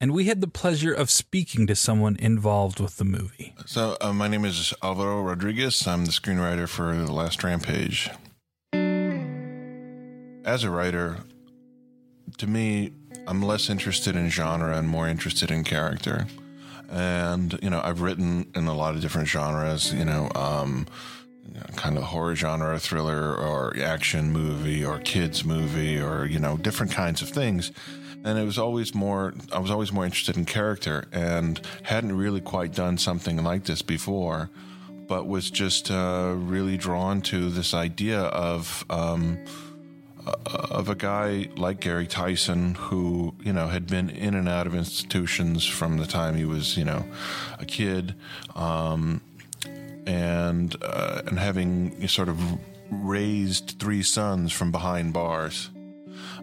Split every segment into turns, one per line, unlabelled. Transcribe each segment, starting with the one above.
And we had the pleasure of speaking to someone involved with the movie.
So, uh, my name is Alvaro Rodriguez. I'm the screenwriter for The Last Rampage. As a writer, to me, I'm less interested in genre and more interested in character. And, you know, I've written in a lot of different genres, you know, um, you know, kind of horror genre, thriller, or action movie, or kids movie, or, you know, different kinds of things and it was always more i was always more interested in character and hadn't really quite done something like this before but was just uh, really drawn to this idea of um, of a guy like Gary Tyson who, you know, had been in and out of institutions from the time he was, you know, a kid, um, and uh, and having sort of raised three sons from behind bars,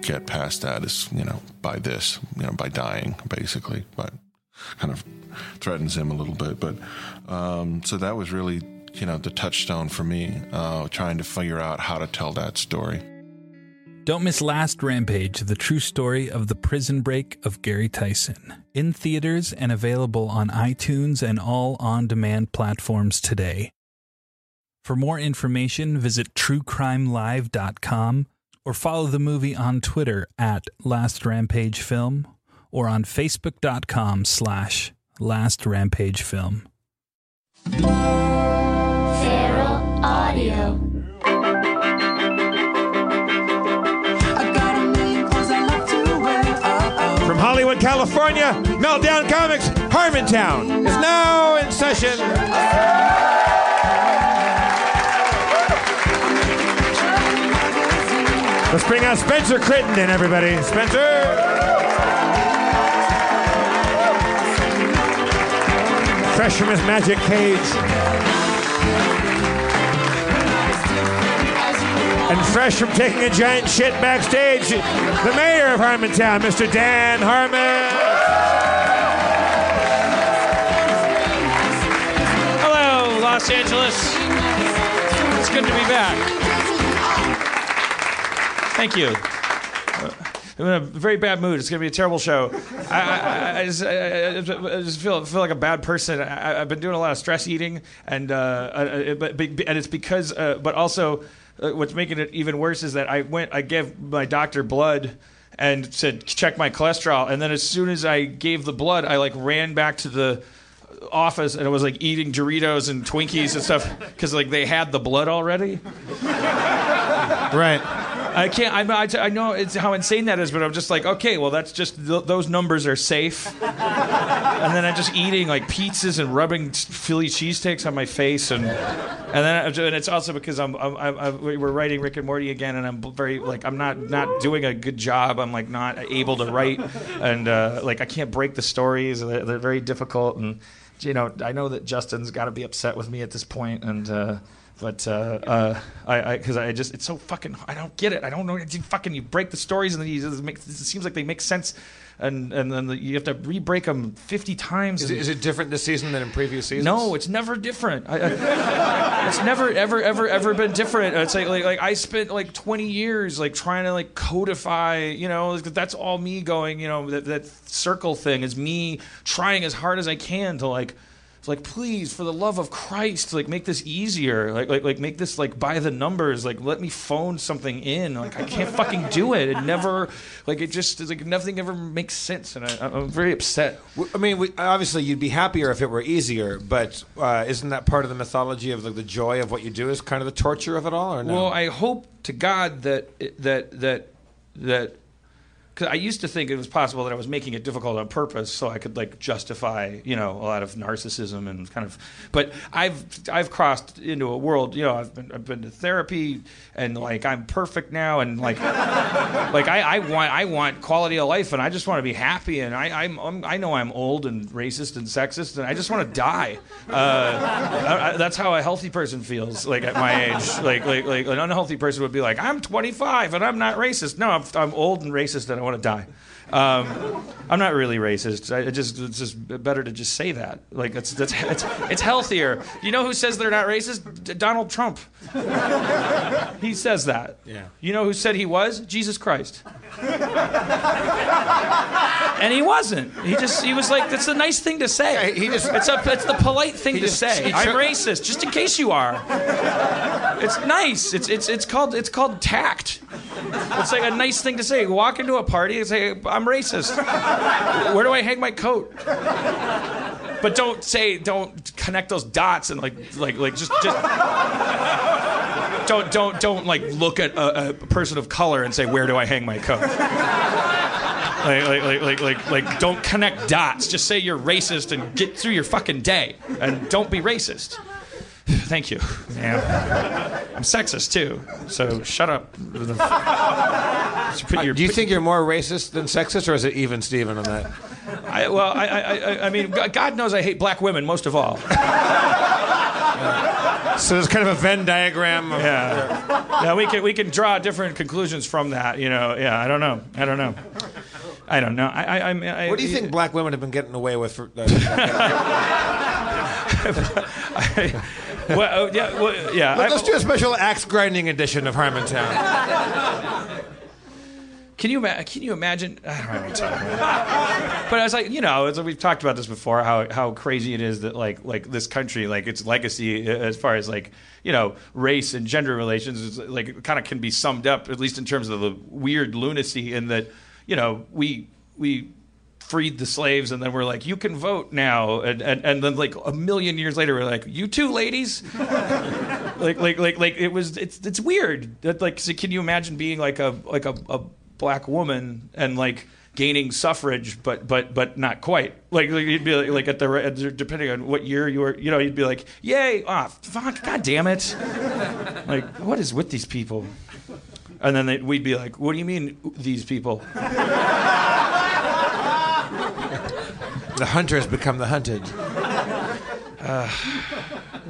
get past that is, you know, by this, you know, by dying, basically. But kind of threatens him a little bit. But um, so that was really, you know, the touchstone for me, uh, trying to figure out how to tell that story.
Don't miss Last Rampage, the true story of the prison break of Gary Tyson. In theaters and available on iTunes and all on demand platforms today. For more information, visit truecrimelive.com or follow the movie on Twitter at Last Rampage Film or on facebook.com slash Last Rampage Film.
Feral Audio.
I got a million clothes I love to wear. Oh, oh.
From Hollywood, California, Meltdown Comics, Harmontown is now in session.
Travel magazine.
Let's bring out Spencer Crittenden, everybody. Spencer! Fresh from his magic cage. And fresh from taking a giant shit backstage, the mayor of Harmontown, Mr. Dan Harmon.
Hello, Los Angeles. It's good to be back. Thank you. Uh, I'm in a very bad mood. It's going to be a terrible show. I, I- I- I just, I- I- I just- I just feel, feel like a bad person. I, I- I've been doing a lot of stress eating, and uh, uh, it, but, be- and it's because, uh, but also, uh, what's making it even worse is that I went, I gave my doctor blood and said check my cholesterol, and then as soon as I gave the blood, I like ran back to the office and I was like eating Doritos and Twinkies and stuff because like they had the blood already.
Right.
I can't. I'm, I, I know it's how insane that is, but I'm just like, okay, well, that's just th- those numbers are safe. and then I'm just eating like pizzas and rubbing t- Philly cheesesteaks on my face, and and then I'm, ju- and it's also because I'm, I'm, I'm, I'm we- we're writing Rick and Morty again, and I'm b- very like I'm not not doing a good job. I'm like not able to write, and uh, like I can't break the stories. and They're, they're very difficult, and you know I know that Justin's got to be upset with me at this point, and. Uh, but uh, uh, I, because I, just, it's so fucking, I don't get it. I don't know. You fucking, you break the stories and then you just make, it seems like they make sense, and and then the, you have to re-break them fifty times.
Is
and-
it, is it different this season than in previous seasons?
no, it's never different. I, I, it's never, ever, ever, ever been different. It's like, like, like I spent like 20 years like trying to like codify, you know, like, that's all me going, you know, that, that circle thing is me trying as hard as I can to like, it's like please for the love of Christ, like make this easier, like like like make this like by the numbers, like let me phone something in, like I can't fucking do it. It never, like it just is like nothing ever makes sense, and I, I'm very upset.
W- I mean, we, obviously, you'd be happier if it were easier, but uh, isn't that part of the mythology of like the joy of what you do is kind of the torture of it all, or no?
Well, I hope to God that that that that because I used to think it was possible that I was making it difficult on purpose so I could like justify you know a lot of narcissism and kind of. But I've I've crossed into a world you know I've been I've been to therapy and like I'm perfect now and like like I, I want I want quality of life and I just want to be happy and I I'm, I'm I know I'm old and racist and sexist and I just want to die. Uh, I, I, that's how a healthy person feels like at my age. Like like like an unhealthy person would be like I'm 25 and I'm not racist. No, I'm I'm old and racist and I want to die. Um, I'm not really racist. I, I just it's just better to just say that. Like that's that's it's, it's healthier. You know who says they're not racist? D- Donald Trump. He says that. Yeah. You know who said he was? Jesus Christ. and he wasn't. He just he was like, that's a nice thing to say.
Yeah, he just-
it's a it's the polite thing to
just-
say.
he
I'm
took-
racist, just in case you are. it's nice. It's it's it's called it's called tact. It's like a nice thing to say. Walk into a party and say, I'm racist. Where do I hang my coat? But don't say don't connect those dots and like like like just just don't don't don't like look at a, a person of color and say where do I hang my coat. Like, like, like, like, like, like, don't connect dots. Just say you're racist and get through your fucking day. And don't be racist. Thank you. Yeah. I'm sexist too, so shut up. Just put your-
Uh, do you
put-
think you're more racist than sexist, or is it even, Steven, on that?
I, well, I, I, I, I mean, God- God knows I hate black women most of all.
So there's kind of a Venn diagram. Of,
Yeah. Yeah, we can we can draw different conclusions from that. You know. Yeah. I don't know. I don't know. I don't know. I. I, I, mean, I
What do you think black women have been getting away with? For, uh,
Well, oh, yeah. Well, yeah. I-
let's do a special axe grinding edition of Harmontown.
Can you ima- can you imagine? I don't know what I'm talking about. But I was like, you know, it's, we've talked about this before. How how crazy it is that like like this country, like its legacy uh, as far as like you know race and gender relations, is like kind of can be summed up at least in terms of the weird lunacy in that you know we we freed the slaves and then we're like you can vote now and, and, and then like a million years later we're like you too ladies like like like like it was it's it's weird that like so can you imagine being like a like a, a black woman and like gaining suffrage but but but not quite like, like you'd be like, like at the re- at the- depending on what year you were you know you'd be like yay ah fuck god damn it like what is with these people And then they, we'd be like, "What do you mean these people?"
The hunter has become the hunted.
Uh,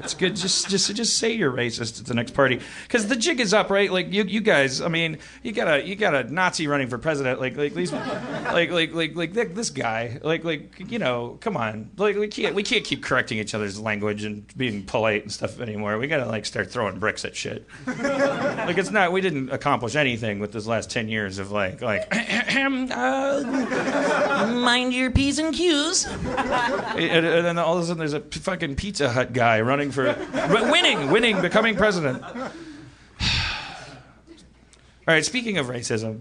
It's good. Just, just, just say you're racist at the next party, because the jig is up, right? Like you, you guys. I mean, you got a, you got a Nazi running for president. Like, like these, like, like, like, like th- this guy. Like, like, you know, come on. Like, we can't, we can't keep correcting each other's language and being polite and stuff anymore. We gotta like start throwing bricks at shit. like, it's not. We didn't accomplish anything with this last ten years of like, like, uh, mind your p's and q's and, and then all of a sudden there's a p- fucking Pizza Hut guy running for but winning, winning, becoming president. All right, speaking of racism,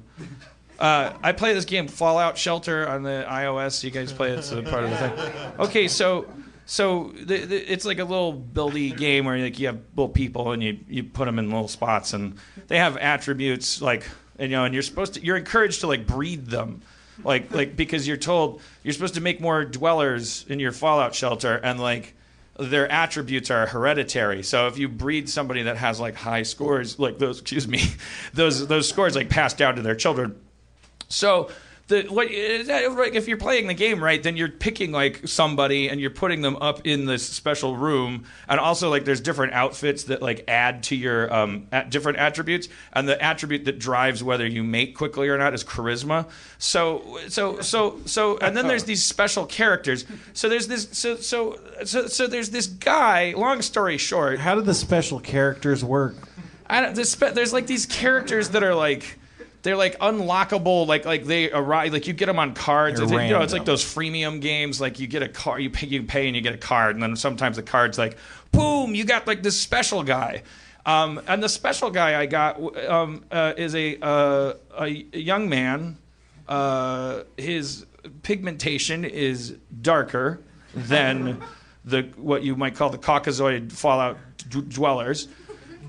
uh, I play this game Fallout Shelter on the iOS. You guys play it, it's a part of the thing. Okay, so so the, the, it's like a little buildy game where like you have little people and you you put them in little spots and they have attributes like and you know and you're supposed to you're encouraged to like breed them like like because you're told you're supposed to make more dwellers in your fallout shelter and like their attributes are hereditary so if you breed somebody that has like high scores like those excuse me those those scores like passed down to their children so the what is that, like, if you're playing the game right, then you're picking like somebody and you're putting them up in this special room, and also like there's different outfits that like add to your um at different attributes, and the attribute that drives whether you mate quickly or not is charisma. So so so so, and then there's these special characters. So there's this so so so so there's this guy. Long story short,
How did the special characters work?
I don't, there's, spe- there's like these characters that are like they're like unlockable like like they arrive like you get them on cards
They're
It's like, you know it's like
random.
those freemium games like you get a car you pay you pay and you get a card and then sometimes the card's like boom you got like this special guy um, and the special guy I got w- um, uh, is a uh, a young man uh, his pigmentation is darker than the what you might call the Caucasoid Fallout d- dwellers.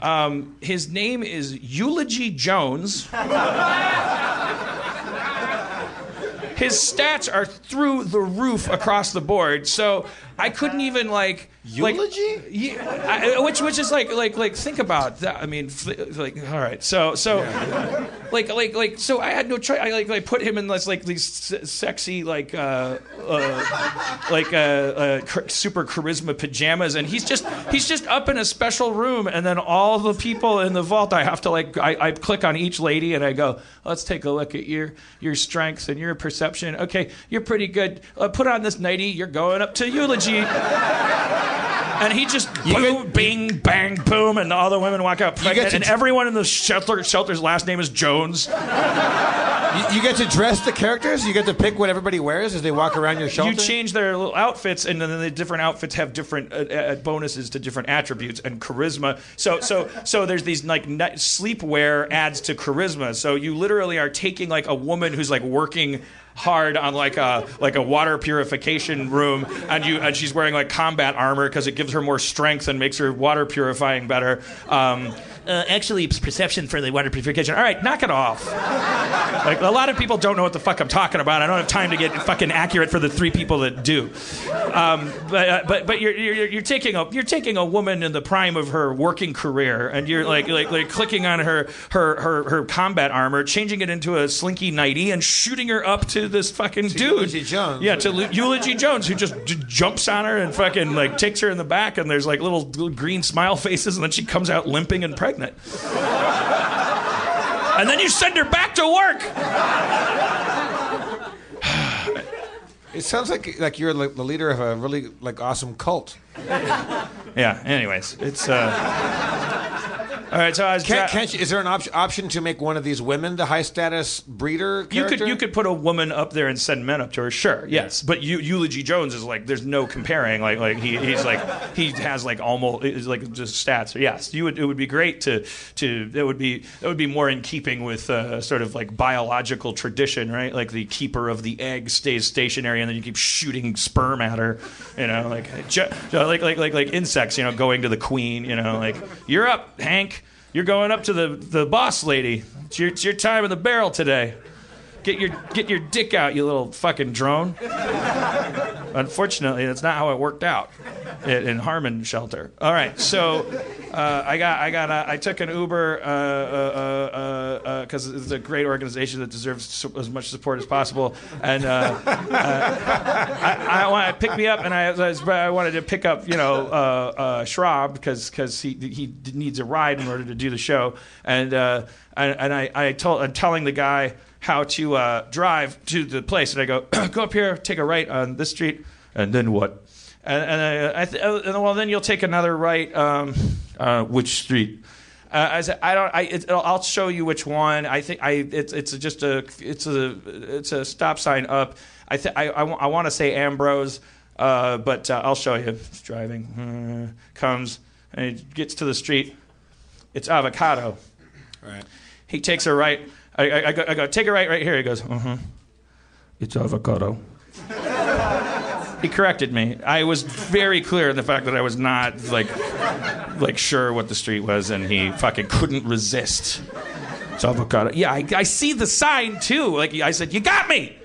Um, his name is Eulogy Jones. His stats are through the roof across the board, so I couldn't even like
Eulogy?
Like, Ye- I, which which is like like like think about that. I mean, f- like all right, so so like like like so I had no choice. I like I put him in this like these s- sexy like uh, uh like uh, uh ch- super charisma pajamas, and he's just he's just up in a special room, and then all the people in the vault, I have to like I, I click on each lady and I go, let's take a look at your your strengths and your perception. Okay, you're pretty good. Uh, put on this nighty. You're going up to eulogy. And he just boom, bing, bang, boom, and all the women walk out pregnant.
to
And
t-
everyone in the shelter, shelter's last name is Jones.
You, you get to dress the characters. You get to pick what everybody wears as they walk around your shelter.
You change their little outfits, and then the different outfits have different uh, uh, bonuses to different attributes and charisma. So, so, so there's these like night, sleepwear adds to charisma. So you literally are taking like a woman who's like working hard on like a like a water purification room, and you and she's wearing like combat armor because it gives her more strength and makes her water purifying better. Um, uh, actually, it's perception for the water purification. All right, knock it off. Like a lot of people don't know what the fuck I'm talking about. I don't have time to get fucking accurate for the three people that do. Um, but uh, but but you're, you're you're taking a you're taking a woman in the prime of her working career, and you're like like like clicking on her her her her combat armor, changing it into a slinky nighty, and shooting her up to this fucking dude.
Eulogy Jones.
Yeah, to Lu- Eulogy Jones, who just j- jumps on her and fucking like takes her in the back, and there's like little, little green smile faces, and then she comes out limping and pregnant. And then you send her back to work.
It sounds like like you're like, the leader of a really like awesome cult.
Yeah. Anyways, it's. Uh... All right. So I was.
Can,
dra-
can't you, is there an op- option to make one of these women the high status breeder?
you
character?
could you could put a woman up there and send men up to her. Sure. Yes. But you, Eulogy Jones is like there's no comparing. Like like he, he's like he has like almost is like just stats. Yes. You would it would be great to to it would be that would be more in keeping with uh, sort of like biological tradition, right? Like the keeper of the egg stays stationary and then you keep shooting sperm at her, you know, like ju- like like like like insects, you know, going to the queen, you know, like you're up, Hank. You're going up to the, the boss lady. It's your, it's your time in the barrel today. Get your get your dick out, you little fucking drone. Unfortunately, that's not how it worked out in, in Harmon Shelter. All right, so uh, I got I got uh, I took an Uber because uh, uh, uh, uh 'cause it's a great organization that deserves su- as much support as possible, and uh, uh, I, I want pick me up, and I, I, was- I wanted to pick up you know uh, uh, Schraub because he he needs a ride in order to do the show, and uh, and, and I I told I'm telling the guy how to uh, drive to the place, and I go go up here, take a right on this street, and then what? And, and I, I th- oh, and, well, then you'll take another right. Um, uh, which street? Uh, I said, I don't. I, it, I'll show you which one. I think I. It's it's just a. It's a. It's a stop sign up. I th- I, I, wa- I want to say Ambrose, uh, but uh, I'll show you. He's driving. Uh, comes and he gets to the street. It's avocado. Right. He takes a right. I, I, I, go, I go take a right right here. He goes. Uh huh. It's avocado. He corrected me. I was very clear in the fact that I was not like, like sure what the street was, and he fucking couldn't resist. It's avocado. Yeah, I, I see the sign too. Like I said, you got me.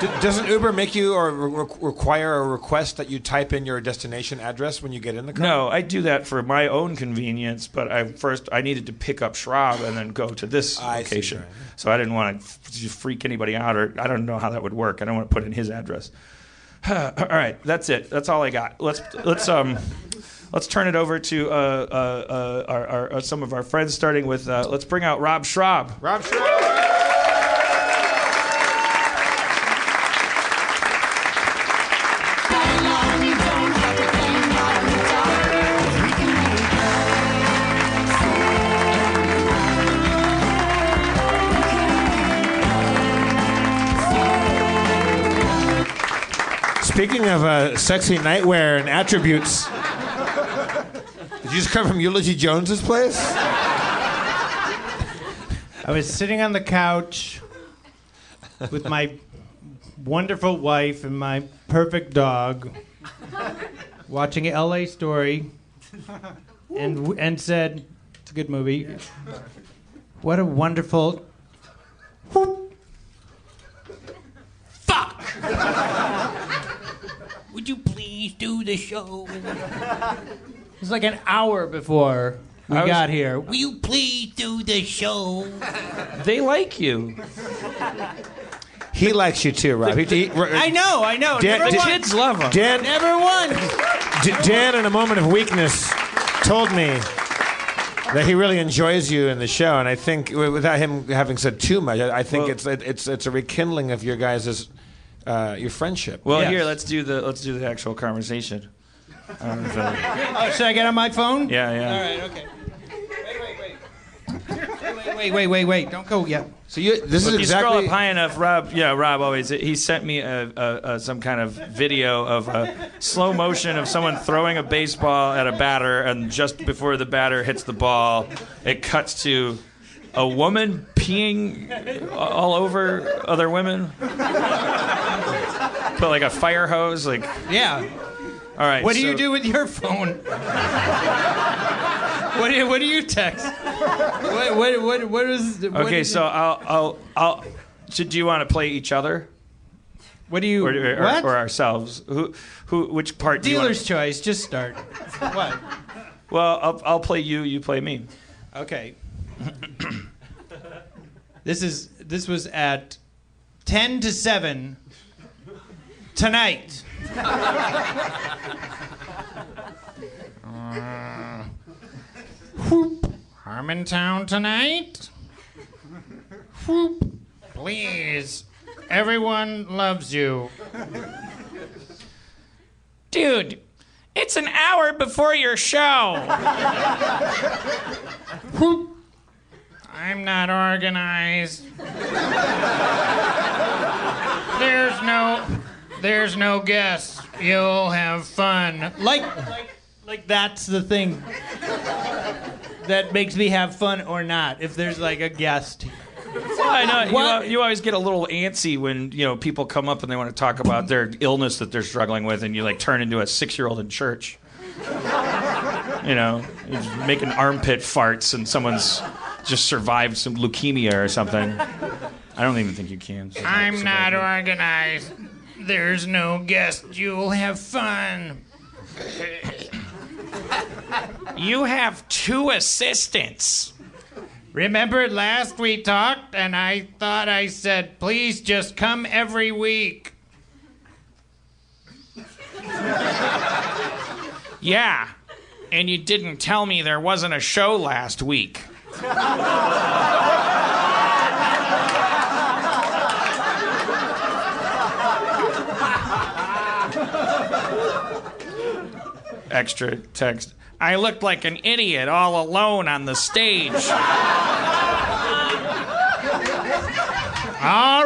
D- doesn't Uber make you or re- re- require a request that you type in your destination address when you get in the car?
No, I do that for my own convenience, but I first I needed to pick up Schraub and then go to this location. So I didn't want to f- freak anybody out, or I don't know how that would work. I don't want to put in his address. all right, that's it. That's all I got. Let's let's um. Let's turn it over to uh, uh, uh, our, our, uh, some of our friends, starting with uh, let's bring out Rob Schraub.
Rob Schraub. Speaking of uh, sexy nightwear and attributes, did you just come from Eulogy Jones's place?
I was sitting on the couch with my wonderful wife and my perfect dog, watching L.A. Story, and and said, "It's a good movie. What a wonderful."
Would you please do the show?
It was like an hour before we
I was-
got here.
Will you please do the show?
They like you.
He likes you too, Rob. He, he,
I know, I know. Never once-
Dan,
Never once.
D- Dan, in a moment of weakness, told me that he really enjoys you in the show, and I think w- without him having said too much, I, I think
Well-
it's it, it's it's a rekindling of your guys' uh, your friendship.
Well, here let's do the let's do the actual conversation. I don't know if, uh,
Oh, should I get on my phone?
Yeah, yeah.
All right, okay. Wait, wait, wait. Wait, wait, wait, wait, wait. Don't go yet.
So you, this
if
is
you
exactly-
scroll up high enough, Rob. Yeah, Rob always he sent me a, a, a some kind of video of a slow motion of someone throwing a baseball at a batter, and just before the batter hits the ball, it cuts to a woman peeing all over other women, but like a fire hose, like
yeah.
All right.
what do
so-
you do with your phone? what do you, what do you text? What what what what is the- what
Okay,
is-
so I'll I'll I'll. So do you want to play each other?
What do you
or, or,
what?
or ourselves? Who who? Which part? do you wanna-
dealer's choice? Just start. What?
Well, I'll, I'll play you. You play me.
Okay. this is this was at ten to seven tonight. Uh, whoop. Harmontown tonight. Whoop. Please. Everyone loves you.
Dude, it's an hour before your show.
I'm not organized. there's no there's no guests. You'll have fun. Like like like that's the thing that makes me have fun or not. If there's like a guest.
I know you,
What?
al- you always get a little antsy when you know people come up and they want to talk about their illness that they're struggling with, and you like turn into a six-year-old in church. You know, you just making armpit farts, and someone's just survived some leukemia or something.
I don't even think you can. so-
I'm
so-
not organized. There's no guest. You'll have fun.
You have two assistants.
Remember last we talked and I thought I said, please just come every week.
Yeah. And you didn't tell me there wasn't a show last week. Extra text. I looked like an idiot all alone on the stage.
All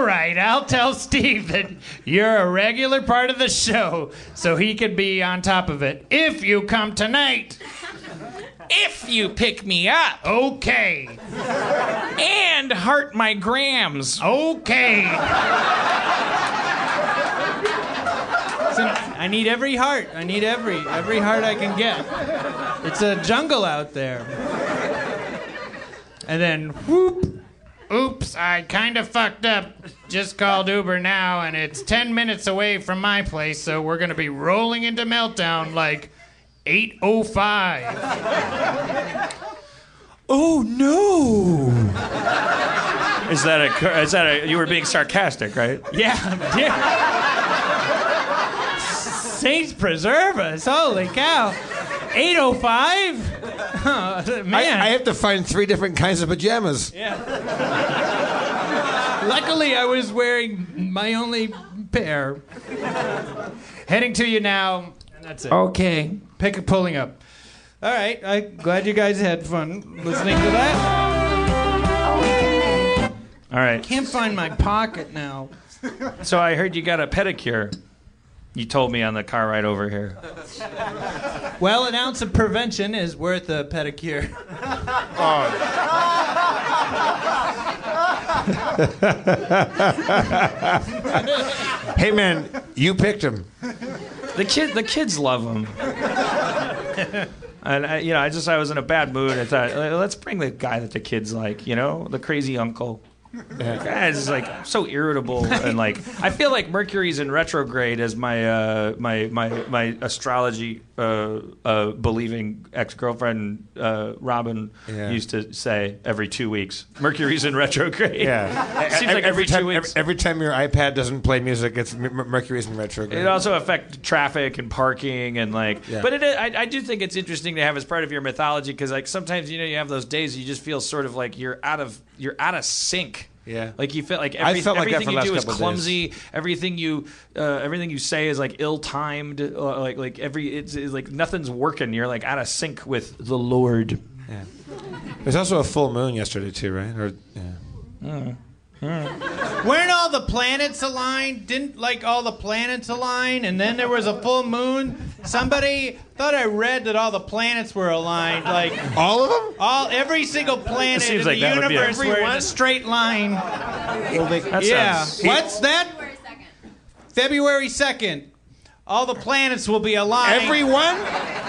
right, I'll tell Steve that you're a regular part of the show so he can be on top of it if you come tonight.
If you pick me up.
Okay.
And hurt my grams.
Okay.
I need every heart. I need every every heart I can get. It's a jungle out there.
And then whoop. Oops, I kind of fucked up. Just called Uber now, and it's 10 minutes away from my place, so we're going to be rolling into meltdown like 8.05.
Oh no! is that a? cur- Is that a? You were being sarcastic, right?
Yeah, Saints preserve us. Holy cow. 805?
I,
Man.
I have to find three different kinds of pajamas.
Luckily, I was wearing my only pair.
Heading to you now. And that's it.
Okay.
Pick a pulling up.
All right. I'm glad you guys had fun listening to that.
All right.
Can't find my pocket now.
So I heard you got a pedicure. You told me on the car ride over here.
Well, an ounce of prevention is worth a pedicure.
Oh.
hey man, you picked him.
The kid, the kids love him. And I, you know, I just I was in a bad mood. I thought, "Uh, let's bring the guy that the kids like. You know, the crazy uncle. The guy is like so irritable and like I feel like Mercury's in retrograde as my uh, my my my astrology uh, uh, believing ex girlfriend uh, Robin
Yeah.
used to say every two weeks. Mercury's in retrograde.
Yeah.
seems like every,
time,
two weeks.
Every, every time your iPad doesn't play music, it's m- m- Mercury's in retrograde.
It also affects traffic and parking and like.
Yeah.
But it, I, I do think it's interesting to have as part of your mythology because like sometimes you know you have those days you just feel sort of like you're out of you're out of sync.
Yeah.
Like you feel like,
I
every,
felt like that
everything
for the
you
last
do is
couple of days.
clumsy. Everything you uh, everything you say is like ill timed. Uh, like like every it's, it's like nothing's working. You're like out of sync with the Lord.
Yeah. There's also a full moon yesterday too, right? Or yeah.
Hmm. Weren't all the planets aligned? Didn't like all the planets align? And then there was a full moon. Somebody thought I read that all the planets were aligned. Like
all of them?
All every single planet
It seems
in
like
the
that would be a-
universe were in
Everyone?
a straight line.
That
yeah.
sounds-
What's that? February second. All the planets will be aligned.
Everyone?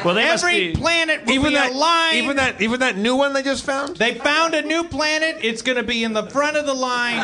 Well, they must
every
be-
planet will
Even
be
that-
aligned.
even that- even that new one they just found.
They found a new planet. It's going to be in the front of the line.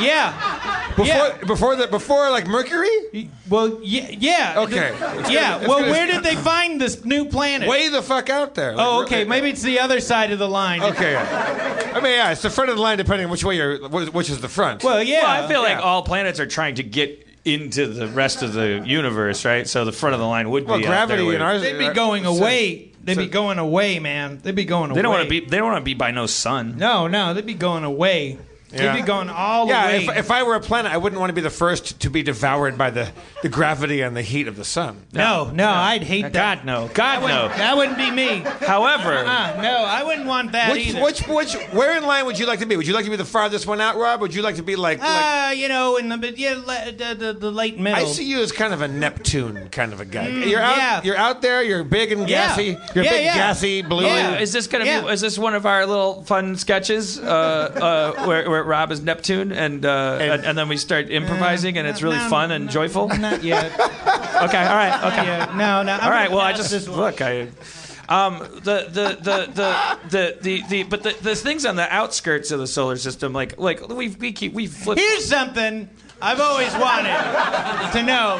yeah.
Before before the before like Mercury?
Well, yeah, yeah.
Okay.
yeah. well, where did they find this new planet?
Way the fuck out there. Like,
oh,
re-
okay. Maybe it's the other side of the line.
Okay. I mean, yeah, it's the front of the line depending on which way you're wh- which is the front.
Well, yeah.
Well, I feel like all planets are trying to get into the rest of the universe, right? So the front of the line would
Well,
be out there
gravity
with-
and ours- They'd be going so- away. They'd be going away, man. They'd be going away.
They don't want to be. They don't want to be by no sun.
No, no. They'd be going away.
Yeah.
They'd be going all
yeah,
the way.
If, if I were a planet, I wouldn't want to be the first to be devoured by the, the gravity and the heat of the sun.
no, no, I'd hate that.
God no. God
That wouldn't-
no.
That wouldn't be me.
However,
Uh-uh, no, I wouldn't want that
Which,
either.
which, which, where in line would you like to be? Would you like to be the farthest one out, Rob? Would you like to be like? like
uh, you know, in the mid- yeah, le- the, the, the late middle.
I see you as kind of a Neptune kind of a guy.
Mm,
you're out,
yeah.
you're out there. You're big and
Yeah.
gassy. You're
Yeah,
big,
yeah.
gassy, blue.
Oh, is this gonna be? Is this one of our little fun sketches uh, uh, where, where Rob is Neptune and uh, and, and then we start improvising and it's really fun and joyful?
Not yet.
Okay. All right. Okay.
No, no. I'm
All right.
gonna
Well, I
pass
just
this one.
look. I Um, the, the, the, the, the, the, the, but the, the things on the outskirts of the solar system, like, like we've, we keep, we've flipped.
Here's something I've always wanted to know.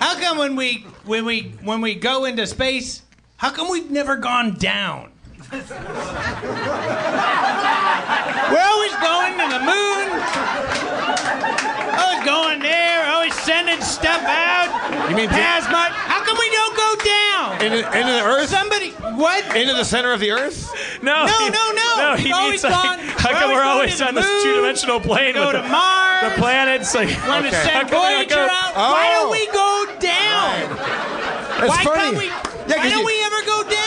How come when we when we when we go into space, how come we've never gone down? We're always going to the moon. Always going there. Always sending stuff out.
You mean-
plasma? How come we don't go down?
Into, into the earth?
Somebody, what?
Into the center of the earth?
No, no, no, no.
he
We've always
means like,
gone.
how come we're always on this two-dimensional plane?
Go
with
to
the,
Mars.
The planets, like,
Want to
How
send
come we don't
Voyager
go- Oh.
out? Why don't we go down?
That's
why
funny.
Can't we, why
'cause
don't
you-
we ever go down?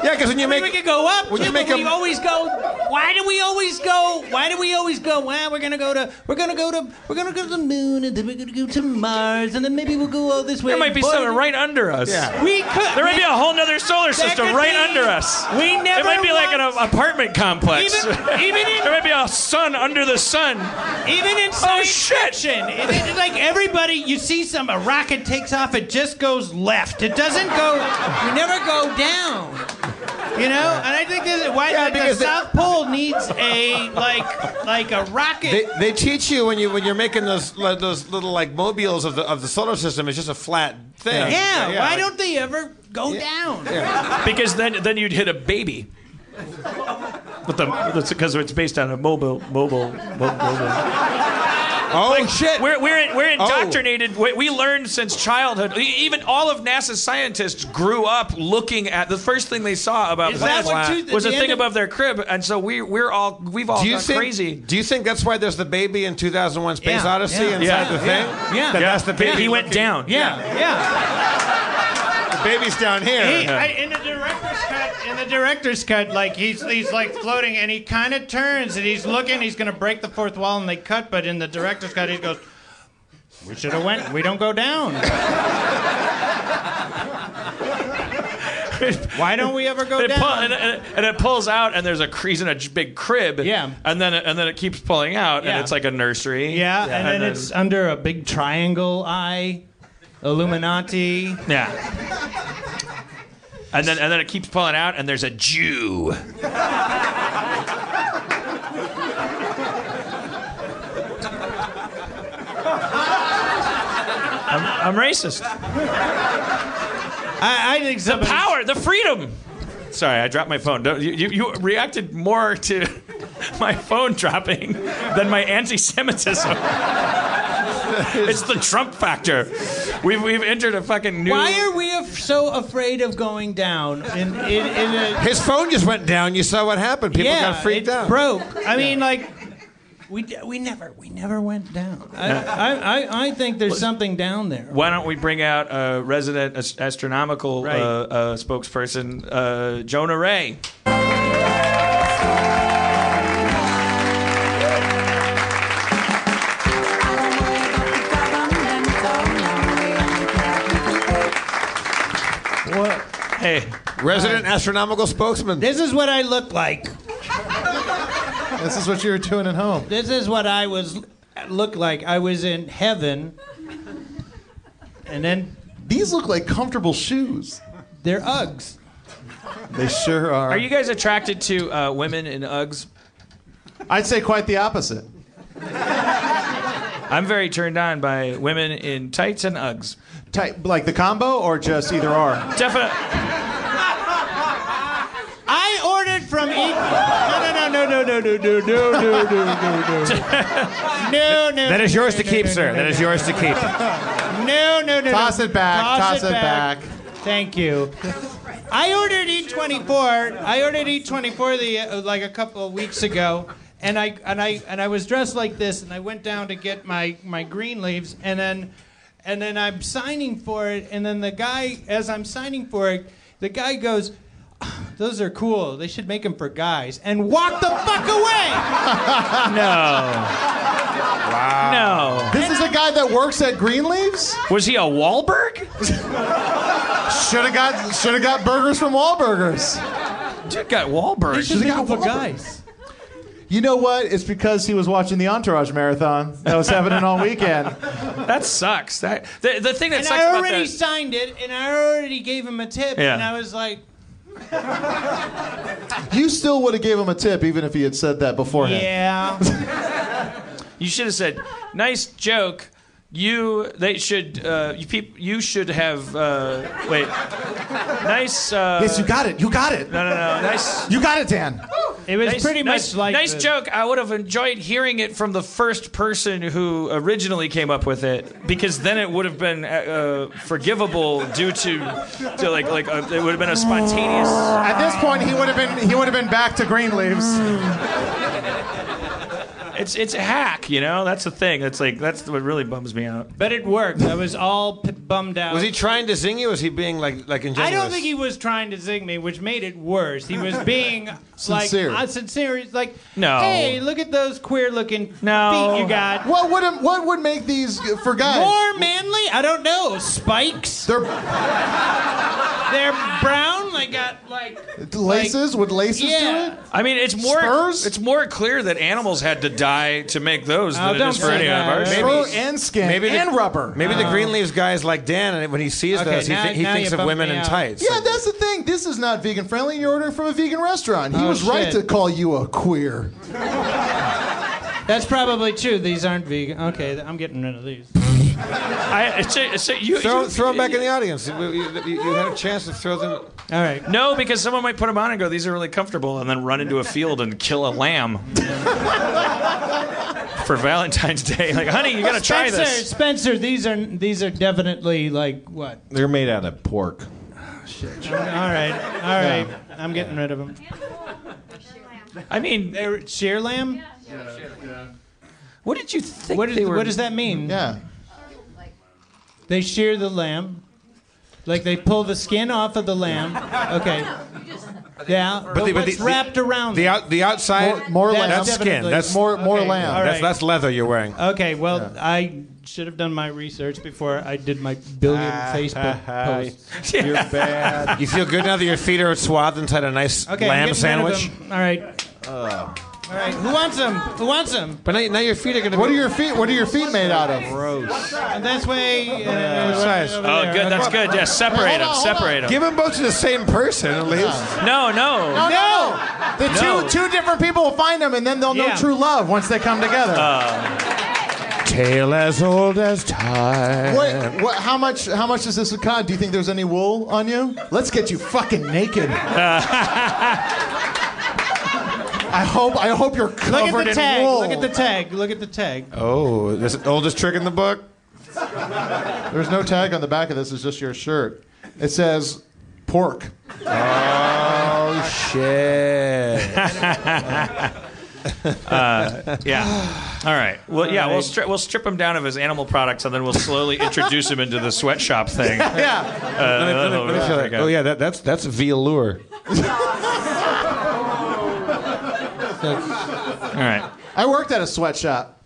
Yeah, because when you make
we could go up.
when you
too,
make
but
a-
we always go. Why do we always go? Why do we always go? Well, we're gonna go to. We're gonna go to. We're gonna go to the moon, and then we're gonna go to Mars, and then maybe we'll go all this way.
There might be
Boy,
something right under us.
Yeah. We could.
There might be a whole nother solar system
could
right
be-
under us.
we never
It might be like an a- apartment complex.
Even- even in-
there might be a sun under the sun. Oh,
Even in science fiction, it- it- like everybody, you see some a rocket takes off, it just goes left. It doesn't go. You never go down. You know, and I think this, why
Yeah,
the- the,
because they-
South Pole needs a like like a rocket.
They, they teach you when you when you're making those like, those little like mobiles of the of the solar system. It's just a flat thing.
yeah, why don't they ever go down?
Because then, then you'd hit a baby. With the because it's based on a mobile mobile mobile.
Oh shit! Oh.
We're we're in, we're indoctrinated. We, we learned since childhood. E- Even all of NASA's scientists grew up looking at the first thing they saw about
Is that
planets
what you-
was
the
a
end
thing
of-
above their crib, and so we we're all we've all
do you
gone
think,
crazy.
Do you think that's why there's the baby in 2001 Space
Yeah,
Odyssey
yeah,
inside
yeah,
the
yeah,
thing?
yeah.
That
Yeah.
that's the
He- he
baby.
went
looking-
down.
Yeah, yeah. The baby's down here.
He, I, in the director's cut, in the director's cut, like he's he's like floating, and he kind of turns, and he's looking, he's gonna break the fourth wall, and they cut. But in the director's cut, he goes, "We should have went. We don't go down. Why don't we ever go
and it
down?"
pull- and, and- and it pulls out, and there's a crease in a j- big crib. Yeah. And then it, and then it keeps pulling out,
Yeah.
and it's like a nursery.
yeah, and then it's under a big triangle eye, Illuminati.
yeah. And then and then it keeps pulling out, and there's a Jew. I'm, I'm racist.
I, I think
the power, the freedom. Sorry, I dropped my phone. Don't, you, you, you reacted more to my phone dropping than my anti-Semitism. it's the Trump factor. We've, we've entered a fucking new.
Why are we af- so afraid of going down? In, in, in a,
His phone just went down. You saw what happened. People
yeah,
got freaked
it
out.
Broke. I mean, like we d- we never we never went down. I I, I, I think there's something down there.
Why don't we bring out a resident as- astronomical
Right.
uh, uh, spokesperson, uh, Jonah Ray?
What?
Hey,
resident astronomical spokesman.
This is what I look like.
This is what you were doing at home.
This is what I was looked like. I was in heaven, and then
these look like comfortable shoes.
They're Uggs.
They sure are.
Are you guys attracted to uh, women in Uggs?
I'd say quite the opposite.
I'm very turned on by women in tights and Uggs.
Tight, like the combo or just either or?
Definitely.
I ordered from
No, no, no, no, no, no, no, no, no, no, no, no. No, no.
That is yours
no,
to
no,
keep,
no,
sir.
no,
That
no,
is
no.
yours to keep.
No, no, no.
Toss
no.
it back, toss it
Thank you.
I ordered E24. I ordered E24 the uh, like a couple of weeks ago, and I and I and I was dressed like this, and I went down to get my my green leaves, and then and then I'm signing for it, and then the guy, as I'm signing for it, the guy goes. "Ah, Those are cool. They should make them for guys. And walk the fuck away.
No. Wow. No.
This is a guy that works at Greenleaves?
Was he a Wahlberg?
should have got should have got burgers from Wahlburgers.
Dude got Wahlberg.
They should make them for guys.
You know what? It's because he was watching the Entourage marathon that was happening all weekend.
That sucks. That the, the thing that
and
sucks
I
about
already
that.
signed it, and I already gave him a tip,
Yeah.
and I was like,
You still would have gave him a tip even if he had said that beforehand.
yeah.
You should have said, "Nice joke." You they should uh, you peop, you should have uh, wait. Nice. Uh,
Yes, you got it. You got it.
No, no, no. Nice.
You got it, Dan.
It was
nice-
pretty
nice-
much like
nice
the-
joke. I would have enjoyed hearing it from the first person who originally came up with it, because then it would have been uh, uh, forgivable due to, to like like uh it would have been a spontaneous.
At this point, he would have been he would have been back to green leaves.
It's it's a hack, you know. That's the thing. That's like that's what really bums me out.
But it worked. I was all p- bummed out.
Was he trying to zing you? Was he being like like
I
ingenuous?
don't think he was trying to zing me, which made it worse. He was being
Sincere.
like uh, sincere. He's like,
No.
hey, look at those queer-looking feet you got.
What would him- what would make these uh, for guys?
More manly? I don't know. Spikes?
They're
they're brown. They got like
laces
like-
with laces
yeah.
to it.
I mean, it's more it's more clear that animals had to die to make those
Oh,
than it
don't
is for
say
any
that.
of ours.
Maybe-
Fur and skin
maybe the-
and rubber.
Maybe the
Oh.
Greenleaves guy's like Dan, and when he sees
Okay,
those, he,
now-
thi- he
now
thinks
you
of
bumped
women
me
in
out.
tights.
Yeah, that's the thing. This is not vegan friendly. You're ordering from a vegan restaurant. He
Oh,
was right to
shit.
call you a queer.
That's probably true. These aren't vegan. Okay, th- I'm getting rid of these.
I, it's a- it's a- you-
throw,
you-
throw them back in the audience. You, you- you- you had a chance to throw them.
All right.
No, because someone might put them on and go, "These are really comfortable," and then run into a field and kill a lamb for Valentine's Day. Like, honey, you gotta try
Spencer,
this.
Spencer, these are these are definitely like what?
They're made out of pork.
All right, all right. I'm getting rid of them.
I mean,
they're shear lamb.
What did you think?
What, did-
they were-
what does that mean?
Yeah.
They shear the lamb, like they pull the skin off of the lamb. Okay. Yeah, but,
the- but
what's
the-
wrapped around
The
it?
out, the outside.
More- more lamb.
That's skin.
Definitely.
That's
More- more Okay, lamb. all
That's
right. Uh,
that's leather you're wearing.
Okay, well, I should have done my research before I did my billion
Ah,
Facebook
ah,
posts.
You're bad. You feel good now that your feet are swathed inside a nice
Okay, I'm
lamb
getting rid of
sandwich.
them. All right.
Uh,
All right. Who wants them? Who wants them?
But now, now your feet are gonna.
What
be-
are your feet? What are your feet made out of?
Gross.
And that's way. Uh,
What size?
over
Oh,
there.
good. That's good. Yeah, separate them. Separate them.
Give them both to the same person at least.
No, Oh, no.
No, no, no. The
No.
two two different people will find them, and then they'll know
Yeah.
true love once they come together.
Tale as old as time.
What, what, how much? How much does this cost? Do you think there's any wool on you? Let's get you fucking naked. I hope. I hope you're
Look at
covered
the
in
tag.
wool.
Look at the tag. Look at the tag.
Oh, this is the oldest trick in the book.
There's no tag on the back of this. It's just your shirt. It says pork.
Oh shit.
Uh, yeah. All right. Well, yeah. We'll stri- we'll strip him down of his animal products, and then we'll slowly introduce him into the sweatshop thing.
yeah.
Uh,
Let me- let me- let me
that'll
feel
be
that.
good.
Oh yeah, that, that's that's velour.
All right.
I worked at a sweatshop.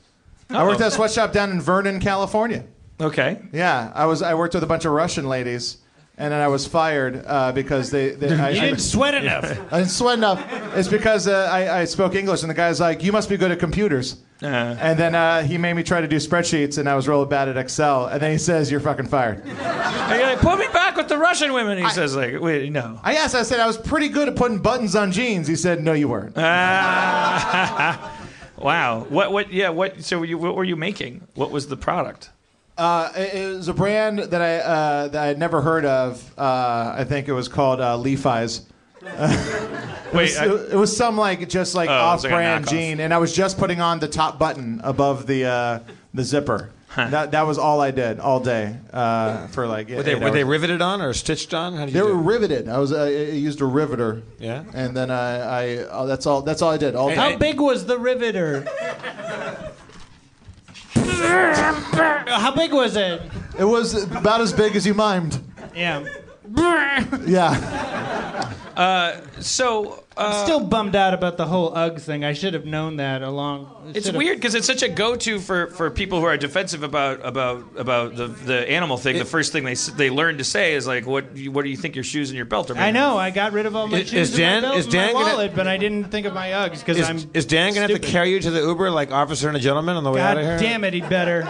I worked at a sweatshop down in Vernon, California.
Okay.
Yeah, I was. I worked with a bunch of Russian ladies, and then I was fired uh, because they. they I,
You didn't sweat enough.
I didn't sweat enough. It's because uh, I, I spoke English, and the guy's like, "You must be good at computers."
Uh-huh.
And then uh, he made me try to do spreadsheets, and I was really bad at Excel. And then he says, "You're fucking fired."
And you're like, put me back with the Russian women. He says, like, wait, no.
I asked. I said, "I was pretty good at putting buttons on jeans." He said, "No, you weren't."
Ah. wow. What? What? Yeah. What? So, you, what were you making? What was the product?
Uh, it, it was a brand that I uh, that I had never heard of. Uh, I think it was called uh, Levi's. It
Wait,
was,
I-
it was some like just like
Oh, it was like a
off-brand
knockoff.
jean, and I was just putting on the top button above the uh, the zipper. That that was all I did all day uh, for like.
Were they,
eight
were they
hours.
riveted on or stitched on? How did you
They
do
were
it?
riveted. I was uh, I used a riveter.
Yeah.
And then I, I oh, that's all that's all I did all day.
How big was the riveter? How big was it?
It was about as big as you mimed.
Yeah.
Yeah.
Uh, so uh,
I'm still bummed out about the whole UGG thing. I should have known that along.
It's
should've-
weird because it's such a go-to for, for people who are defensive about about about the, the animal thing. the first thing they s- they learn to say is like, "What you- what do you think your shoes and your belt are?" made
I
of?"
know. I got rid of all my
Is-
shoes
is Dan-
and my, belt
is
and my
Dan gonna-
wallet, but I didn't think of my UGGs because
Is,
I'm.
is Dan going to have
stupid.
to carry you to the Uber like officer and a gentleman on the way
God
out of here?
damn it, he better.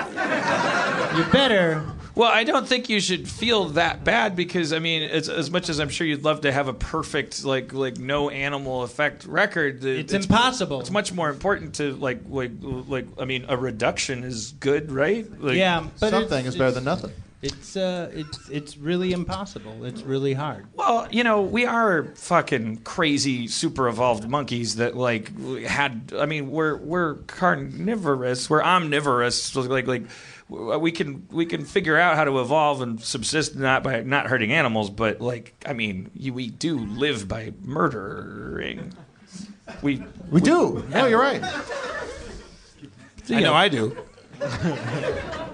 you better.
Well, I don't think you should feel that bad because I mean, as, as much as I'm sure you'd love to have a perfect like like no animal effect record, the-
It's impossible.
It's much more important to like like like I mean, a reduction is good, right? Like,
yeah, but
Something
it's-
is better
it's-
than nothing.
It's uh, it's it's really impossible. It's really hard.
Well, you know, we are fucking crazy, super evolved monkeys that like had. I mean, we're we're carnivorous. We're omnivorous. So, Like like we can we can figure out how to evolve and subsist not by not hurting animals, but like I mean, you, we do live by murdering. We we,
do. No, you're right.
I know I do.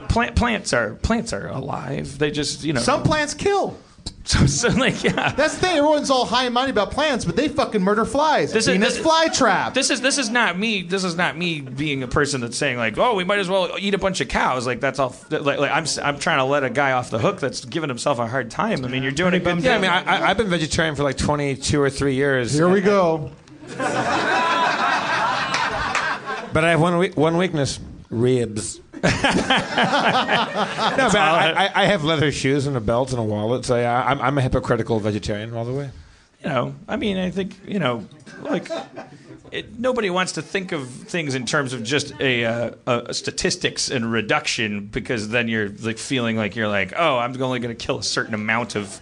Plant plants are plants are alive. They just you know
Some plants kill.
So, like, yeah.
That's the thing. Everyone's all high and mighty about plants, but they fucking murder flies.
This is-
Venus
this-
fly trap.
This is this is not me. This is not me being a person that's saying like, oh, we might as well eat a bunch of cows. Like that's all. Like, like I'm s- I'm trying to let a guy off the hook that's giving himself a hard time. I mean, you're doing a good.
Yeah, I mean, I, I, I've been vegetarian for like 22 or three years.
Here we go.
But I have one we- one weakness: ribs. no, but I, I, I have leather shoes and a belt and a wallet, so yeah, I'm, I'm a hypocritical vegetarian all the way.
you know, I mean, I think you know, like. It, nobody wants to think of things in terms of just a, uh, a statistics and reduction because then you're like feeling like you're like oh I'm only going to kill a certain amount of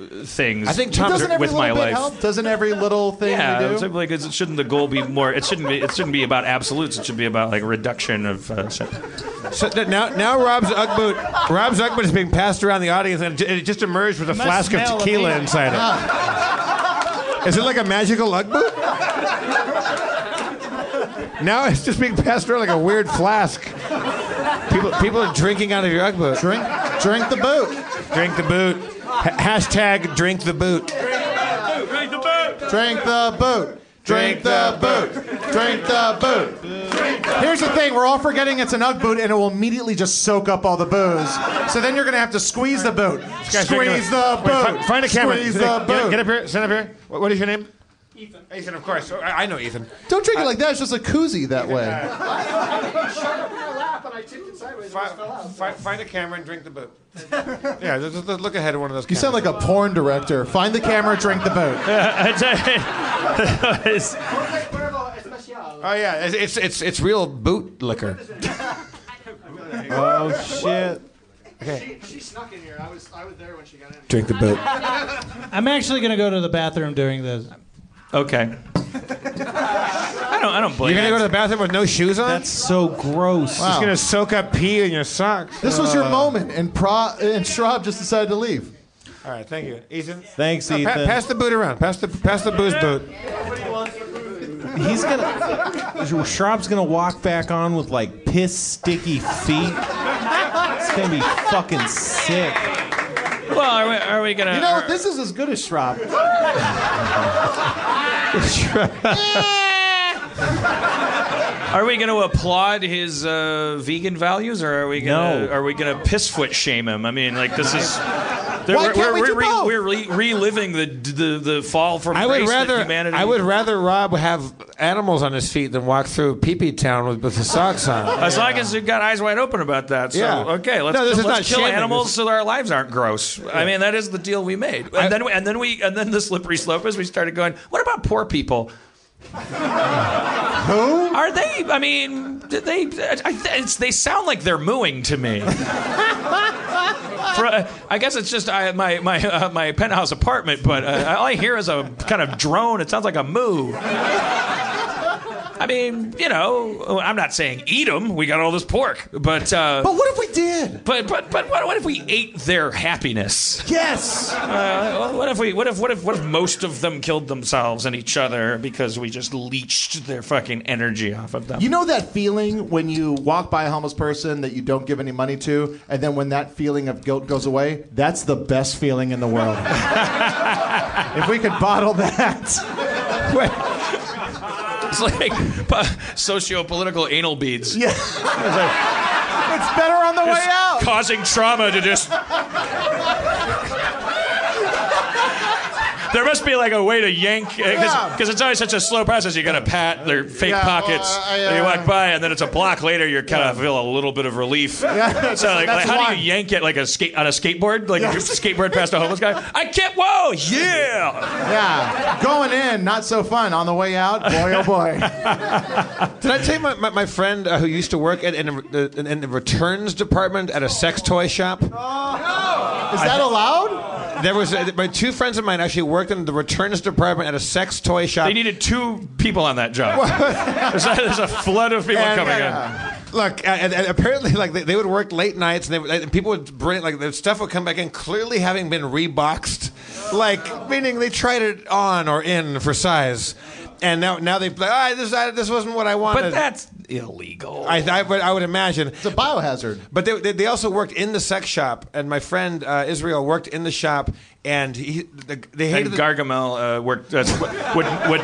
uh, things.
doesn't every
with
little
my
bit
life.
help? Doesn't every little thing
yeah,
we
it's
do?
like it's, shouldn't the goal be more? It shouldn't be. It shouldn't be about absolutes. It should be about like reduction of. Uh, shit.
So th- now, now Rob's Ugg boot, Rob's Ugg boot is being passed around the audience, and it just emerged with a
Must
flask of
smell
tequila
amazing.
inside it. Is it like a magical Ugg boot? Now it's just being passed around like a weird flask. People, people are drinking out of your Ugg boot. Drink,
drink the boot.
Drink the boot. Ha- hashtag drink the boot.
Drink the boot.
Drink the boot. Drink the boot. Drink the boot. Here's the thing: we're all forgetting it's an UGG boot, and it will immediately just soak up all the booze. So then you're gonna have to squeeze the boot.
Guys, drink
Squeeze
the-
the
Wait, fi-
boot.
find a camera.
Squeeze the
Get-
boot.
Get up here. Stand up here. What, what is your name? Ethan. Ethan, of course. Oh, I I know Ethan.
Don't drink it like that. It's just a koozie that way.
Find, find a camera and drink the boot. yeah, just, just look ahead of one of those.
You sound like a porn director. Find the camera, drink the boot.
Oh yeah, it's it's it's, it's real boot liquor. oh shit.
Okay.
She, she snuck in here. I was I was there when she got in.
Drink the boot.
I'm actually gonna go to the bathroom during this.
Okay. I don't. I don't
You're
blame.
gonna
you.
go to the bathroom with no shoes on? That's
so gross.
It's gonna soak up pee in your socks.
This was your
Uh,
moment, and Pro and Schraub just decided to leave.
All right, thank you, Ethan.
Thanks,
pa-
Ethan.
pass the boot around. Pass the pass the booze boot.
He's gonna. Shrob's gonna walk back on with like piss sticky feet. It's gonna be fucking sick.
Well, are we, are we gonna?
You know, what? this is as good as Schraub.
Are we going to applaud his uh, vegan values, or are we going to
No.
are we going to piss foot shame him? I mean, like this is.
Why can't we do both?
we're re- reliving the, the the fall from
I would
grace that
rather
humanity.
I would rather Rob have animals on his feet than walk through pee pee town with, with his socks on.
As long as you've got eyes wide open about that. So,
Yeah.
okay, let's,
No, this is
let's
not
kill
shaming.
animals
This-
so that our lives aren't gross. I mean, that is the deal we made. And then we, and then we and then the slippery slope is we started going, what about poor people? Who? Are they I mean, did they I, it's, they sound like they're mooing to me. For- uh, I guess it's just I, my my uh, my penthouse apartment, but uh, all I hear is a kind of drone. It sounds like a moo. I mean, you know, I'm not saying eat them. We got all this pork, but uh,
But what if we did?
But but but what, what if we ate their happiness?
Yes.
Uh, what if we? What if? What if? What if most of them killed themselves and each other because we just leached their fucking energy off of them?
You know that feeling when you walk by a homeless person that you don't give any money to, and then when that feeling of guilt goes away, that's the best feeling in the world. If we could bottle that. Wait.
It's like socio political anal beads. Yeah. it's,
better on the way out.
Causing trauma to just. There must be like a way to yank because
Yeah.
it's always such a slow process. You gotta pat their fake
Yeah,
pockets.
well, I,
and you
uh,
walk by, and then it's a block later. You kind of feel a little bit of relief.
Yeah, that's-
so like,
that's
like, how
why.
do you yank it like a skate on a skateboard? Like
Yeah.
you skateboard past a homeless guy. I can't. Whoa, yeah.
Yeah. Going in, not so fun. On the way out, boy, oh boy.
Did I tell you my, my, my friend uh, who used to work at, in, the, in, in the returns department at a sex toy shop?
Is that allowed?
There was uh my two friends of mine actually worked in the returns department at a sex toy shop.
They needed two people on that job. there's, a, there's a flood of people
And,
coming in.
uh, Look, and, and apparently, like they, they would work late nights, and, they, would- and people would bring like their stuff would come back in, clearly having been reboxed, like meaning they tried it on or in for size, and now now they like, ah, this I, this wasn't what I wanted.
But that's illegal.
I, I, would, I would imagine. It's
a biohazard.
But they, they, they also worked in the sex shop, and my friend uh, Israel worked in the shop, and he the, they hated
and
the-
Gargamel uh, worked uh, would would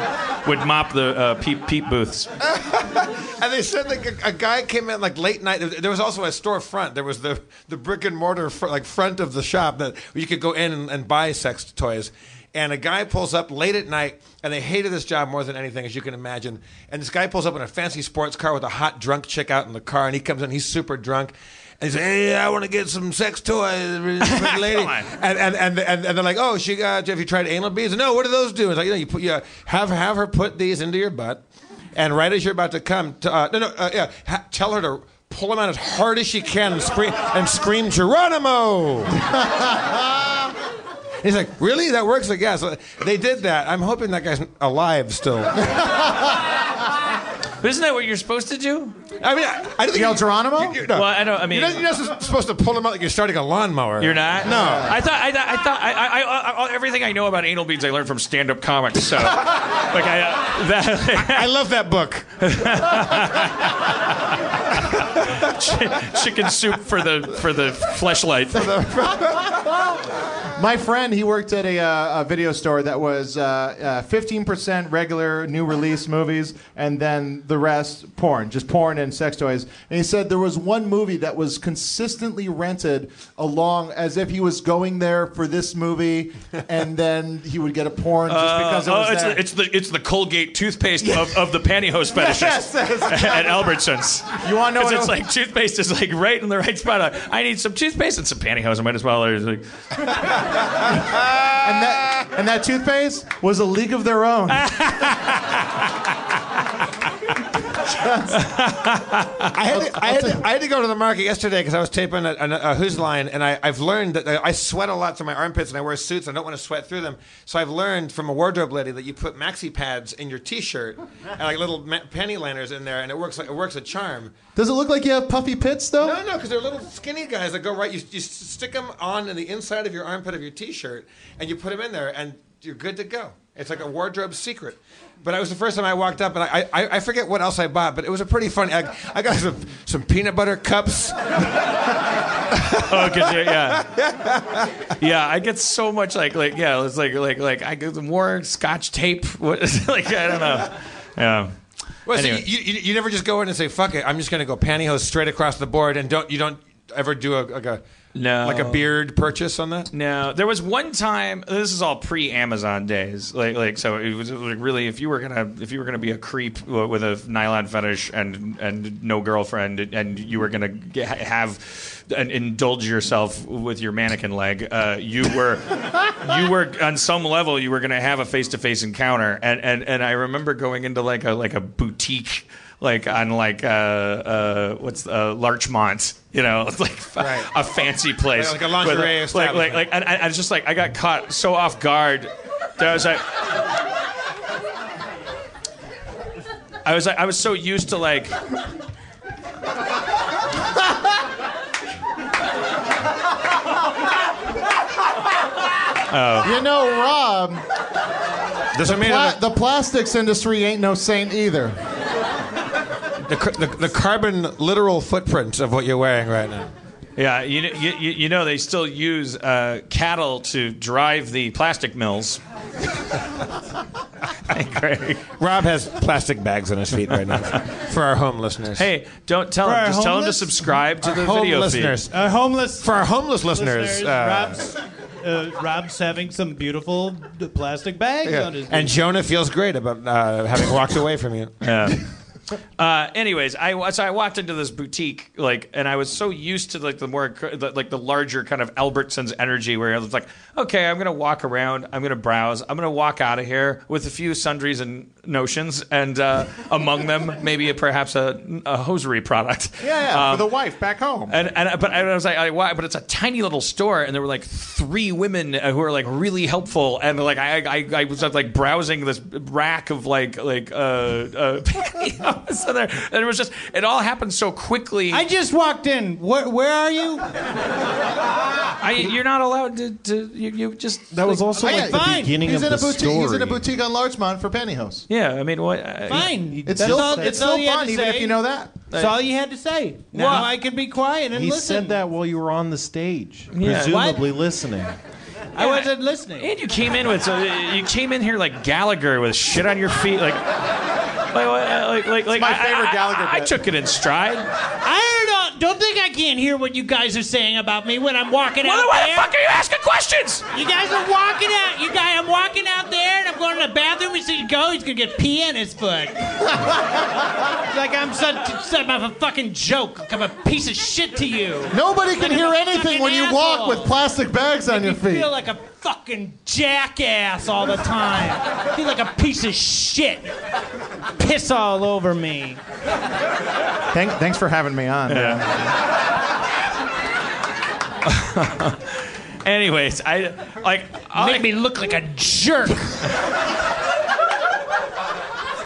would mop the uh, peep peep booths.
And they said like a, a guy came in like late night. There was also a storefront. There was the the brick and mortar fr- like front of the shop that you could go in and, and buy sex toys. And a guy pulls up late at night, and they hated this job more than anything, as you can imagine. And this guy pulls up in a fancy sports car with a hot drunk chick out in the car, and he comes in, he's super drunk. And he's like, hey, I want to get some sex toys for the lady. and, and, and, and, and they're like, oh, she got, have you tried anal beads? No, what do those do? It's like, you know, you, put, you uh, have, have her put these into your butt. And right as you're about to come, to, uh, no, no, uh, yeah, ha- tell her to pull them out as hard as she can and scream, and scream Geronimo. He's like, really? That works? Like, yeah. So they did that. I'm hoping that guy's alive still.
But isn't that what you're supposed to do?
I mean, I, I don't think
Yell Geronimo?
You- you- no.
Well, I don't. I mean,
you're not, you're not supposed to pull them out like you're starting a lawnmower.
You're not.
No.
I thought. I, thought- I thought. I, I, I, I, everything I know about anal beads, I learned from stand-up comics. So, like, I, uh, that,
I love that book.
uh, Chi- chicken soup for the for the fleshlight.
My friend, he worked at a, uh, a video store that was uh, uh, 15% regular new release movies and then the rest porn, just porn and sex toys. And he said there was one movie that was consistently rented along as if he was going there for this movie and then he would get a porn just because it
Uh,
was
oh, it's,
there.
the, it's the it's the Colgate toothpaste of, of the pantyhose fetishes
Yes, yes.
at Albertsons.
You wanna know
Because
what
it's
else-
like toothpaste is like right in the right spot. Like, I need some toothpaste and some pantyhose. I might as well. It's Like,
and, that, and that toothpaste was a league of their own.
I had, to, I, had to, I had to go to the market yesterday because I was taping a, a, a Who's Line, and I, I've learned that I sweat a lot through my armpits, and I wear suits. And I don't want to sweat through them, so I've learned from a wardrobe lady that you put maxi pads in your T-shirt and like little ma- penny liners in there, and it works like it works a charm.
Does it look like you have puffy pits though?
No, no, because they're little skinny guys that go right. You, you s- stick them on in the inside of your armpit of your T-shirt, and you put them in there, and you're good to go. It's like a wardrobe secret. But it was the first time I walked up, and I, I, I forget what else I bought, but it was a pretty fun. I, I got some, some peanut butter cups.
oh, 'cause you're- yeah, yeah. I get so much like like yeah. It's like like like I get more Scotch tape. What like I don't know. Yeah.
Well, so
Anyway.
you, you, you never just go in and say "fuck it," I'm just going to go pantyhose straight across the board, and don't you don't ever do a like a
No.
like a beard purchase on that.
No, there was one time. This is all pre Amazon days. Like, like so, it was like really if you were gonna if you were gonna be a creep w- with a nylon fetish and and no girlfriend and you were gonna g- have and indulge yourself with your mannequin leg, uh, you were you were on some level you were gonna have a face to face encounter. And, and and I remember going into like a like a boutique. Like on like uh, uh, what's uh, Larchmont, you know, it's like a fancy place,
Like- like a lingerie
With like like
establishment.
like and I, I was just like I got caught so off guard that I was like I was like I was so used to like
Oh.
You know, Rob,
There's
the,
a man
pla- the plastics industry ain't no saint either.
the, the, the carbon literal footprint of what you're wearing right now.
Yeah, you, kn- you, you you know they still use uh, cattle to drive the plastic mills.
Rob has plastic bags on his feet right now for our home listeners.
Hey, don't tell
For
him.
our
Just tell him to
homeless-
subscribe to
our
the
home
video
listeners.
feed.
Our homeless
for our homeless listeners.
listeners,
uh,
Rob's, uh, Rob's having some beautiful d- plastic bags
yeah.
on his.
And Jonah feels great about uh, having walked away from you.
Yeah. Uh, anyways, I wa- so I walked into this boutique like, and I was so used to like the more cr- the, like the larger kind of Albertsons energy, where I was like, okay, I'm gonna walk around, I'm gonna browse, I'm gonna walk out of here with a few sundries and notions, and uh, among them maybe a, perhaps a, a hosiery product.
Yeah, yeah,
Um,
for the wife back home.
and, and but I was like, I, why? But it's a tiny little store, and there were like three women uh, who were like really helpful, and like I I, I was like browsing this rack of like like uh, uh so there, and it was just it all happened so quickly.
I just walked in. Where, where are you?
I, you're not allowed to. to you, you just
That was also
Oh,
like
yeah,
the
fine.
beginning
he's
of
in
the
a boutique.
story.
He's in a boutique on Larchmont for pantyhose.
yeah, I mean, what? I-
Fine.
It's
That's
still,
all-
it's
that's all
still
you had
fun,
to
even
say.
if you know that.
That's all you had to say. Now
What?
I can be quiet and
He
listen.
said that while you were on the stage,
Yeah.
presumably listening.
I wasn't listening.
And you came in with so you came in here like Gallagher with shit on your feet, like like uh, like like, like
my
I-
favorite
I-
Gallagher
I, I
bit.
took it in stride.
I don't don't think I can't hear what you guys are saying about me when I'm walking
Well,
out
then why the
there.
fuck are you asking questions?
You guys are walking out. You guys, I'm walking out there, and I'm going to the bathroom. He says, "Go." He's gonna get pee in his foot. It's like I'm such, such I'm a fucking joke. Like I'm a piece of shit to you.
Nobody can
Like I'm
hear
a
anything
fucking
when you walk
asshole.
with plastic bags on your
You
feet.
feel like a fucking jackass all the time. You feel like a piece of shit. Piss all over me.
Thank, thanks for having me on.
Anyways, I like
Make me look like a jerk. In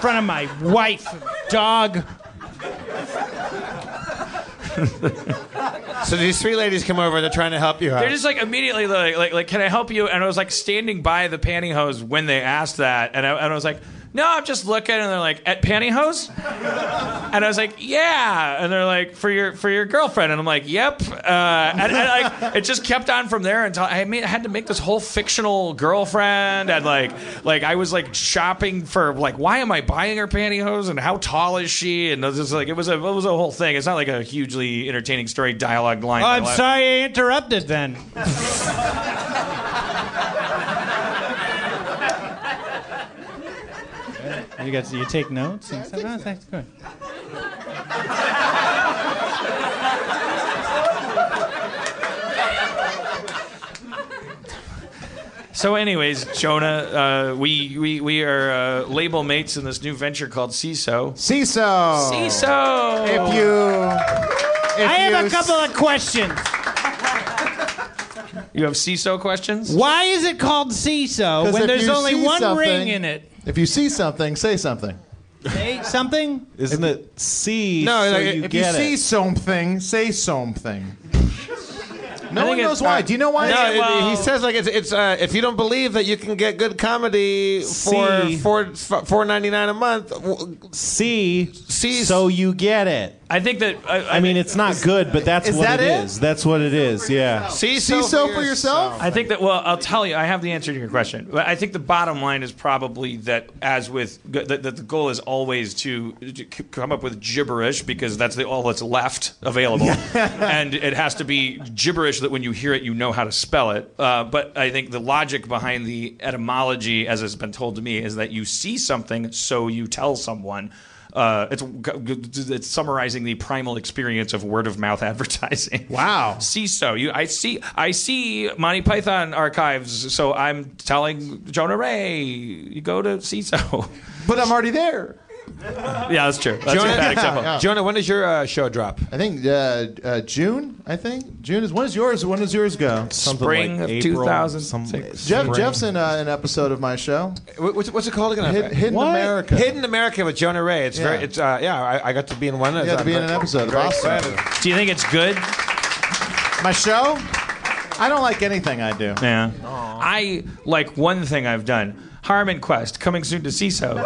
front of my wife, dog.
So these three ladies come over. They're trying to help you out.
They're just like immediately like, like like can I help you? And I was like standing by the pantyhose when they asked that, and I, and I was like, no, I'm just looking. And they're like, at pantyhose? And I was like, yeah. And they're like, for your for your girlfriend. And I'm like, yep. Uh, and, and like it just kept on from there until I made, I had to make this whole fictional girlfriend, and like like I was like shopping for like why am I buying her pantyhose and how tall is she? And it was just like it was a it was a whole thing. It's not like a hugely entertaining story dialogue line.
Oh,
by
I'm
line.
sorry I interrupted then. you guys, you take notes and stuff. Oh, thanks, good.
So, anyways, Jonah, uh, we, we we are uh, label mates in this new venture called CISO.
CISO.
CISO.
Oh. If you. If
I have
you
a couple of questions.
You have CISO questions?
Why is it called CISO
'Cause
Uh, when
if
there's
you
only
see
one
something-
ring in it?
If you see something, say something.
Say something?
Isn't it C? so you
if
get
you see
it.
something, say something.
I
No one
think it's-
knows why. Do you know why?
No, it- he says like it's, it's uh, if you don't believe that you can get good comedy for
See.
four four ninety nine a month. w-
C, so you get it.
I think that I,
I mean, it's not good, but that's
is
what
that
it
it?
is. That's what it is. Yeah.
See
See so for yourself?
I think that. Well, I'll tell you. I have the answer to your question. But I think the bottom line is probably that, as with that, that the goal is always to, to c- come up with gibberish because that's the all that's left available, and it has to be gibberish that when you hear it, you know how to spell it. Uh, but I think the logic behind the etymology, as it's been told to me, is that you see something, so you tell someone. Uh, it's it's summarizing the primal experience of word of mouth advertising.
Wow.
CISO. You, I see. I see Monty Python archives. So I'm telling Jonah Ray, you go to CISO.
But I'm already there.
yeah, that's true. That's a bad example.
Jonah, when does your uh, show drop?
I think uh, uh, June. I think June is. When is yours? When does yours go?
Something
Spring
like
of
April,
2006.
some-
Jeff
spring.
Jeff's in uh, an episode of my show.
Wh- What's, what's it called again?
Hid- Hidden What? America.
Hidden America with Jonah Ray. It's
Yeah.
very. It's uh, yeah. I, I got to be in one.
You had to be in an episode of Austin.
Do you think it's good?
My show? I don't like anything I do.
Yeah. I like one thing I've done. Harmon Quest coming soon to CISO.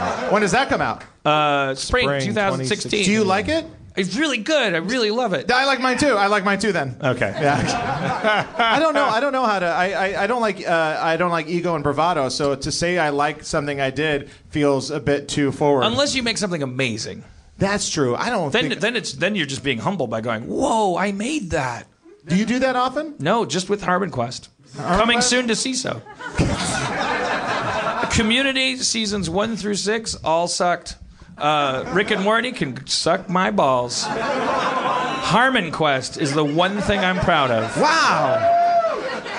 When does that come out?
Uh, spring,
Spring
2016.
Do you like it?
It's really good. I really love it.
I like mine too. I like mine too. Then.
Okay.
Yeah. I don't know. I don't know how to. I, I, I don't like. Uh, I don't like ego and bravado. So to say I like something I did feels a bit too forward.
Unless you make something amazing.
That's true. I don't.
Then then it's then you're just being humble by going, "Whoa, I made that."
Do you do that often?
No, just with Harmon Quest. Coming soon to CISO. Community seasons one through six all sucked. Uh, Rick and Morty can suck my balls. Harmon Quest is the one thing I'm proud of.
Wow.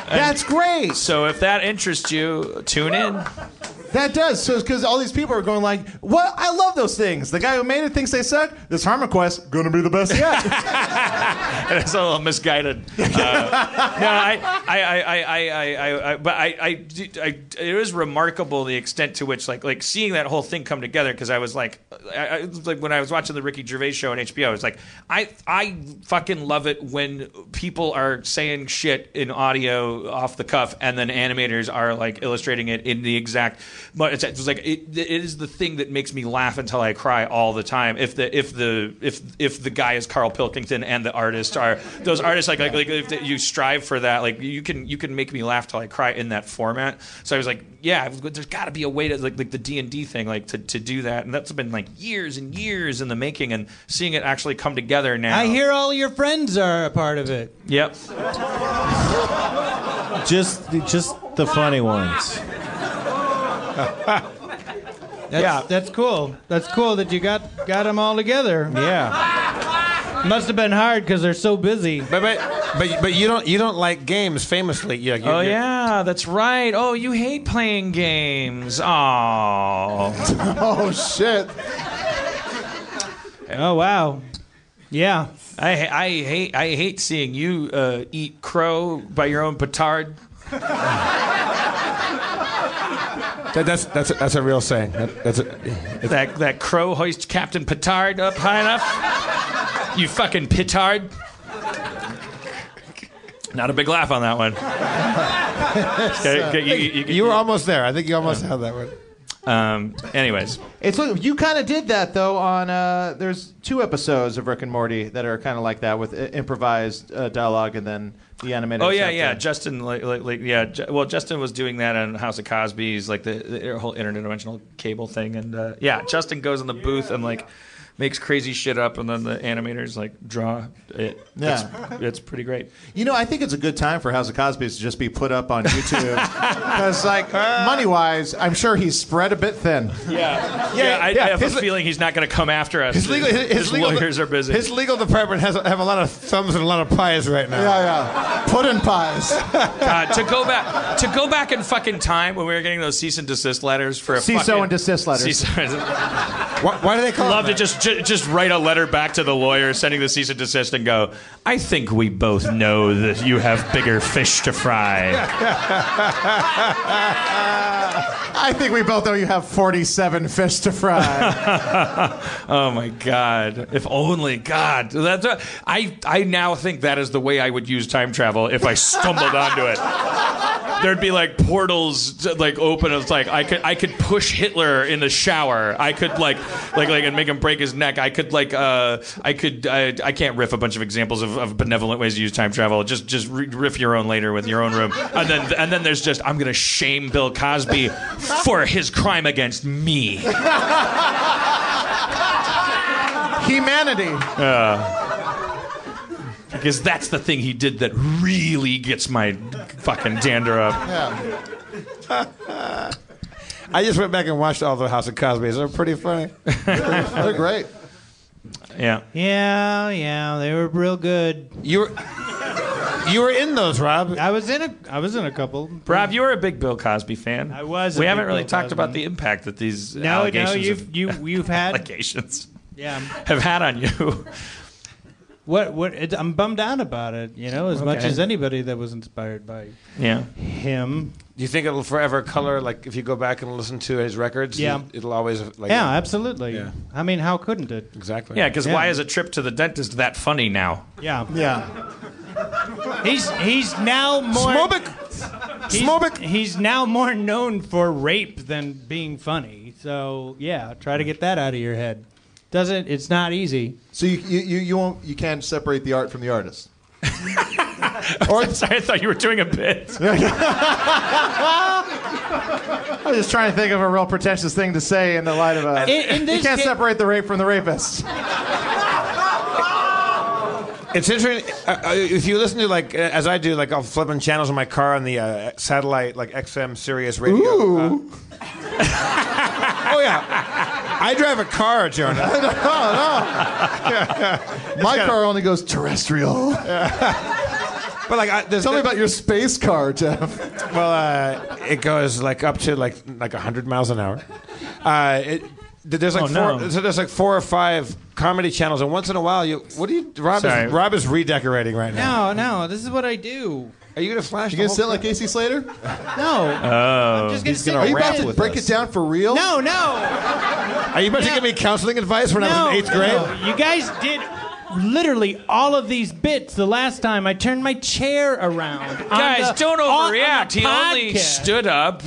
That's great.
So if that interests you, tune in.
That does. So because all these people are going like, "What? I love those things." The guy who made it thinks they suck. This Harmon Quest gonna be the best yet.
and it's a little misguided. Uh, no, I, I, I, I, I, I, I, I but I, I, I, it was remarkable the extent to which, like, like seeing that whole thing come together. Because I was like, I, I, like when I was watching the Ricky Gervais show on HBO, I was like, I, I fucking love it when people are saying shit in audio off the cuff, and then animators are like illustrating it in the exact. But it's, it's like it, it is the thing that makes me laugh until I cry all the time. If the if the if if the guy is Carl Pilkington and the artists are those artists like like, like if that you strive for that like you can you can make me laugh till I cry in that format. So I was like, yeah, I've- there's got to be a way to like like the D and D thing like to, to do that, and that's been like years and years in the making, and seeing it actually come together now.
I hear all your friends are a part of it.
Yep.
Just, just the funny ones.
That's, yeah, that's cool. That's cool that you got got them all together.
Yeah.
Must have been hard because they're so busy.
But but but, but you don't you don't like games famously. Yeah. you-
oh
you-
yeah, that's right. Oh, you hate playing games. Oh.
oh shit.
Oh wow. Yeah.
I ha- I hate I hate seeing you uh, eat crow by your own petard.
That, that's that's a, that's a real saying. That, that's a,
That that crow hoists Captain Petard up high enough. You fucking petard. Not a big laugh on that one. Okay, okay, you, you- you-
you were almost there. I think you almost had that one.
um, anyways,
It's like you kind of did that though. On uh, there's two episodes of Rick and Morty that are kind of like that with uh, improvised uh, dialogue and then the animated.
oh yeah,
stuff
yeah.
that-
Justin, like, like, like yeah. Ju- well, Justin was doing that on House of Cosby's, like the, the whole interdimensional cable thing, and uh, yeah, Justin goes in the booth and like makes crazy shit up, and then the animators like draw it.
Yeah.
it's, it's pretty great.
You know, I think it's a good time for House of Cosby's to just be put up on YouTube because, like, money wise, I'm sure he's spread a bit thin.
Yeah,
Yeah,
yeah. I,
yeah,
I have a
his-
feeling he's not going to come after us.
His legal his,
His
legal
lawyers are busy.
His legal department has have a lot of thumbs and a lot of pies right now. Yeah,
yeah. Pudding pies.
God, Uh, to go back to go back in fucking time when we were getting those cease and desist letters for a
CISO
fucking-
and desist letters.
why, why do they call
Love
them
to just, ju- just write a letter back to the lawyer sending the cease and desist and go. I think we both know that you have bigger fish to fry.
I think we both know you have 47 fish to fry.
oh my God! If only God. That's a, I I now think that is the way I would use time travel if I stumbled onto it. There'd be like portals like open. It's like I could I could push Hitler in the shower. I could like like like and make him break his neck. I could like uh I could I, I can't riff a bunch of examples of, of benevolent ways to use time travel. Just just re- riff your own later with your own room. And then and then there's just I'm gonna shame Bill Cosby for his crime against me.
Humanity.
because that's the thing he did that really gets my fucking dander up.
Yeah. I just went back and watched all the House of Cosby's. They're pretty funny. They're
great.
Yeah.
Yeah, Oh, yeah, they were real good.
You were you were in those, Rob.
I was in a I was in a couple.
Rob, you were a big Bill Cosby fan. I
was a
We
big
haven't really
Bill
talked
Cosby.
about the impact that these
No, no,
allegations
you've
have,
you you've had
allegations
yeah.
have had on you.
What what? It, I'm bummed out about it. You know, as much
Okay.
as anybody that was inspired by
Yeah.
him.
Do you think it'll forever color? Like if you go back and listen to his records,
Yeah.
you- it'll always like
yeah, absolutely.
Yeah.
I mean, how couldn't it?
exactly.
Yeah, because why is a trip to the dentist that funny now?
Yeah,
yeah.
He's he's now more He's, he's now more known for rape than being funny. So yeah, try to get that out of your head. doesn't. It's not easy.
So you you you, you won't you can't separate the art from the artist.
or sorry, I thought you were doing a bit.
I was just trying to think of a real pretentious thing to say in the light of a.
In- in
you
this
can't
ca-
separate the rape from the rapist.
It's interesting. Uh, uh, if you listen to like, uh, as I do, like I'll flipping channels in my car on the uh, satellite, like XM Sirius radio. Ooh. oh yeah, I drive a car, Jonah.
no, no. My car only goes terrestrial.
But like, I, there's
Tell me about your space car, Jeff.
well, uh, it goes like up to like like hundred miles an hour. Uh, it, there's like
Oh,
four
no.
so there's like four or five comedy channels, and once in a while, you what do you? Rob
Sorry.
is Rob is redecorating right now.
No, no. This is what I do.
Are you gonna flash?
You gonna sit like AC Slater?
No.
Oh,
just gonna He's say- gonna
Are you
rap
about to
with
break
us.
it down for real?
No, no.
Are you about to give me counseling advice when I was in eighth grade?
no. You guys did literally all of these bits the last time I turned my chair around. on
Guys,
the-
don't
on- on the
overreact. He only
podcast.
stood up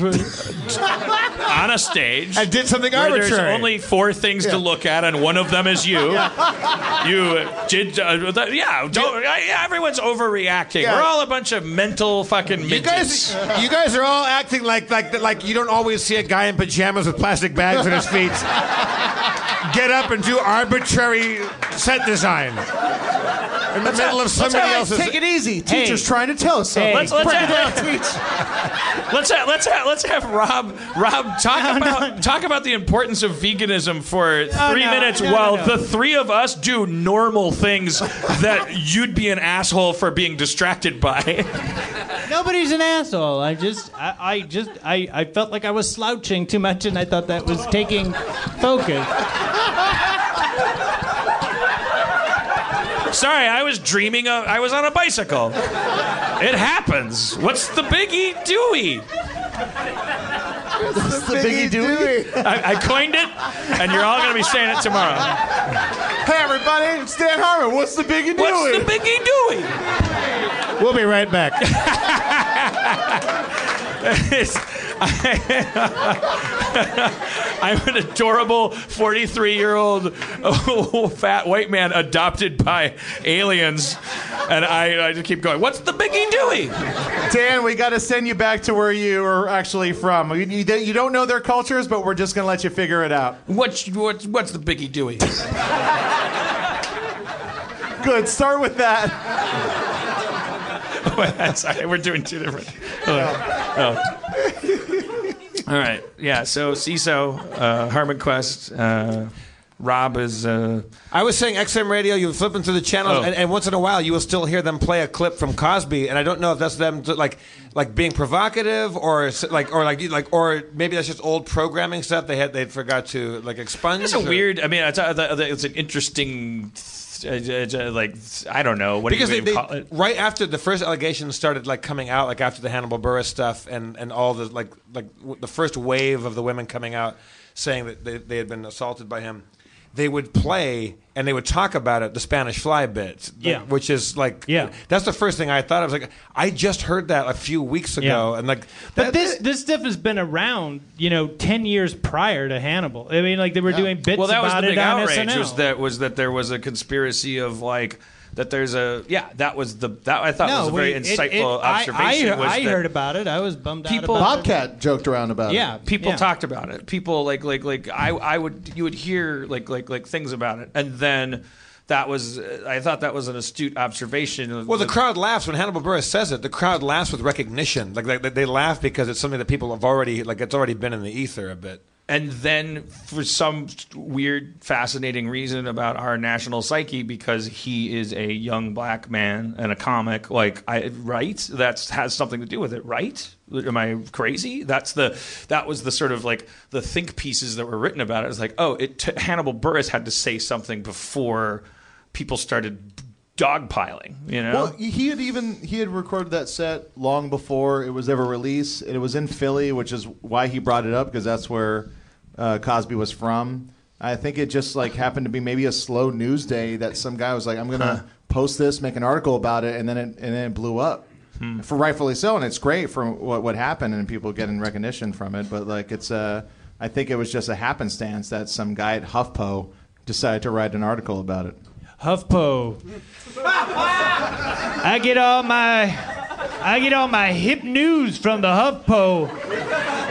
on a stage
and did something
where
arbitrary.
There's only four things to look at, and one of them is you. You did, uh, th- yeah. Don't, I, everyone's overreacting.
Yeah.
We're all a bunch of mental fucking
You
midgets.
guys, you guys are all acting like like like you don't always see a guy in pajamas with plastic bags on his feet get up and do arbitrary set design in the
Let's not-
middle of
let's
somebody
not
else's.
take it
easy.
Teacher's trying
to tell us
something.
Let's let's
Break it
have, let's have let's have let's have Rob Rob talk about talk about the importance of veganism for
No,
three
Oh, no,
minutes
no,
while
no.
the three of us do normal things that you'd be an asshole for being distracted by.
Nobody's an asshole. I just, I, I just, I, I felt like I was slouching too much, and I thought that was taking focus.
Sorry, I was dreaming of I was on a bicycle. It happens. What's the biggie dewey?
What's the biggie doing?
I, I coined it, and you're all gonna be saying it tomorrow.
Hey everybody, it's Dan Harmon. What's the biggie doing?
What's the biggie dewey?
We'll be right back.
It's- I, am an adorable 43 year old fat white man adopted by aliens, and I, I just keep going. What's the biggie doing?
Dan, we got to send you back to where you were actually from. You, you, you don't know their cultures, but we're just going to let you figure it out.
What's what's what's the biggie doing?
Good. Start with that.
Sorry, we're doing two different. Oh. All right, yeah. So CISO, uh, Harmon Quest, uh, Rob is. Uh,
I was saying XM radio. You were flipping through the channels,
Oh.
and, and once in a while, you will still hear them play a clip from Cosby. And I don't know if that's them like like being provocative, or s- like or like like or maybe that's just old programming stuff they had they forgot to like expunge.
It's a
or-
weird. I mean, it's, a, it's an interesting. uh, uh, Like I don't know what
because
do
they,
you
they,
even call it?
right after the first allegations started like coming out like after the Hannibal Burris stuff and and all the like like w- the first wave of the women coming out saying that they, they had been assaulted by him they would play and they would talk about it the Spanish fly bit like,
Yeah.
which is like yeah that's the first thing I thought I was like I just heard that a few weeks ago and like
But this this stuff has been around, you know, ten years prior to Hannibal. I mean, like they were doing bits
Well, that was
about
the big
it on
outrage.
SNL.
Was that was that there was a conspiracy of like that? There's a yeah. That was the that I thought was a very
we- it-
insightful
it- I-
observation.
I,
was
I
that
heard about it. I was bummed
People-
out. About it.
Bobcat joked around about it.
Yeah, people talked about it. People like like like I I would you would hear like like like things about it, and then that was uh, I thought that was an astute observation. Of
Well, the crowd laughs when Hannibal Buress says it. The crowd laughs with recognition. Like they, they laugh because it's something that people have already like. It's already been in the ether a bit.
and then for some weird fascinating reason about our national psyche because he is a young black man and a comic like i right that has something to do with it right am i crazy that's the that was the sort of like the think pieces that were written about it it's like oh it t- hannibal burris had to say something before people started dogpiling you know
Well, he had even he had recorded that set long before it was ever released. and It was in Philly, which is why he brought it up because that's where uh, Cosby was from. I think it just like happened to be maybe a slow news day that some guy was like, "I'm gonna post this, make an article about it," and then it and then it blew up.
Hmm.
For rightfully so, and it's great for what what happened and people getting recognition from it. But like it's uh, I think it was just a happenstance that some guy at HuffPo decided to write an article about it.
HuffPo. I get all my I get all my hip news from the HuffPo.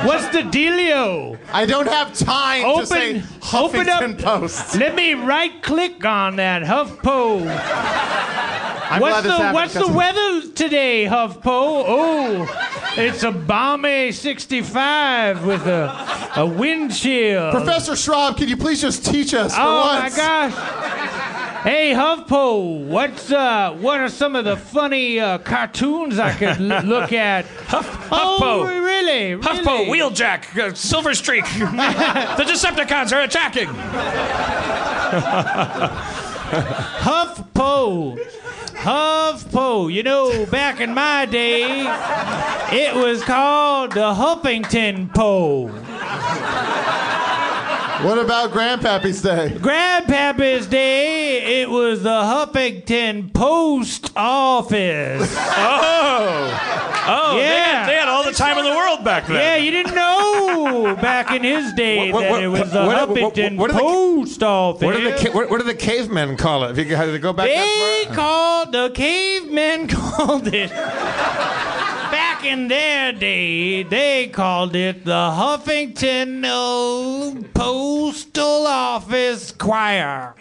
What's the dealio?
I don't have time
open,
to say
open up,
Huffington Post.
Let me right click on that HuffPo. what's
glad this
the
happened
what's the
because-
weather today, HuffPo? Oh, it's a balmy 65 with a a wind chill.
Professor Schraub, can you please just teach us for
oh
once?
my gosh. Hey HuffPo, what's uh, what are some of the funny uh, cartoons I could l- look at? Huff, Oh,
HuffPo.
really?
Puffpo,
really?
Wheeljack, uh, Silver Streak. the Decepticons are attacking.
HuffPo. HuffPo. You know, back in my day, it was called the Huffington Po.
What about Grandpappy's Day?
Grandpappy's Day, it was the Huffington Post Office.
Oh. Oh, they,
Yeah.
had, they had all the time in the world back then.
Yeah, you didn't know back in his day
What- what-
that it was the
what- what- what-
Huffington
what are the-
Post Office.
What do the ca- what, what do the cavemen call it? If you could- had to go back
They
that far.
called the cavemen called it. Back in their day, they called it the Huffington uh, Postal Office Choir.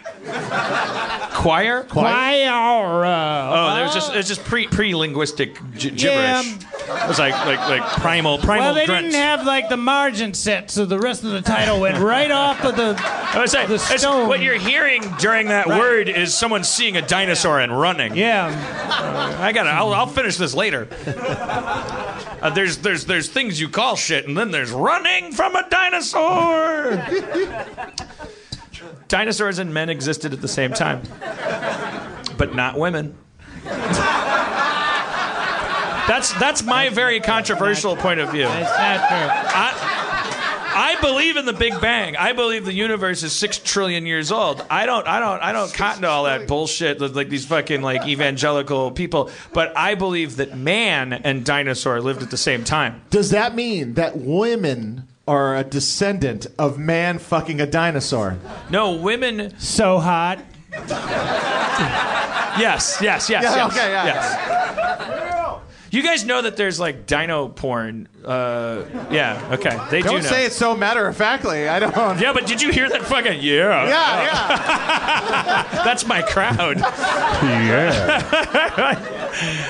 Choir?
Choir.
Oh, there's just it's just pre pre linguistic g-
Yeah.
gibberish. It's like like like primal primal
Well, they
grunts.
didn't have like the margin set, so the rest of the title went right off of the.
I would say
the
it's-
stone.
what you're hearing during that
Right.
word is someone seeing a dinosaur and running. Uh,
Yeah.
I got to I'll, I'll finish this later. Uh, there's there's there's things you call shit, and then there's running from a dinosaur. Dinosaurs and men existed at the same time, but not women. That's that's my very controversial point of view.
It's not true.
I, I believe in the Big Bang. I believe the universe is six trillion years old. I don't, I don't, I don't cotton to all that bullshit that, like these fucking like evangelical people. But I believe that man and dinosaur lived at the same time.
Does that mean that women are a descendant of man fucking a dinosaur?
No, women.
So hot.
Yes, yes, yes,
Yeah,
yes,
okay, yeah.
yes. You guys know that there's like dino porn. Uh, yeah, okay, they do
Don't
know.
say it so matter of factly. I don't.
Yeah, but did you hear that fucking yeah?
Yeah, yeah.
That's my crowd. Yeah.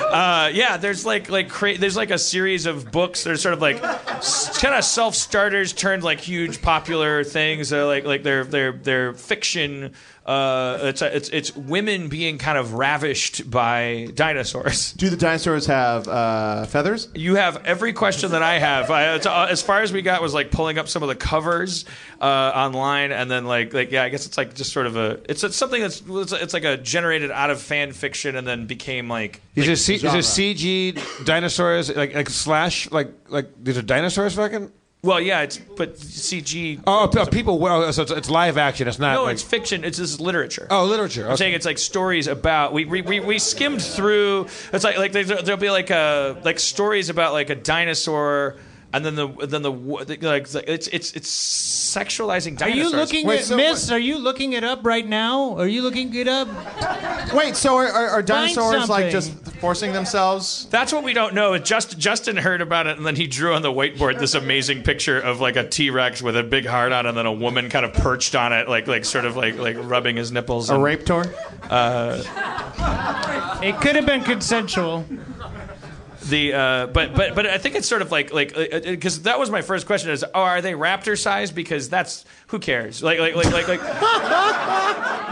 uh, yeah. There's like like cra- there's like a series of books. They're sort of like kind of self starters turned like huge popular things. They're like like they're they're they're fiction. Uh, it's it's it's women being kind of ravished by dinosaurs.
Do the dinosaurs have uh, feathers?
You have every question that I have. I, it's, uh, as far as we got was like pulling up some of the covers uh, online, and then like like yeah, I guess it's like just sort of a it's, it's something that's it's, it's like a generated out of fan fiction, and then became like
These are, C- these are CG dinosaurs, like like slash, like like these are dinosaurs, fucking.
well yeah, it's but CG.
Oh, p- people. Well, so it's, it's live action. It's not.
No,
like,
it's fiction. It's just literature.
oh literature.
I'm
okay.
saying it's like stories about we we, we, we skimmed through. It's like like there's, there'll be like a like stories about like a dinosaur. And then the then the like it's it's it's sexualizing
Are you
dinosaurs.
looking
Wait,
at
so
Miss? Are you looking it up right now? Are you looking it up?
Wait, so are, are, are dinosaurs
something.
like just forcing themselves?
That's what we don't know. It Just Justin heard about it, and then he drew on the whiteboard this amazing picture of like a T Rex with a big heart on, and then a woman kind of perched on it, like like sort of like like rubbing his nipples.
A
and- uh,
rape tour?
It could have been consensual.
The uh, but but but I think it's sort of like like because that was my first question is oh are they raptor sized because that's who cares like like like like like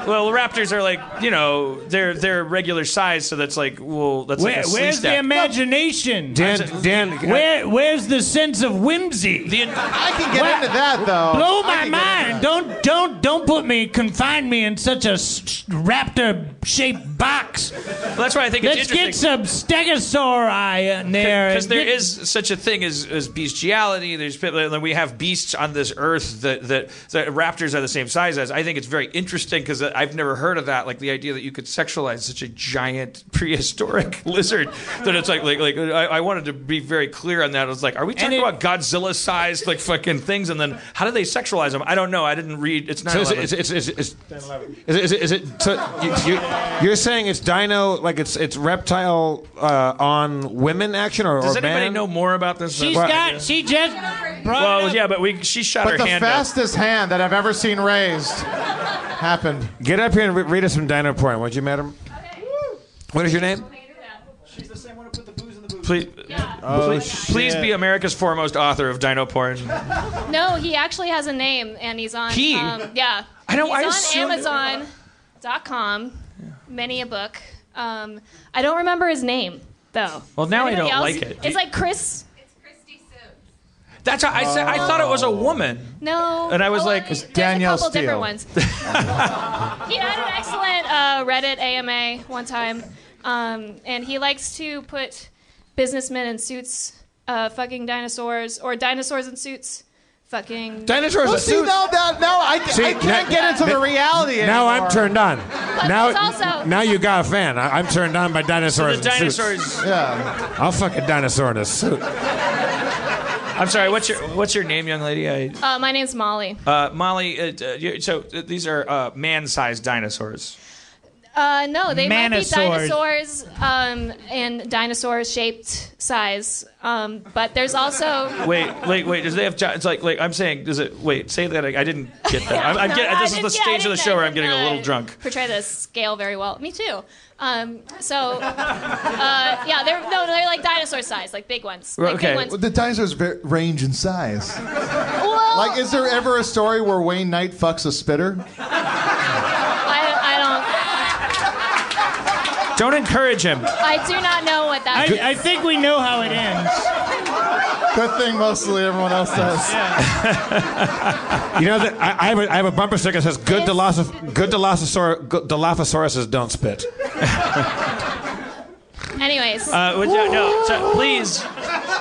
well raptors are like you know they're they're regular size so that's like well that's
Where,
like a sleeve
where's the
stack.
imagination?
Dan, Dan,
Where, where's the sense of whimsy?
The in-
I can get into that though.
Blow
I
my
can get into
mind!
that.
Don't don't don't put me confine me in such a s- raptor-shaped box.
that's why I think
Let's
it's
get
interesting.
some stegosauri pioneer.
Because there is such a thing as, as bestiality. There's people, and we have beasts on this earth that, that that raptors are the same size as. I think it's very interesting because I've never heard of that. Like the idea that you could sexualize such a giant prehistoric lizard that it's like like like I, I wanted to be very clear on that. I was like, are we talking about Godzilla sized like fucking things? And then how do they sexualize them? I don't know. I didn't read. It's not.
So is it- is it- is it- is- Is it, is it, is it so you, you, you're saying it's dino like it's it's reptile uh, on women action or
Does
or
anybody
man?
know more about this?
She's Well, got-
she just
Well, yeah, but we she shot her
But the
hand up.
fastest hand that I've ever seen raised happened.
Get up here and re- read us some dino porn, would you, madam? What is your name?
Please, please, please be America's foremost author of dino porn.
No, he actually has a name, and he's on.
He?
Um, yeah.
I know,
He's
I
on
assumed-
Amazon.com. Many a book. Um, I don't remember his name though.
Well, now I
Anybody
don't
else?
like it.
It's like Chris.
That's how I said. I thought it was a woman,
No.
uh,
and I was
Oh,
like,
there's a couple different ones. he had an excellent uh, Reddit AMA one time, um, and he likes to put businessmen in suits uh, fucking dinosaurs or dinosaurs in suits fucking
Dinosaurs
well,
in
see,
suits.
Now, now, now I,
See,
I
now-
can't get into the
now-
reality
Now
anymore.
I'm turned on.
there's
now,
also-
now you got a fan. I, I'm turned on by dinosaurs.
So the
in suits.
dinosaurs-
Yeah.
I'll fuck a dinosaur in a suit.
"I'm sorry. What's your What's your name, young lady?" I,
Uh, my name's Molly.
uh, Molly. Uh, uh, you- so uh, these are uh, man-sized dinosaurs.
Uh, no, they might be
Manosaurs.
dinosaurs um, and dinosaur-shaped size, um, but there's also
Wait, wait, wait. Does they have? gi- It's like, like I'm saying. Does it? Wait, say that. I, I didn't get that. I'm, I'm
No,
getting,
I
this is the
didn't- yeah, I
stage of the
didn't-
show
I
where I'm getting a
didn't,
little
uh,
drunk.
Portray the scale very well. Me too. Um, so, uh, yeah, they're no, they're like dinosaur size, like big ones. Like big ones.
The dinosaurs va- range in size.
Well,
Like, is there ever a story where Wayne Knight fucks a spitter?
I,
Don't encourage him.
I don't, I do not know what that.
I, I think we know how it ends.
Good thing mostly everyone else does.
You know that I, I, have a, I have a bumper sticker that says "Good Dilophosaurus, good Dilophosaurus, good Dilophosauruses don't spit."
Anyways,
Uh, would you- no, so please,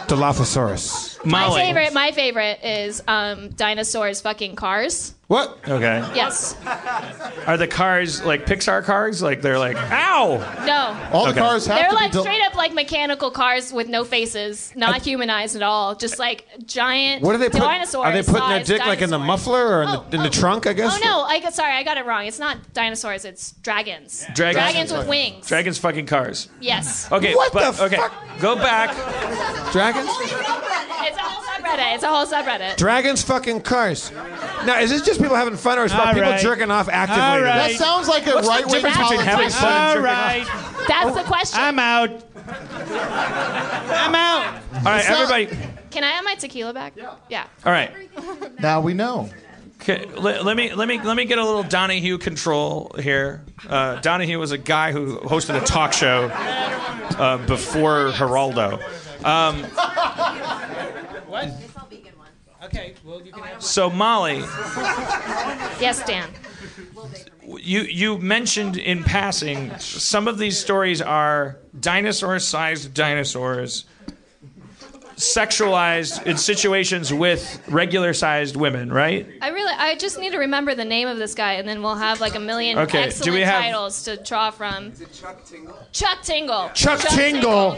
Dilophosaurus.
my favorite, my favorite is um, dinosaurs fucking cars.
What?
Okay.
Yes.
Are the cars like Pixar cars? Like they're like, ow!
No.
All the Okay. cars have
They're
to be
like
del-
straight up like mechanical cars with no faces, not humanized at all. Just like giant.
What are they putting?
Dinosaurs.
Are they putting their
sized
dick like in the muffler or in, the, in the trunk? I guess.
Oh no! I got sorry. I got it wrong. It's not dinosaurs. It's dragons.
Dragons,
with wings.
Dragons fucking cars.
Yes.
Okay.
What
but,
the
okay. Go back.
Dragons.
It's a whole subreddit. It's a whole subreddit.
Dragons fucking cars. Now, is this just people having fun, or is it about
All
people
right.
jerking off actively?
All
to
right.
this?
That sounds like a What's the right-wing difference between having politician. fun and
All
jerking
right.
That's the question.
I'm out.
Oh,
I'm out.
All right, everybody.
Can I have my tequila back? Yeah. Yeah.
All right.
Now we know.
Okay, let, let me let me let me get a little Donahue control here. Uh, Donahue was a guy who hosted a talk show uh, before Geraldo. Um,
What? Okay, well, you can have
so Molly,
Yes, Dan.
you you mentioned in passing some of these stories are dinosaur-sized dinosaurs sexualized in situations with regular-sized women, right?
I really, I just need to remember the name of this guy, and then we'll have like a million
Okay, do
excellent
we have-
titles to draw from. Is it Chuck Tingle? Chuck Tingle.
Chuck Tingle.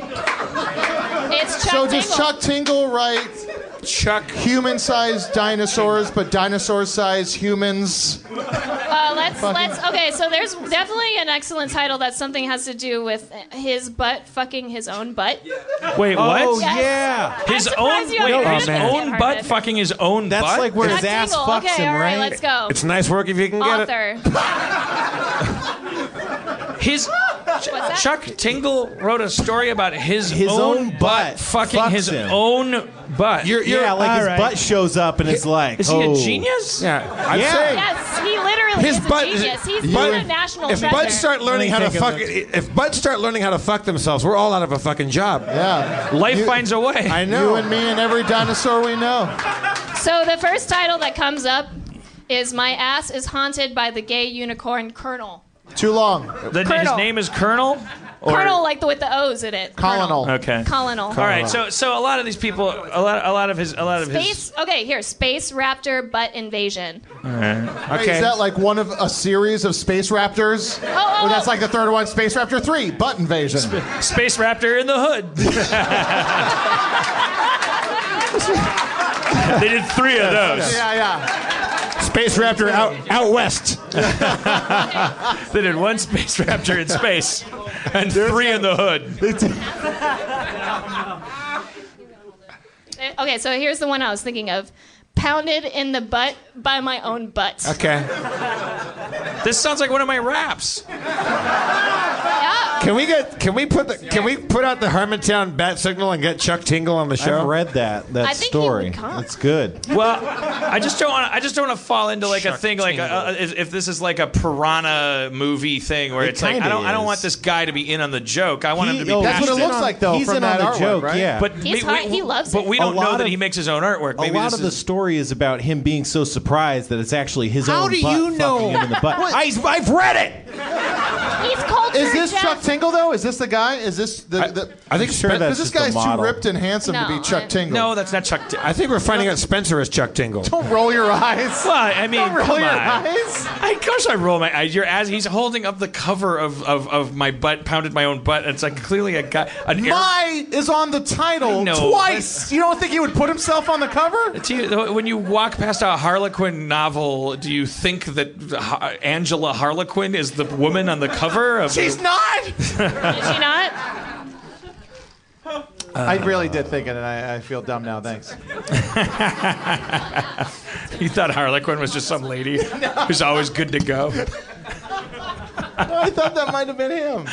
It's Chuck
so
Tingle.
does Chuck Tingle write
Chuck
human-sized dinosaurs, but dinosaur-sized humans?
Uh, let's
Fucking-
let's okay. So there's definitely an excellent title that something has to do with his butt fucking his own butt.
Wait, what?
Oh, Yes. yeah.
His
I'm
own
surprised you haven't
wait,
heard
his
of that yet,
own
Harmon.
butt fucking his own
That's
butt.
like where
Chuck his ass Tingle. fucks Okay, him, all right, right? let's go.
It's nice work if you can get it.
Author.
His
What's that?
Chuck Tingle wrote a story about his, own, butt, fucking
fucks
his
him.
own butt.
yeah, like his butt shows up and it's like,
Is he a
oh.
genius?
Yeah,
I'm saying.
Yes, he literally
His
is
butt
a
is-
genius. He's
butt-
a national
If
treasure.
buds start learning how to fuck, if buds start learning how to fuck themselves, we're all out of a fucking job.
Yeah,
life finds a way.
I know.
You and me and every dinosaur we know.
So the first title that comes up is "My ass is haunted by the gay unicorn Colonel."
Too long.
The, his
Colonel.
name is Colonel. Or-
Colonel, like the with the O's in it.
Okay.
Colonel.
All right. So so a lot of these people, a lot a lot of his a lot of his.
Space. Okay, here. Space Raptor Butt Invasion.
All right.
Hey,
Okay.
is that like one of a series of space raptors? Oh,
oh,
that's like the third one, Space Raptor Three, Butt Invasion.
Space Raptor in the hood.
they did three of those.
Yeah, yeah.
Space Raptor out out west.
they did one Space Raptor in space, and three in the hood.
Uh, Okay, so here's the one I was thinking of. Pounded in the butt by my own butt.
Okay.
This sounds like one of my raps.
Can we get? Can we put? The, can we put out the Hermantown bat signal and get Chuck Tingle on the show?
I've read that that
I think he would
story.
come.
That's good.
Well, I just don't want. I just don't want to fall into like a
Shark
thing like a, a, if- if this is like a piranha movie thing where
It
it's like I
kinda
don't. I don't
is.
want this guy to be in on the joke. I want him to be.
oh, that's what it
passionate.
looks like, though, He's from in on that the artwork, joke, right? yeah.
But
He's
we- we-
hard- he loves
But
it.
we
A
don't know
lot
that
of-
he makes his own artwork. Maybe
a lot
this
of the
is-
story is about him being so surprised that it's actually his
How
own
do
butt
you know?
fucking him in the butt.
What?
I, I've read it.
He's cultured.
Is this
Jeff.
Chuck Tingle though? Is this the guy? Is this the? the
I think
Spe- 'cause
that's
this
just the
guy's too
model.
ripped and handsome to
No,
be Chuck
I-
Tingle.
No, that's not Chuck. T-
I think we're finding out Spencer is Chuck Tingle.
Don't roll your eyes.
Well, I mean,
Don't roll
come
your
on.
eyes.
I, of course, I roll my eyes. You're as he's holding up the cover of, of, of my butt, pounded my own butt. and It's like clearly a guy. An air-
My is on the title
I know,
twice. You don't think he would put himself on the cover?
Do you- when you walk past a Harlequin novel, do you think that Ha- Angela Harlequin is the woman on the cover? Of
She's not.
Is she not?
I really did think it, and I, I feel dumb now. Thanks.
you thought Harlequin was just some lady who's always good to go.
I thought that might have been him.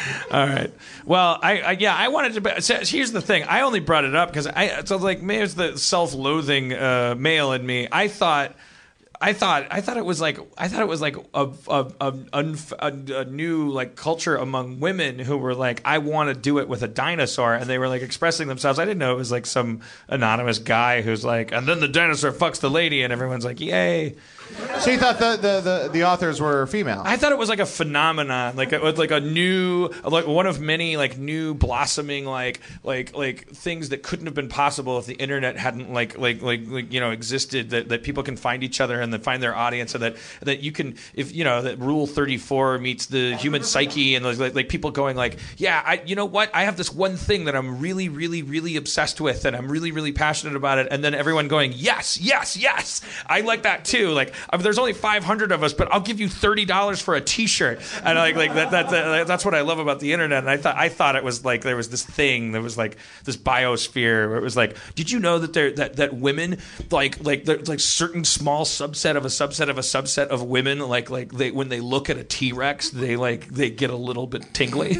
All right. Well, I, I yeah, I wanted to. Be, so here's the thing. I only brought it up because I so like maybe it's the self-loathing uh, male in me. I thought. I thought I thought it was like I thought it was like a a, a, unf- a, a new like culture among women who were like I want to do it with a dinosaur and they were like expressing themselves. I didn't know it was like some anonymous guy who's like and then the dinosaur fucks the lady and everyone's like yay.
So you thought the, the, the, the authors were female?
I thought it was like a phenomenon, like it was like a new, like one of many like new blossoming like like like things that couldn't have been possible if the internet hadn't like like like, like you know existed. That, that people can find each other and then find their audience, and that that you can if you know that Rule Thirty Four meets the human psyche, and like, like like people going like, yeah, I you know what, I have this one thing that I'm really really really obsessed with, and I'm really really passionate about it, and then everyone going yes yes yes, I like that too. Like I mean, there's only 500 of us, but I'll give you thirty dollars for a T-shirt. And like like that, that, that that's what I love about the internet. And I thought I thought it was like there was this thing that was like this biosphere where it was like, did you know that there that that women like like there- like certain small subset of a subset of a subset of women like like they when they look at a T Rex they like they get a little bit tingly.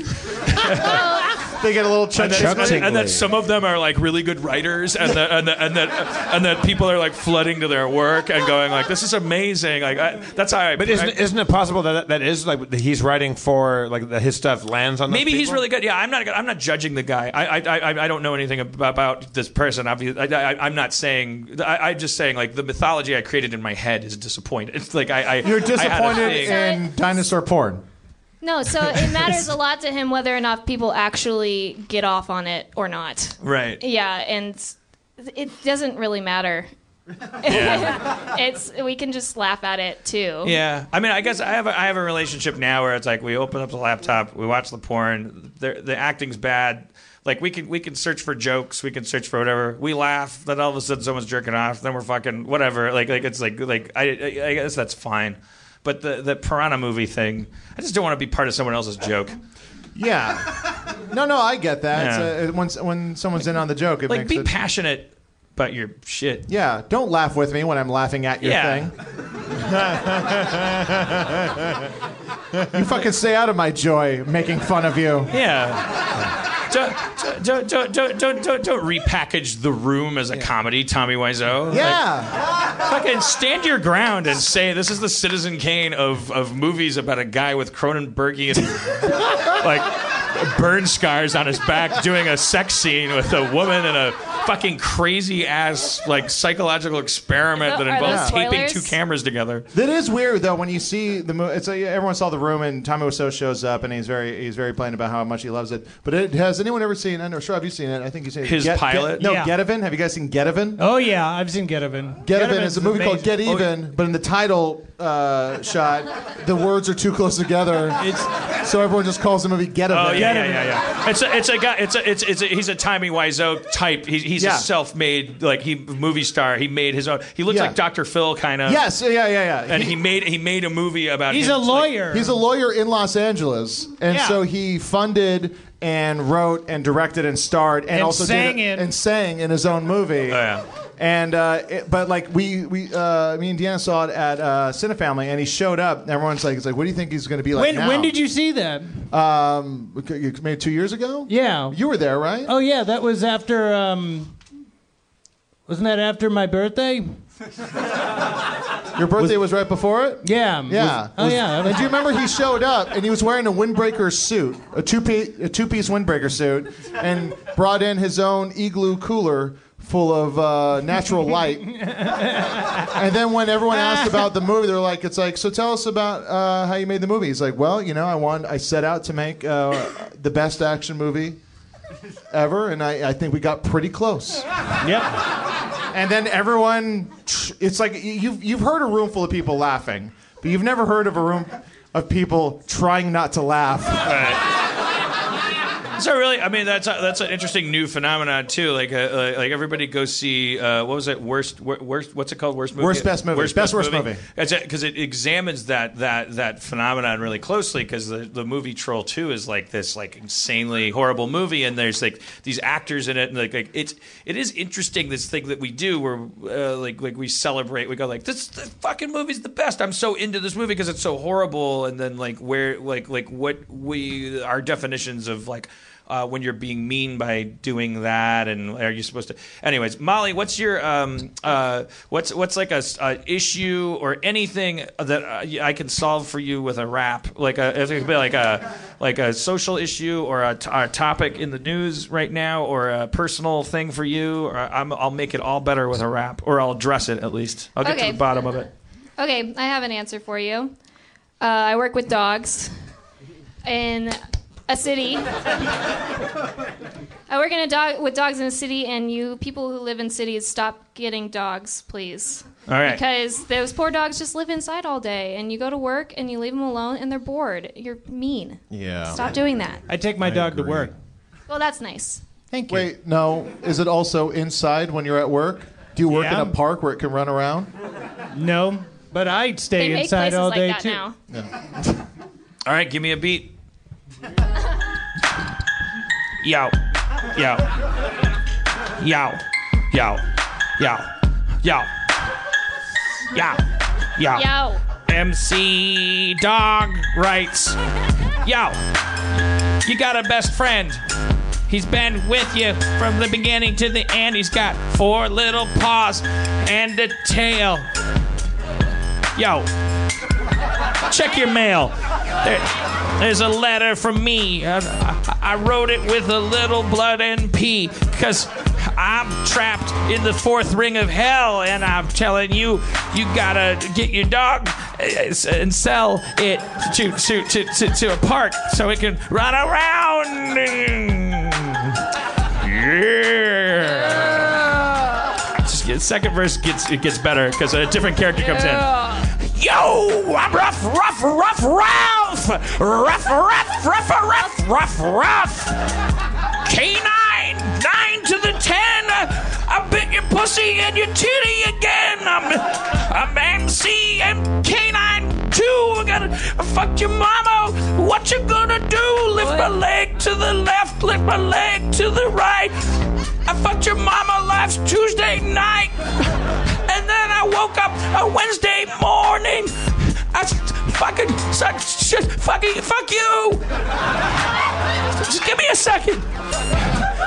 They get a little Chuck
and, that, and,
Tingle.
and that some of them are like really good writers, and that and, that and that and that people are like flooding to their work and going like, "This is amazing!" Like I, that's how I.
But isn't
I-
isn't it possible that that is like that he's writing for like that his stuff lands on? those
Maybe he's
people?
really good. Yeah, I'm not. I'm not judging the guy. I I, I, I don't know anything ab- about this person. Obviously, I, I, I'm not saying. I, I'm just saying like the mythology I created in my head is disappointed. It's like I. I
You're
I had a
disappointed
thing.
in dinosaur porn.
No, so it matters a lot to him whether or not people actually get off on it or not.
Right.
Yeah, and it doesn't really matter.
Yeah.
it's we can just laugh at it too.
Yeah, I mean, I guess I have a, I have a relationship now where it's like we open up the laptop, we watch the porn, the, the acting's bad. Like we can we can search for jokes, we can search for whatever. We laugh, then all of a sudden someone's jerking off, then we're fucking whatever. Like like it's like like I I, I guess that's fine. But the the piranha movie thing, I just don't want to be part of someone else's joke.
Yeah. No, no, I get that.
Yeah.
It's, uh, once when someone's in on the joke, it
Like
makes
be
it.
passionate about your shit.
yeah, don't laugh with me when I'm laughing at your
Yeah.
thing. You fucking stay out of my joy, making fun of you.
Yeah. Don't, don't, don't, don't, don't, don't, don't repackage the room as a comedy, Tommy Wiseau. Like,
Yeah.
Fucking stand your ground and say this is the Citizen Kane of, of movies about a guy with Cronenbergian like burn scars on his back doing a sex scene with a woman in a fucking crazy ass like psychological experiment
Are
that
tho- are
involves
those
taping
spoilers?
two cameras together.
That is weird though. When you see the movie, it's like everyone saw the room, and Tommy Wiseau shows up, and he's very he's very plain about how much he loves it. But it, has anyone ever seen? I know, sure, have you seen it? I think you seen
His
Get-
pilot?
Get, no,
Yeah.
Get Even. Have you guys seen Get Even?
Oh yeah, I've seen Get Even.
Get Even is a movie called Get
Oh,
Even, but in the title uh, shot, the words are too close together, so everyone just calls the movie Get Even.
Oh yeah, yeah, yeah, yeah. It's a, it's a guy. It's a, it's, it's a, he's a Tommy Wiseau type. He's, he's
Yeah.
a self-made like he movie star. He made his own. He looks
Yeah.
like Dr. Phil kind of.
Yes, yeah, yeah, yeah.
And he, made he made a movie about. him. It's like-
he's a lawyer in Los Angeles, and
Yeah.
so he funded and wrote and directed and starred and,
And
also
sang
did
in.
and sang in his own movie.
Oh,
And uh, it- but like we we uh, me and Deanna saw it at uh, Cinefamily, and he showed up. And everyone's like, it's like, what do you think he's going to be like?
when
now?
when did you see that?
Um, maybe two years ago.
Yeah,
you were there, right?
Oh yeah, that was after. Um, wasn't that after my birthday?
Your birthday was, right before it.
Yeah.
Yeah.
Was- oh, yeah.
And do you remember he showed up and he was wearing a windbreaker suit, a two piece a two piece windbreaker suit, and brought in his own igloo cooler full of uh, natural light. and then when everyone asked about the movie, they're like, "It's like so. Tell us about uh, how you made the movie." He's like, "Well, you know, I want I set out to make uh, the best action movie." Ever and I, I think we got pretty close.
Yep.
And then everyone, it's like you've, you've heard a room full of people laughing, but you've never heard of a room of people trying not to laugh.
So really, I mean, that's a, that's an interesting new phenomenon too. Like, uh, like, like everybody go see uh, what was it? Worst, wor- worst, what's it called? Worst movie.
Worst best movie. Best worst movie.
Because it examines that that that phenomenon really closely. Because the, the movie Troll Two is like this like insanely horrible movie, and there's like these actors in it, and like, like it's it is interesting this thing that we do where uh, like like we celebrate. We go like this, this fucking movie's the best. I'm so into this movie because it's so horrible, and then like where like like what we our definitions of like uh, when you're being mean by doing that and are you supposed to anyways molly what's your um, uh, what's what's like a, s- a issue or anything that uh, i can solve for you with a rap like a, if it could be like a like a social issue or a, t- a topic in the news right now or a personal thing for you or I'm, i'll make it all better with a rap or i'll address it at least i'll get
Okay.
to the bottom of it
Okay, I have an answer for you. Uh, I work with dogs in a city. I work in a dog with dogs in a city, and you people who live in cities, stop getting dogs, please.
All right.
Because those poor dogs just live inside all day, and you go to work and you leave them alone, and they're bored. You're mean.
Yeah.
Stop doing that.
I take my dog to work.
Well, that's nice.
Thank
you. Wait, no. Is it also inside when you're at work? Do you work
Yeah.
in a park where it can run around?
No, but I'd stay
They make
inside
places
all
like
day
that
too.
now.
all right give me a beat yo yo yo yo yo yo yo yo
Yo.
MC Dog writes, Yo, you got a best friend. He's been with you from the beginning to the end. He's got four little paws and a tail. Yo, check your mail. There- there's a letter from me. I, I- I wrote it with a little blood and pee because I'm trapped in the fourth ring of hell, and I'm telling you, you gotta get your dog eh, and sell it to, to, to, to, to a park so it can run around. Yeah. Just get, second verse gets it gets better because a different character comes in. Yo, I'm rough, rough, rough, Ralph! Rough, rough, rough, rough, rough, rough! Canine, nine to the ten! I bit your pussy and your titty again! I'm, I'm MC and canine too! I gotta, I fucked your mama! What you gonna do? Lift my leg to the left, lift my leg to the right! I fucked your mama last Tuesday night! And then I woke up on Wednesday morning. I s- fucking suck shit. Fucking fuck you. Just give me a second.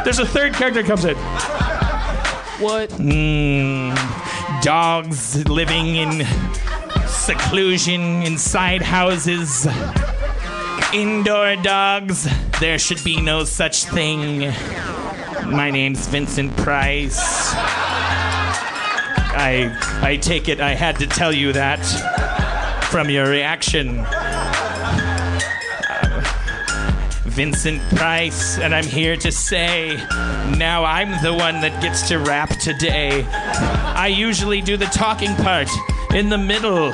There's a third character comes in. What? Mm, dogs living in seclusion inside houses. Indoor dogs. There should be no such thing.
My name's Vincent Price. I I take it I had to tell you that from your reaction. Uh, Vincent Price, and I'm here to say now I'm the one that gets to rap today. I usually do the talking part in the middle,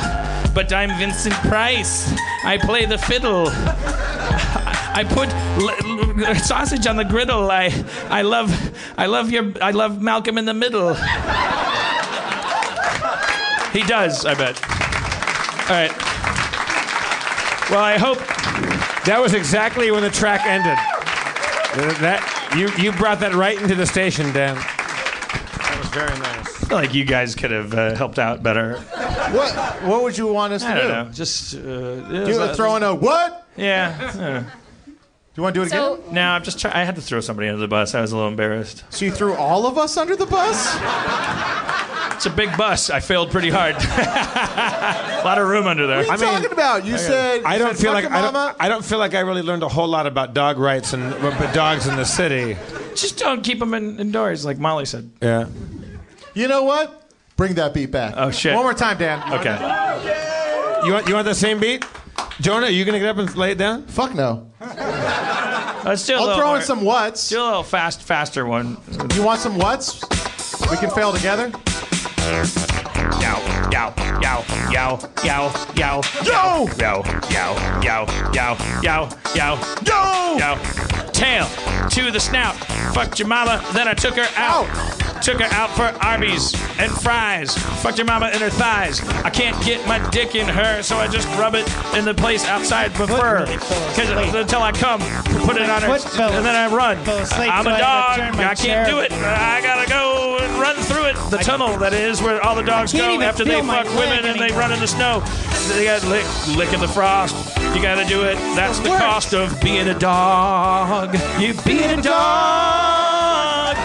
but I'm Vincent Price. I play the fiddle. I put l- l- sausage on the griddle. I, I love, I love your, I love Malcolm in the Middle. he does, I bet. All right.
Well, I hope that was exactly when the track ended. That you you brought that right into the station, Dan.
That was very nice.
I feel like you guys could have uh, helped out better.
What What would you want us to
I don't
do?
know. Just uh,
Do you throw in a what?
Yeah. Do
you want to do it
So-
again? No, I'm just trying. I had to throw somebody under the bus. I was a little embarrassed.
So you threw all of us under the bus?
It's a big bus. I failed pretty hard. a lot of room under there.
What are you talking about? You said
I
you
don't
said,
feel like
"Fuck your
I
mama.
don't-
I don't feel like I really learned a whole lot about dog rights and about dogs in the city.
Just don't keep them in, indoors, like Molly said.
Yeah.
You know what? Bring that beat back.
Oh shit.
One more time, Dan.
Okay.
You want you want the same beat? Jonah, are you gonna get up and lay it down?
Fuck no.
Let's do a
I'll
little
throw in
more-
some whats.
Do a little fast, faster one.
You want some whats? We can fail together.
Yow, yow, yow, yow, yow, yow, yow, yow, yow, yow, yow, yow, yow, yow, yow.
Tail to the snout. Fucked your mama, then I took her out.
Oh!
Took her out for Arby's and fries. Fucked your mama in her thighs. I can't get my dick in her, so I just rub it in the place outside for fur. 'Cause until I come, put it on her,
Foot fell-
and then I run.
fell asleep,
I'm
so I
a
had to
dog.
turn my
I
chair.
can't do it. I gotta go and run through it. The tunnel that is where all the dogs
can't
go
even
after they
feel my
fuck women
leg
and they
anymore.
run in the snow. They got lick, lick of the frost. You gotta do it. That's the cost of being a dog. You being a dog.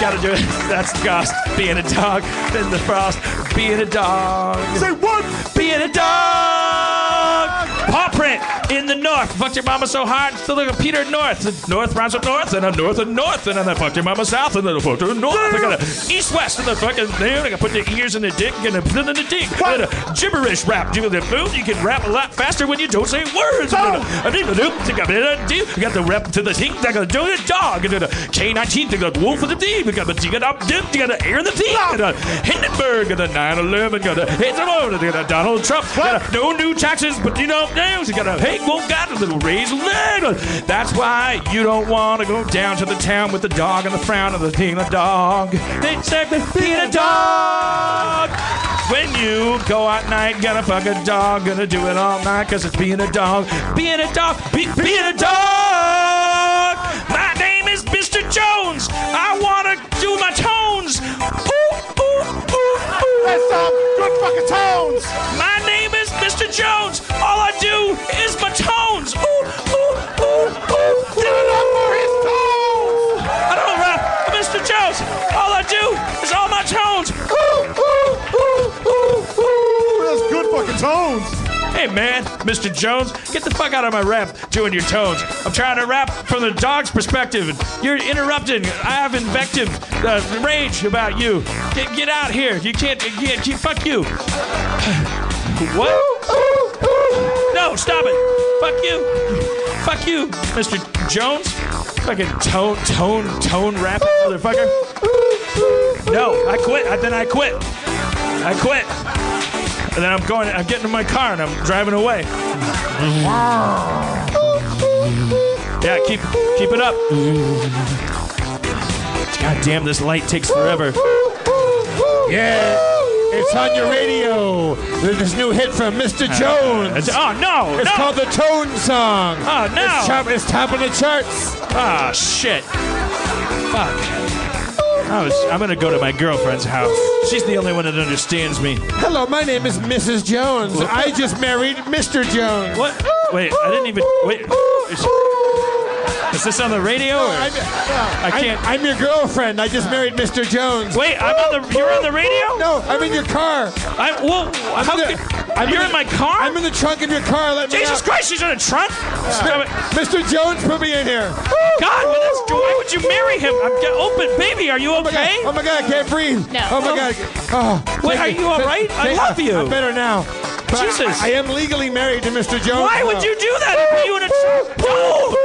Gotta do it. That's the cost. Being a dog. Then the frost. Being a dog. Say what? Being a dog. Paw print in the north. Fucked your mama so hard. Still look at Peter North. The north rhymes with north, and a north and north, and then I fucked your mama south, and then I fucked her north. I got a east west, and the fucking there. I got put the ears in the dick, and a put in the dick. What? a gibberish rap. Do you know the food? You can rap a lot faster when you don't say words. I need to do. Think I better do. We got the rap to the thing. I got to do the dog, and then a canine teeth. I got wolf of the deep. We got the chicken up dip. You got the air in the teeth. And a Hindenburg, and a 911, got a hit them over. They got a Donald Trump. Got a no new taxes, but you know nails. You got a hey, won't got a little raise a leg. That's why you don't want to go down to the town with the dog and the frown of the thing, the dog. They check the being a dog. When you go out night, gonna fuck a dog, gonna do it all night, cause it's being a dog, being a dog, be, being a dog. My name is Mr. Jones. I wanna do my tones. Ooh, ooh, ooh, ooh. That's up, good fucking tones. My name is Mr. Jones. All I do is my tones. Ooh, ooh, ooh, ooh. Give it up for his tones. I don't rap, Mr. Jones. All I do is all my tones. Ooh, ooh, ooh, ooh, ooh. That's good fucking tones. Hey man, Mr. Jones, get the fuck out of my rap doing your tones. I'm trying to rap from the dog's perspective. and You're interrupting. I have invective uh, rage about you. Get, get out here. You can't. You can't. You, fuck you. What? No, stop it. Fuck you. Fuck you, Mr. Jones. Fucking tone, tone, tone rapping motherfucker. No, I quit. I, then I quit. I quit. And then I'm going, I'm getting in my car and I'm driving away. Yeah, keep keep it up. God damn, this light takes forever.
Yeah, it's on your radio. There's this new hit from Mr. Jones.
Uh, it's- oh, no,
It's
no.
called the Tone Song.
Oh, no.
It's top, it's top of the charts.
Ah, shit. Fuck. I was, I'm gonna go to my girlfriend's house. She's the only one that understands me.
Hello, my name is Mrs. Jones. I just married Mr. Jones.
What? Wait, I didn't even. Wait. Is, is this on the radio? or-
I'm-
I can't.
I'm, your girlfriend. I just married Mr. Jones.
Wait, I'm on the. You're on the radio?
No, I'm in your car.
I, well, how
in the-
could-
I'm
you're
the-
in my car?
I'm in the trunk of your car. Let me
Jesus
out.
Christ, she's in a trunk?
Mr. Jones put me in here.
God, well, that's, why would you marry him? I'm get, open, baby. Are you okay?
Oh my God, I can't breathe.
No.
Oh my God. Oh,
Wait,
thank
are you all
Th-
right? I
thank-
love you.
I'm better now. But I-
Jesus.
I, am legally married to Mr. Jones.
Why would
now.
you do that? If you and a dude,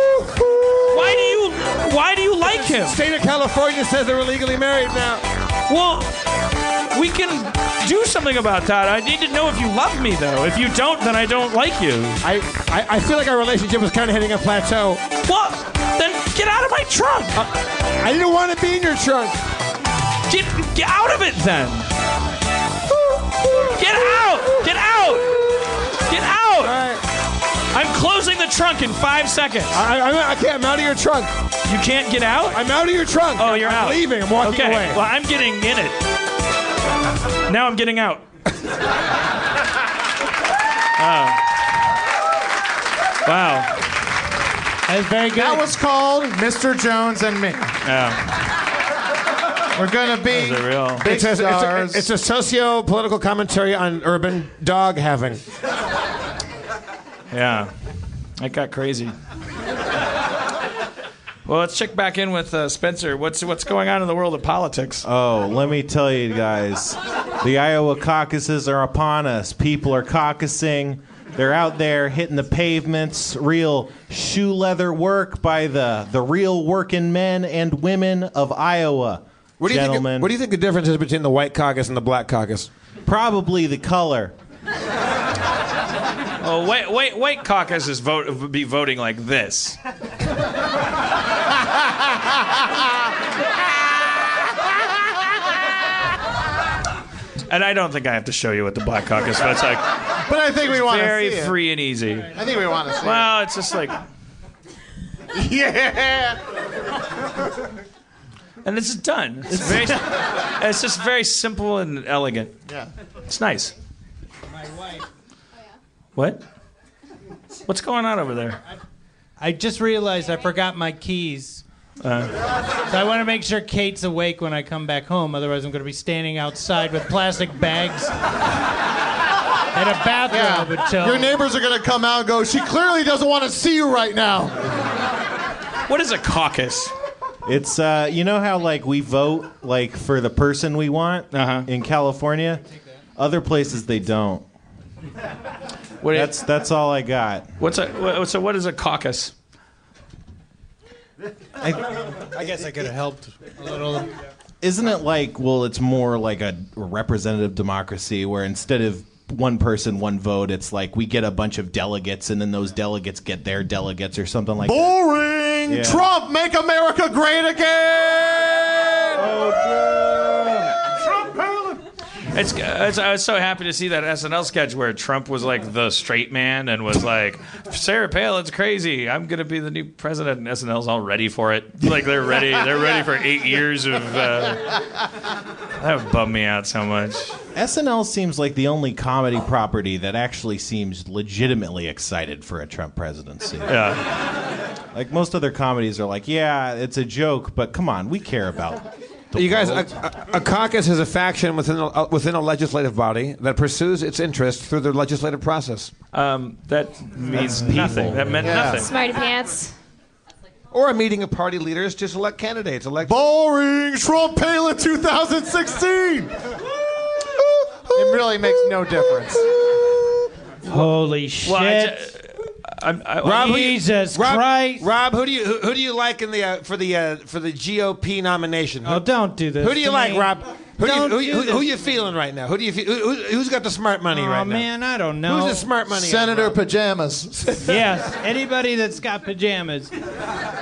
why do you why do you like him?
State of California says they're illegally married now.
Well, we can do something about that. I need to know if you love me, though. If you don't, then I don't like you.
I, I, I feel like our relationship was kind of hitting a plateau. Uh,
What? Then get out of my trunk.
I didn't want to be in your trunk.
Get get out of it then. Get out. Get out. Get out. I'm closing the trunk in five seconds.
I, I, I can't. I'm out of your trunk.
You can't get out.
I'm out of your trunk.
Oh, you're
I'm
out.
leaving. I'm walking
okay.
away.
Well, I'm getting in it. Now I'm getting out. Uh, wow.
That's very good.
That was called Mr. Jones and Me.
Yeah.
We're gonna be
Those are real.
big
It's a, it's, a,
stars.
it's a socio-political commentary on urban dog having.
Yeah. It got crazy. Well, let's check back in with uh, Spencer. What's what's going on in the world of politics?
Oh, let me tell you guys. The Iowa caucuses are upon us. People are caucusing. They're out there hitting the pavements. Real shoe leather work by the, the real working men and women of Iowa.
What do you
gentlemen.
think? What do you think the difference is between the white caucus and the black caucus?
Probably the color.
Oh, wait, wait, wait! Caucus is vote be voting like this. And I don't think I have to show you what the black caucus looks like.
but I think we want to
Very
see it.
free and easy.
I think we want to see
Well, it's just like,
it. Yeah.
and it's done. It's very, it's just very simple and elegant.
Yeah.
It's nice. What? What's going on over there?
I just realized I forgot my keys.
Uh.
So I want to make sure Kate's awake when I come back home. Otherwise, I'm going to be standing outside with plastic bags and a bathrobe until.
Your neighbors are gonna come out and go. She clearly doesn't want to see you right now.
What is a caucus?
It's uh, you know how like we vote like for the person we want
Uh-huh.
in California. Other places they don't.
What is,
That's that's all I got.
what's a what- so? What is a caucus?
I guess I could have helped a little.
Isn't it like well, it's more like a representative democracy where instead of one person one vote, it's like we get a bunch of delegates and then those delegates get their delegates or something like that.
Boring.
Yeah.
Trump, make America great again.
Oh,
It's, it's, I was so happy to see that SNL sketch where Trump was like the straight man and was like, Sarah Palin's crazy. I'm going to be the new president. And SNL's all ready for it. Like, they're ready. They're ready for eight years of. Uh, that bummed me out so much.
SNL seems like the only comedy property that actually seems legitimately excited for a Trump presidency.
Yeah.
Like most other comedies are like, yeah, it's a joke, but come on, we care about. The
You guys,
world."
a, a, a caucus is a faction within a, uh, within a legislative body that pursues its interests through the legislative process,
Um, that means nothing. That meant nothing.
Smarty pants.
or a meeting of party leaders to select candidates. Elect.
Boring. Trump Palin 2016. It really makes no difference.
Holy shit.
Well, I ju- I'm- I-
Rob, who do you-
Jesus
Rob,
Christ.
Rob, who do you who, who do you like in the uh, for the uh, for the GOP nomination?
Oh, don't do this.
Who do you
to
like,
me.
Rob? Who, do you,
Don't
who,
do
who,
this
who you feeling right now? Who do you feel, who, who- who's got the smart money
Oh,
right now?
man, I don't know.
Who's the smart money? on,
Senator
Rob?
pajamas.
Yes, anybody that's got pajamas.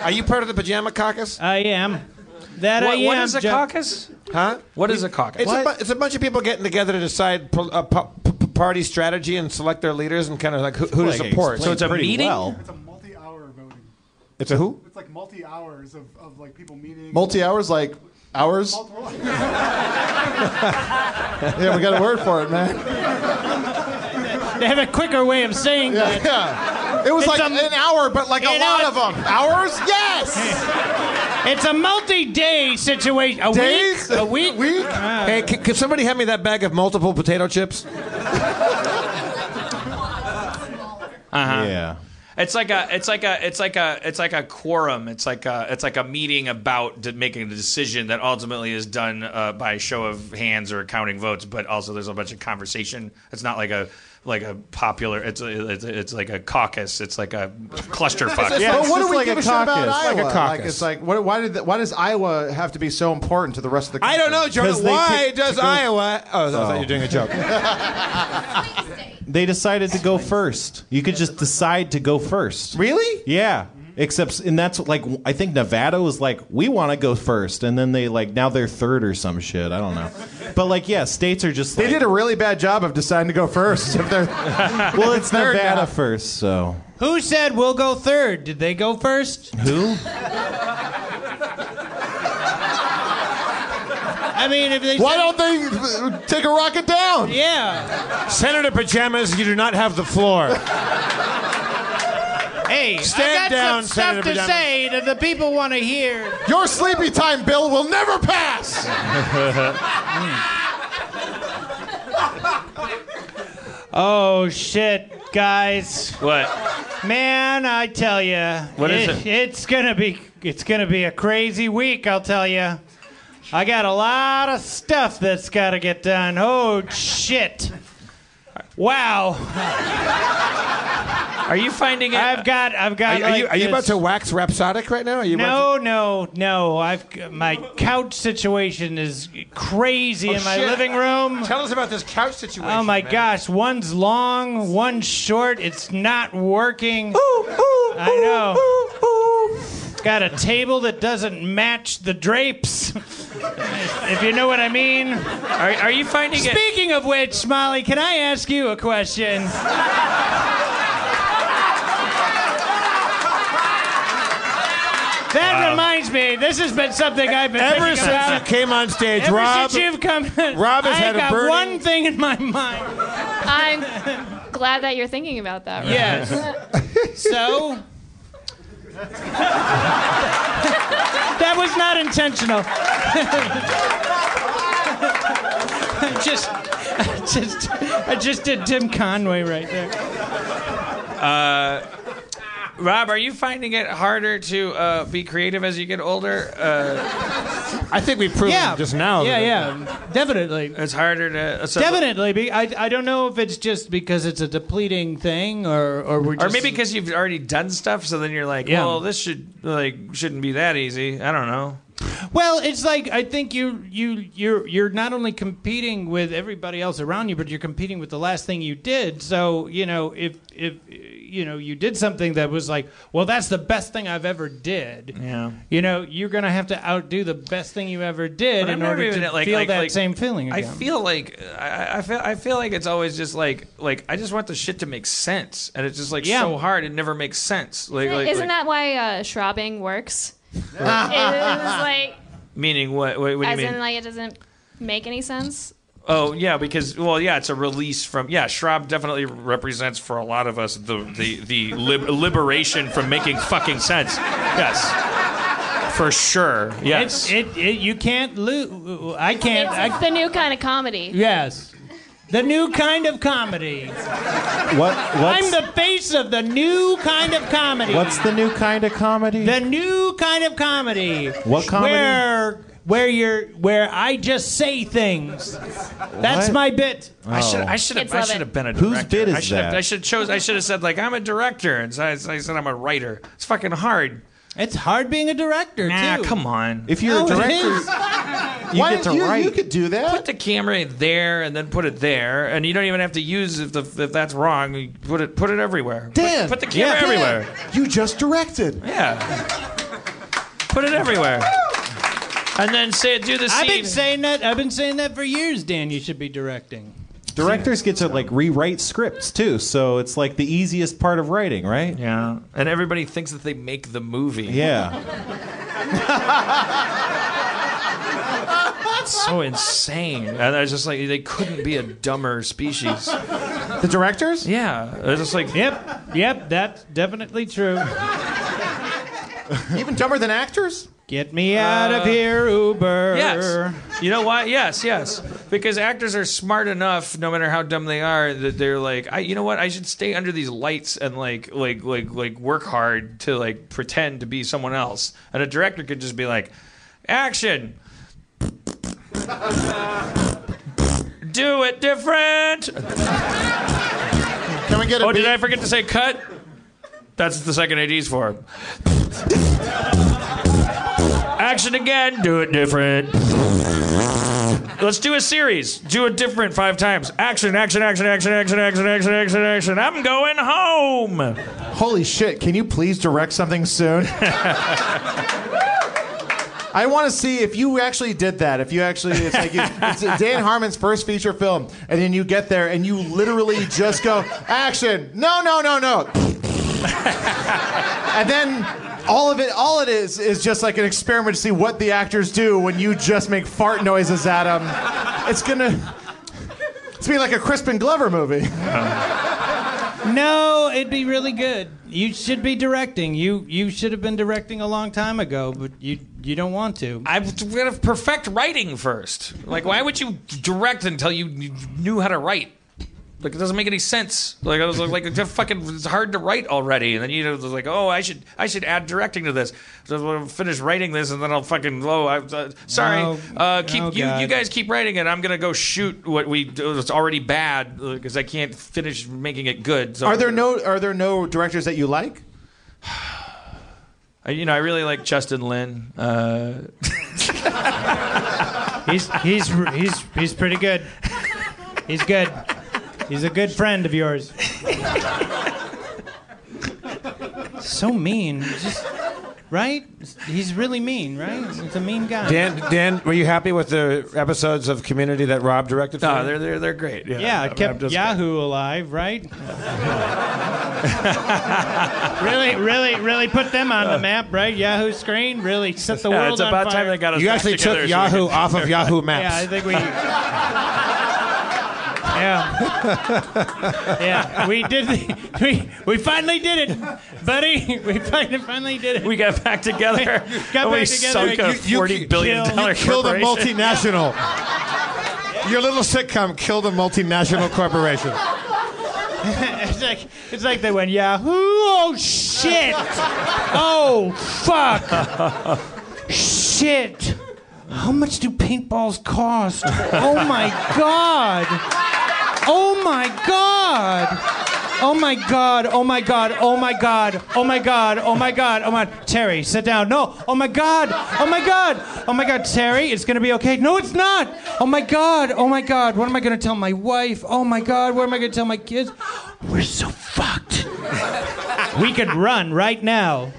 Are you part of the pajama caucus?
I am. That I
What,
am.
what is a
Jeff.
caucus?
Huh?
What is a caucus?
It's a, bu- it's a bunch of people getting together to decide pol- uh, po- p- p- party strategy and select their leaders and kind of like who, who to
Like,
support.
explained
it's a
pretty
meeting?
well.
It's a multi-hour voting.
it's a who?
It's like multi-hours of, of like people meeting.
Multi hours, like hours.
Multiple-
Yeah, we got a word for it, man.
They have a quicker way of saying
Yeah,
that.
yeah. It was
It's
like
a-
an hour, but like a
You know
lot
what?
of them. Hours? Yes.
It's a multi-day situation. A
Days?
week. A week.
Week?
Hey, can, can somebody hand me that bag of multiple potato chips?
Uh huh.
Uh-huh. Yeah.
It's like a it's like a it's like a it's like a quorum. It's like a it's like a meeting about de- making a decision that ultimately is done uh, by show of hands or counting votes. But also there's a bunch of conversation. It's not like a like a popular. It's a, it's, a, it's like a caucus. It's like a clusterfuck.
But what do we give a, shit about Iowa?
like a caucus.
it's like, what, why did the, why does Iowa have to be so important to the rest of the country?
I don't know, Jordan. Why does Iowa? Oh, I
Oh.
thought you were doing a joke.
They decided to go first. You could just decide to go first.
Really?
Yeah. Except, and that's like, I think Nevada was like, we want to go first. And then they, like, now they're third or some shit. I don't know. But, like, yeah, states are just
They
like.
did a really bad job of deciding to go first. If they're
well, it's Nevada first, so.
Who said we'll go third? Did they go first?
Who?
I mean, if they.
Why don't they take a rocket down?
Yeah.
Senator Pajamas, you do not have the floor.
Hey,
Stand
I got
down,
some stuff
Senator
to
Pajamas.
say that the people want to hear.
Your sleepy time bill will never pass.
Oh shit, guys.
What?
Man, I tell you.
What is it?
It's gonna be. It's gonna be a crazy week. I'll tell you. I got a lot of stuff that's gotta get done. Oh shit. Wow.
Are you finding it?
I've got. I've got.
Are, are you,
like
are you
this-
about to wax rhapsodic right now? Are you about
no, no, no. I've my couch situation is crazy
Oh,
in my
shit.
living room.
Tell us about this couch situation.
Oh my
man.
gosh, one's long, one's short. It's not working. I know. Got a table that doesn't match the drapes. if you know what I mean.
Are, are you finding it-
Speaking of which, Molly, can I ask you a question? That
Wow.
reminds me. This has been something I've been
Ever
thinking
since
about.
you came on stage,
Ever
Rob,
since you've come,
Rob has
I
had a
got
burning-
one thing in my mind.
I'm glad that you're thinking about that. Right?
Yes. so. that was not intentional. just, I just, I just did Tim Conway right there.
Uh, Rob, are you finding it harder to uh, be creative as you get older? Uh,
I think we proved
Yeah.
just now.
Yeah,
that-
yeah, definitely.
It's harder to uh, so-
Definitely. be- I, I don't know if it's just because it's a depleting thing or, or we're
or
just.
maybe because you've already done stuff, so then you're like,
Yeah.
well, this should like shouldn't be that easy. I don't know.
Well, it's like I think you you you're you're not only competing with everybody else around you, but you're competing with the last thing you did. So you know if if you know you did something that was like, well, that's the best thing I've ever did.
Yeah.
You know, you're gonna have to outdo the best thing you ever did
But I'm
in
not
order
even
to
at, like-
feel
like-
that
like-
same feeling
I
again.
feel like I, I feel I feel like it's always just like like I just want the shit to make sense, and it's just like
Yeah.
so hard it never makes sense. Like, like,
Isn't
like-
that why uh, shrobbing works? it is like
meaning what? What, what do you
as
mean?
in like it doesn't make any sense.
Oh yeah, because well yeah, it's a release from yeah. Schraub definitely represents for a lot of us the the the lib- liberation from making fucking sense. Yes, for sure. Yes,
It's, it, it you can't lose. I can't.
It's,
I,
it's the new kind of comedy.
Yes. The new kind of comedy.
What?
I'm
What's,
the face of the new kind of comedy.
what's the new kind of comedy?
The new kind of comedy.
What comedy?
Where where you're where I just say things. That's
What?
my bit.
I should I should have I should have been a director.
Whose bit
I
is
should have,
that?
I should chose I should have said like I'm a director and so I, so I said I'm a writer. It's fucking hard.
It's hard being a director
nah,
too.
come on.
If you're a
No, it
director,
is.
you get to write.
could do that.
Put the camera there and then put it there, and you don't even have to use if the if that's wrong. you Put it put it everywhere.
Dan,
put, put the camera
Dan,
everywhere.
You just directed.
Yeah. Put it everywhere. And then say do the scene.
I've been saying that I've been saying that for years, Dan, you should be directing.
Directors get to like rewrite scripts too, so it's like the easiest part of writing, right?
Yeah. And everybody thinks that they make the movie.
Yeah.
It's so insane. And I was just like, they couldn't be a dumber species.
The directors?
Yeah. I was just like,
yep, yep, that's definitely true.
Even dumber than actors?
Uh,
Get me out of here, Uber.
Yes. You know why? Yes, yes. because actors are smart enough, no matter how dumb they are, that they're like, I, you know what, I should stay under these lights and like, like, like, like work hard to like pretend to be someone else. And a director could just be like, action, do it different.
Can we get? A
oh, did I forget to say cut? That's what the second AD's for. Action again. Do it different. Let's do a series. Do it different five times. Action, action, action, action, action, action, action, action, action. I'm going home.
Holy shit! Can you please direct something soon? I want to see if you actually did that. If you actually, it's like you, it's Dan Harmon's first feature film, and then you get there and you literally just go action. No, no, no, no. and then all of it, all it is, is just like an experiment to see what the actors do when you just make fart noises at them. It's gonna, it's gonna be like a Crispin Glover movie.
No, it'd be really good. You should be directing. You you should have been directing a long time ago, but you you don't want to.
I'm gonna perfect writing first. Like, why would you direct until you knew how to write? Like, it doesn't make any sense. Like, I was like, it's fucking, it's hard to write already. And then you know, it's like, oh, I should, I should add directing to this. So I'll finish writing this, and then I'll fucking, oh, I, uh, sorry,
No.
uh, keep
Oh,
you,
God.
you guys keep writing it. I'm gonna go shoot what we, it's already bad because I can't finish making it good. So
Are there no Are there no directors that you like?
I, you know, I really like Justin Lin. Uh,
He's he's he's he's pretty good. He's good. He's a good friend of yours. So mean, just right? He's really mean, right? He's a mean guy.
Dan, Dan, were you happy with the episodes of Community that Rob directed? For
No,
you?
they're they're they're great. Yeah,
Yeah,
I'm-
it
I'm
kept
just-
Yahoo alive, right? really, really, really put them on the map, right? Yahoo screen really set the
Yeah,
world
it's
on
about
fire.
time they got us
You actually took Yahoo off of Yahoo Maps.
Yeah, I think we. Yeah, yeah, we did. The, we we finally did it, buddy. We fin- finally did it.
We got back together.
got
and we
back together.
sunk a forty billion dollar
Kill the
corporation.
multinational. Your little sitcom killed a multinational corporation.
it's like it's like they went Yahoo. Oh shit. Oh fuck. shit. How much do paintballs cost? Oh my god. Oh my god. Oh my god. Oh my god. Oh my god. Oh my god. Oh my god. Oh my Terry, sit down. No. Oh my god. Oh my god. Oh my god, Terry, it's going to be okay. No, it's not. Oh my god. Oh my god. What am I going to tell my wife? Oh my god. What am I going to tell my kids? We're so fucked. we could run right now.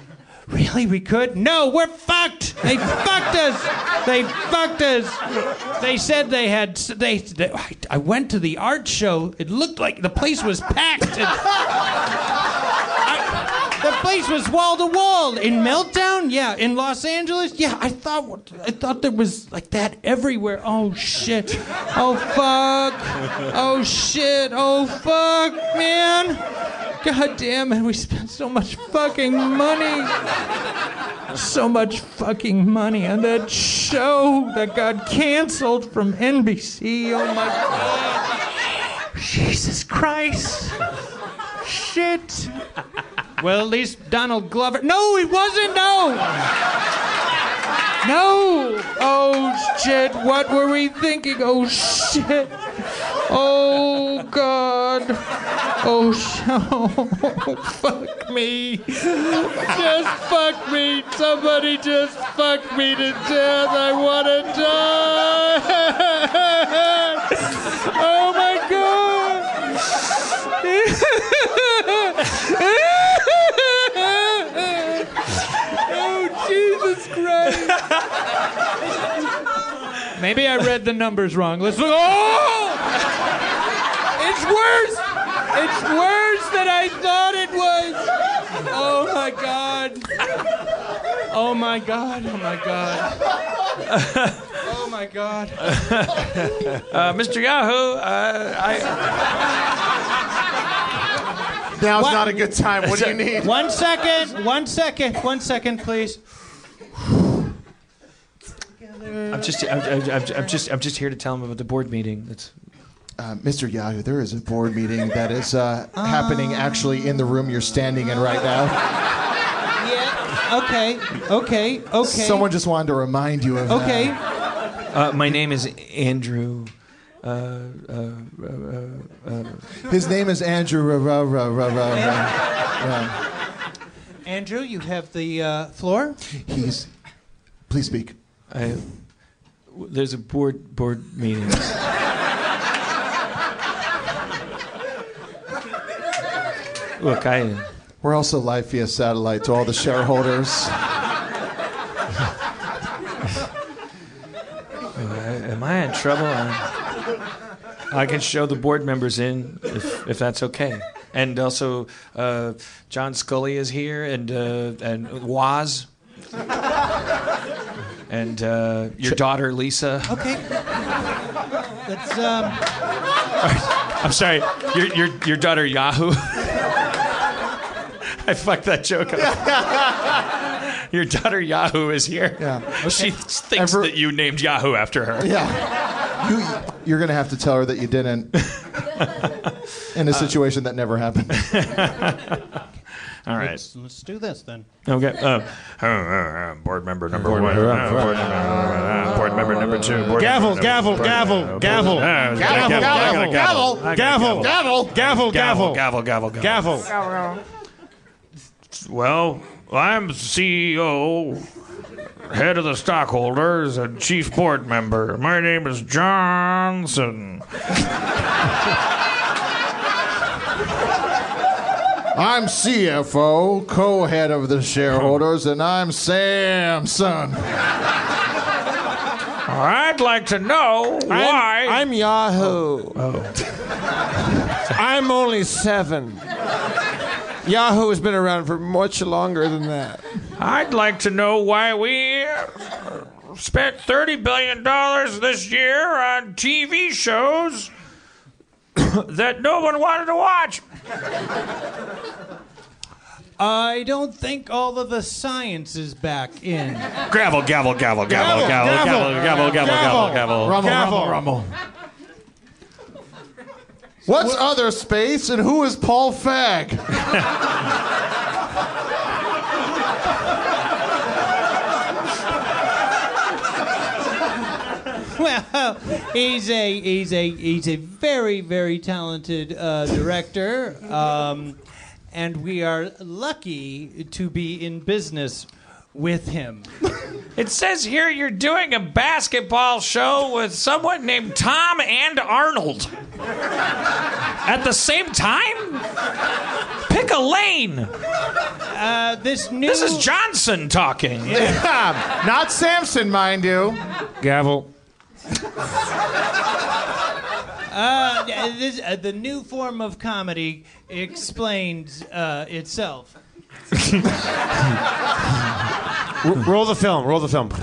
Really, we could? No, we're fucked. They fucked us. They fucked us. They said they had. They. they I, I went to the art show. It looked like the place was packed. And I- the place was wall to wall. In meltdown, yeah. In Los Angeles, yeah. I thought. I thought there was like that everywhere. Oh shit. Oh fuck. Oh shit. Oh fuck, man. God damn it. We spent so much fucking money so much fucking money on that show that got canceled from NBC. Oh my god. Jesus Christ. Shit. Well, at least Donald Glover. No, he wasn't. No. No. Oh shit. What were we thinking? Oh shit. Oh god. Oh, sh- oh fuck me. Just fuck me. Somebody just fuck me to death. I want to die. Oh my god. oh Jesus Christ. Maybe I read the numbers wrong. Let's look. Oh! It's worse. It's worse than I thought it was. Oh my god. Oh my god. Oh my god. Oh my god.
Uh, Mr. Yahoo, uh, I,
Now's not a good time. What do you need?
One second. One second. One second, please. together.
I'm just, I'm, I'm, I'm, I'm just, I'm just here to tell him about the board meeting. That's
Uh, Mr. Yahoo, there is a board meeting that is uh, happening actually in the room you're standing in right now.
Yeah. Okay. Okay. Okay.
Someone just wanted to remind you of
Okay.
that.
Uh, my name is Andrew. Uh, uh, uh, uh, uh,
His name is Andrew. uh, Ra, ra, ra, ra, ra, ra. uh, Yeah.
Andrew, you have the uh, floor.
He's. Please speak.
I, w- there's a board board meeting. Uh, Look, I.
We're also live via satellite to all the shareholders.
Uh, am I in trouble? I, I can show the board members in if, if that's okay. And also, uh, John Scully is here, and uh, and Waz, and uh, your daughter Lisa.
Okay. That's um.
I'm sorry, your your your daughter Yahoo. I fucked that joke up. Your daughter Yahoo is here.
Yeah.
She thinks
Ever-
that you named Yahoo after her.
Yeah. You, you're going to have to tell her that you didn't in a situation that never happened.
All right.
Let's, let's do this then.
Okay. Uh, board member number
Board
one.
member-
uh, board member number one, uh, board member number two. board
Gavel,
member number-
gavel,
board
gavel,
member-
gavel.
Uh, I was gonna
Gavel,
gavel,
gavel,
I got a
gavel, gavel, gavel,
gavel,
gavel,
gavel, gavel, gavel.
gavel.
Well, I'm CEO, head of the stockholders, and chief board member. My name is Johnson.
I'm CFO, co head of the shareholders, and I'm Samson.
I'd like to know why. Oh,
I'm Yahoo. I'm only seven. Yahoo has been around for much longer than that.
I'd like to know why we spent $30 billion this year on TV shows that no one wanted to watch.
I don't think all of the science is back in.
Gravel, gavel, gavel, gavel, gavel, gavel, gavel, gavel, gavel, gavel.
Rumble,
Gavel.
rumble, rumble. What's other space and who is Paul Fag?
Well, he's a he's a he's a very very talented uh, director, um, and we are lucky to be in business with him.
It says here you're doing a basketball show with someone named Tom and Arnold. At the same time? Pick a lane.
Uh, this new
This is Johnson talking.
Not Samson, mind you.
Gavel.
uh, this, uh, the new form of comedy explains uh, itself.
R- roll the film. Roll the film.
In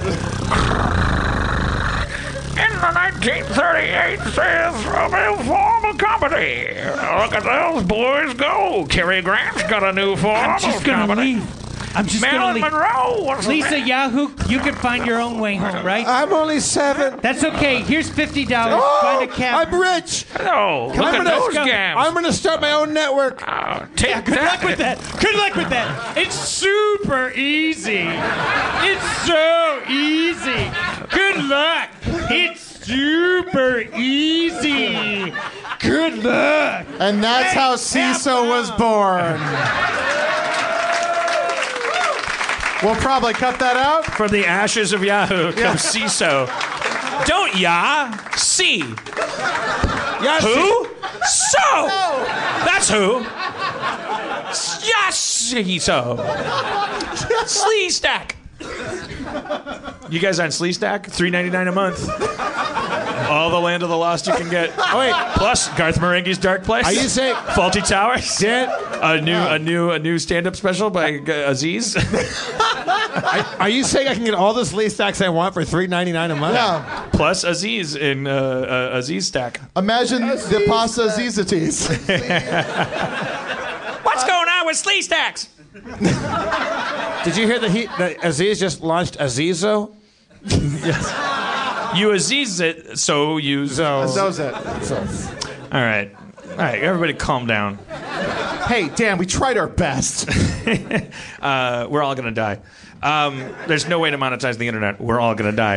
the 1938 says a new form of comedy. Look at those boys go. Cary Grant's got a new form
I'm just
of
gonna
comedy.
leave. I'm just
Marilyn
gonna leave.
Monroe was
Lisa
the-
Yahoo, you can find your own way home, right?
I'm only seven. Oh,
That's okay. Here's fifty dollars. find a cab.
I'm rich.
No, Oh, look
I'm
at
gonna-
those gams.
I'm going to start my own network.
Oh, Take
Yeah, good
that.
luck with that. Good luck with that. It's super easy. It's so easy. Good luck. It's super easy. Good luck.
And that's how CISO was born. We'll probably cut that out.
From the ashes of Yahoo comes CISO. Don't Yah, see. who? So. That's who. Yes, CISO. Slee stack.
You guys on Sleestack? Three ninety nine a month. All the land of the lost you can get. Oh wait, plus Garth Marenghi's Dark Place.
Are you saying-
Faulty Towers?
Did-
a new a new a new stand up special by uh, Aziz?
Are you saying I can get all the Slee stacks I want for three ninety nine a month?
Yeah.
plus Aziz in uh, uh, Aziz Stack.
Imagine the pasta zizities.
What's going on with Slee Stacks?
Did you hear that he that Aziz just launched Azizo?
yes. You aziz it, so you so.
So's it.
All right. All right, everybody calm down.
Hey, Dan, we tried our best.
uh, we're all going to die. Um, there's no way to monetize the internet. We're all going to die.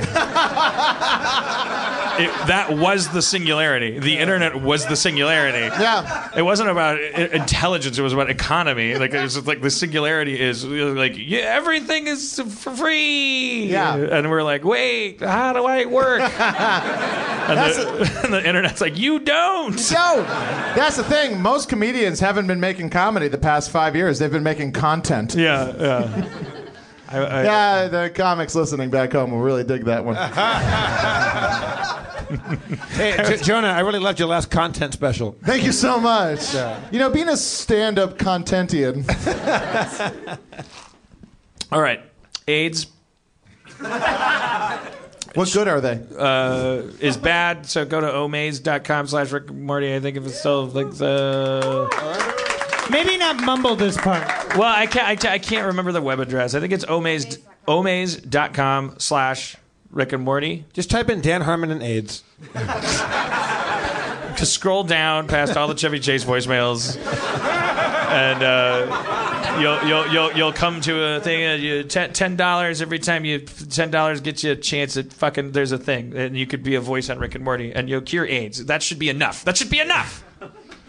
It, that was the singularity. The internet was the singularity.
Yeah.
It wasn't about i- intelligence. It was about economy. Like it was just like the singularity is like yeah, everything is for free.
Yeah.
And we're like, wait, how do I work? and, the, and the internet's like, you don't.
So, that's the thing. Most comedians haven't been making comedy the past five years. They've been making content.
Yeah, yeah.
yeah, the comics listening back home will really dig that one.
Hey, Jo- Jonah, I really loved your last content special.
Thank you so much.
Yeah.
You know, being a stand-up contentian.
All right, AIDS
what good are they?
uh, is bad. So go to omaze.com slash Rick and Morty. I think if it's still like the.
Maybe not mumble this part.
Well, I can't. I, ca- I can't remember the web address. I think it's omaze omaze.com slash Rick and Morty.
Just type in Dan Harmon and AIDS.
To scroll down past all the Chevy Chase voicemails, and uh, you'll, you'll you'll you'll come to a thing. Uh, you, ten ten dollars every time you ten dollars gets you a chance at fucking. There's a thing, and you could be a voice on Rick and Morty, and you'll cure AIDS. That should be enough. That should be enough.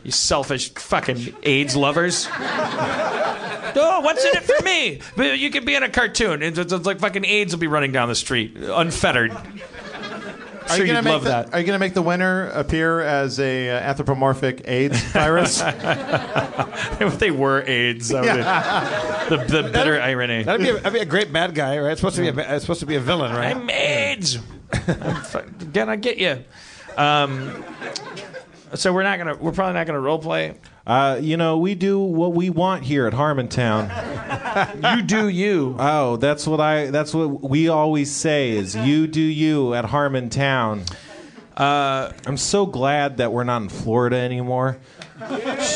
You selfish fucking AIDS lovers. Oh, what's in it for me? But You could be in a cartoon. It's, it's like fucking AIDS will be running down the street, unfettered.
Are
Sure,
you gonna
you'd
make
love
the,
that.
Are you going to make the winner appear as a uh, anthropomorphic AIDS virus?
if they were AIDS, that would be the, the bitter irony.
That'd be, a, that'd be a great bad guy, right? It's supposed to be a, ba- it's supposed to be a villain, right?
I'm AIDS. I'm fu- gonna get you. Um, so we're not gonna. We're probably not gonna role play.
Uh, you know, we do what we want here at Harmontown.
you do you.
Oh, that's what I. That's what we always say is you do you at Harmontown.
Uh,
I'm so glad that we're not in Florida anymore.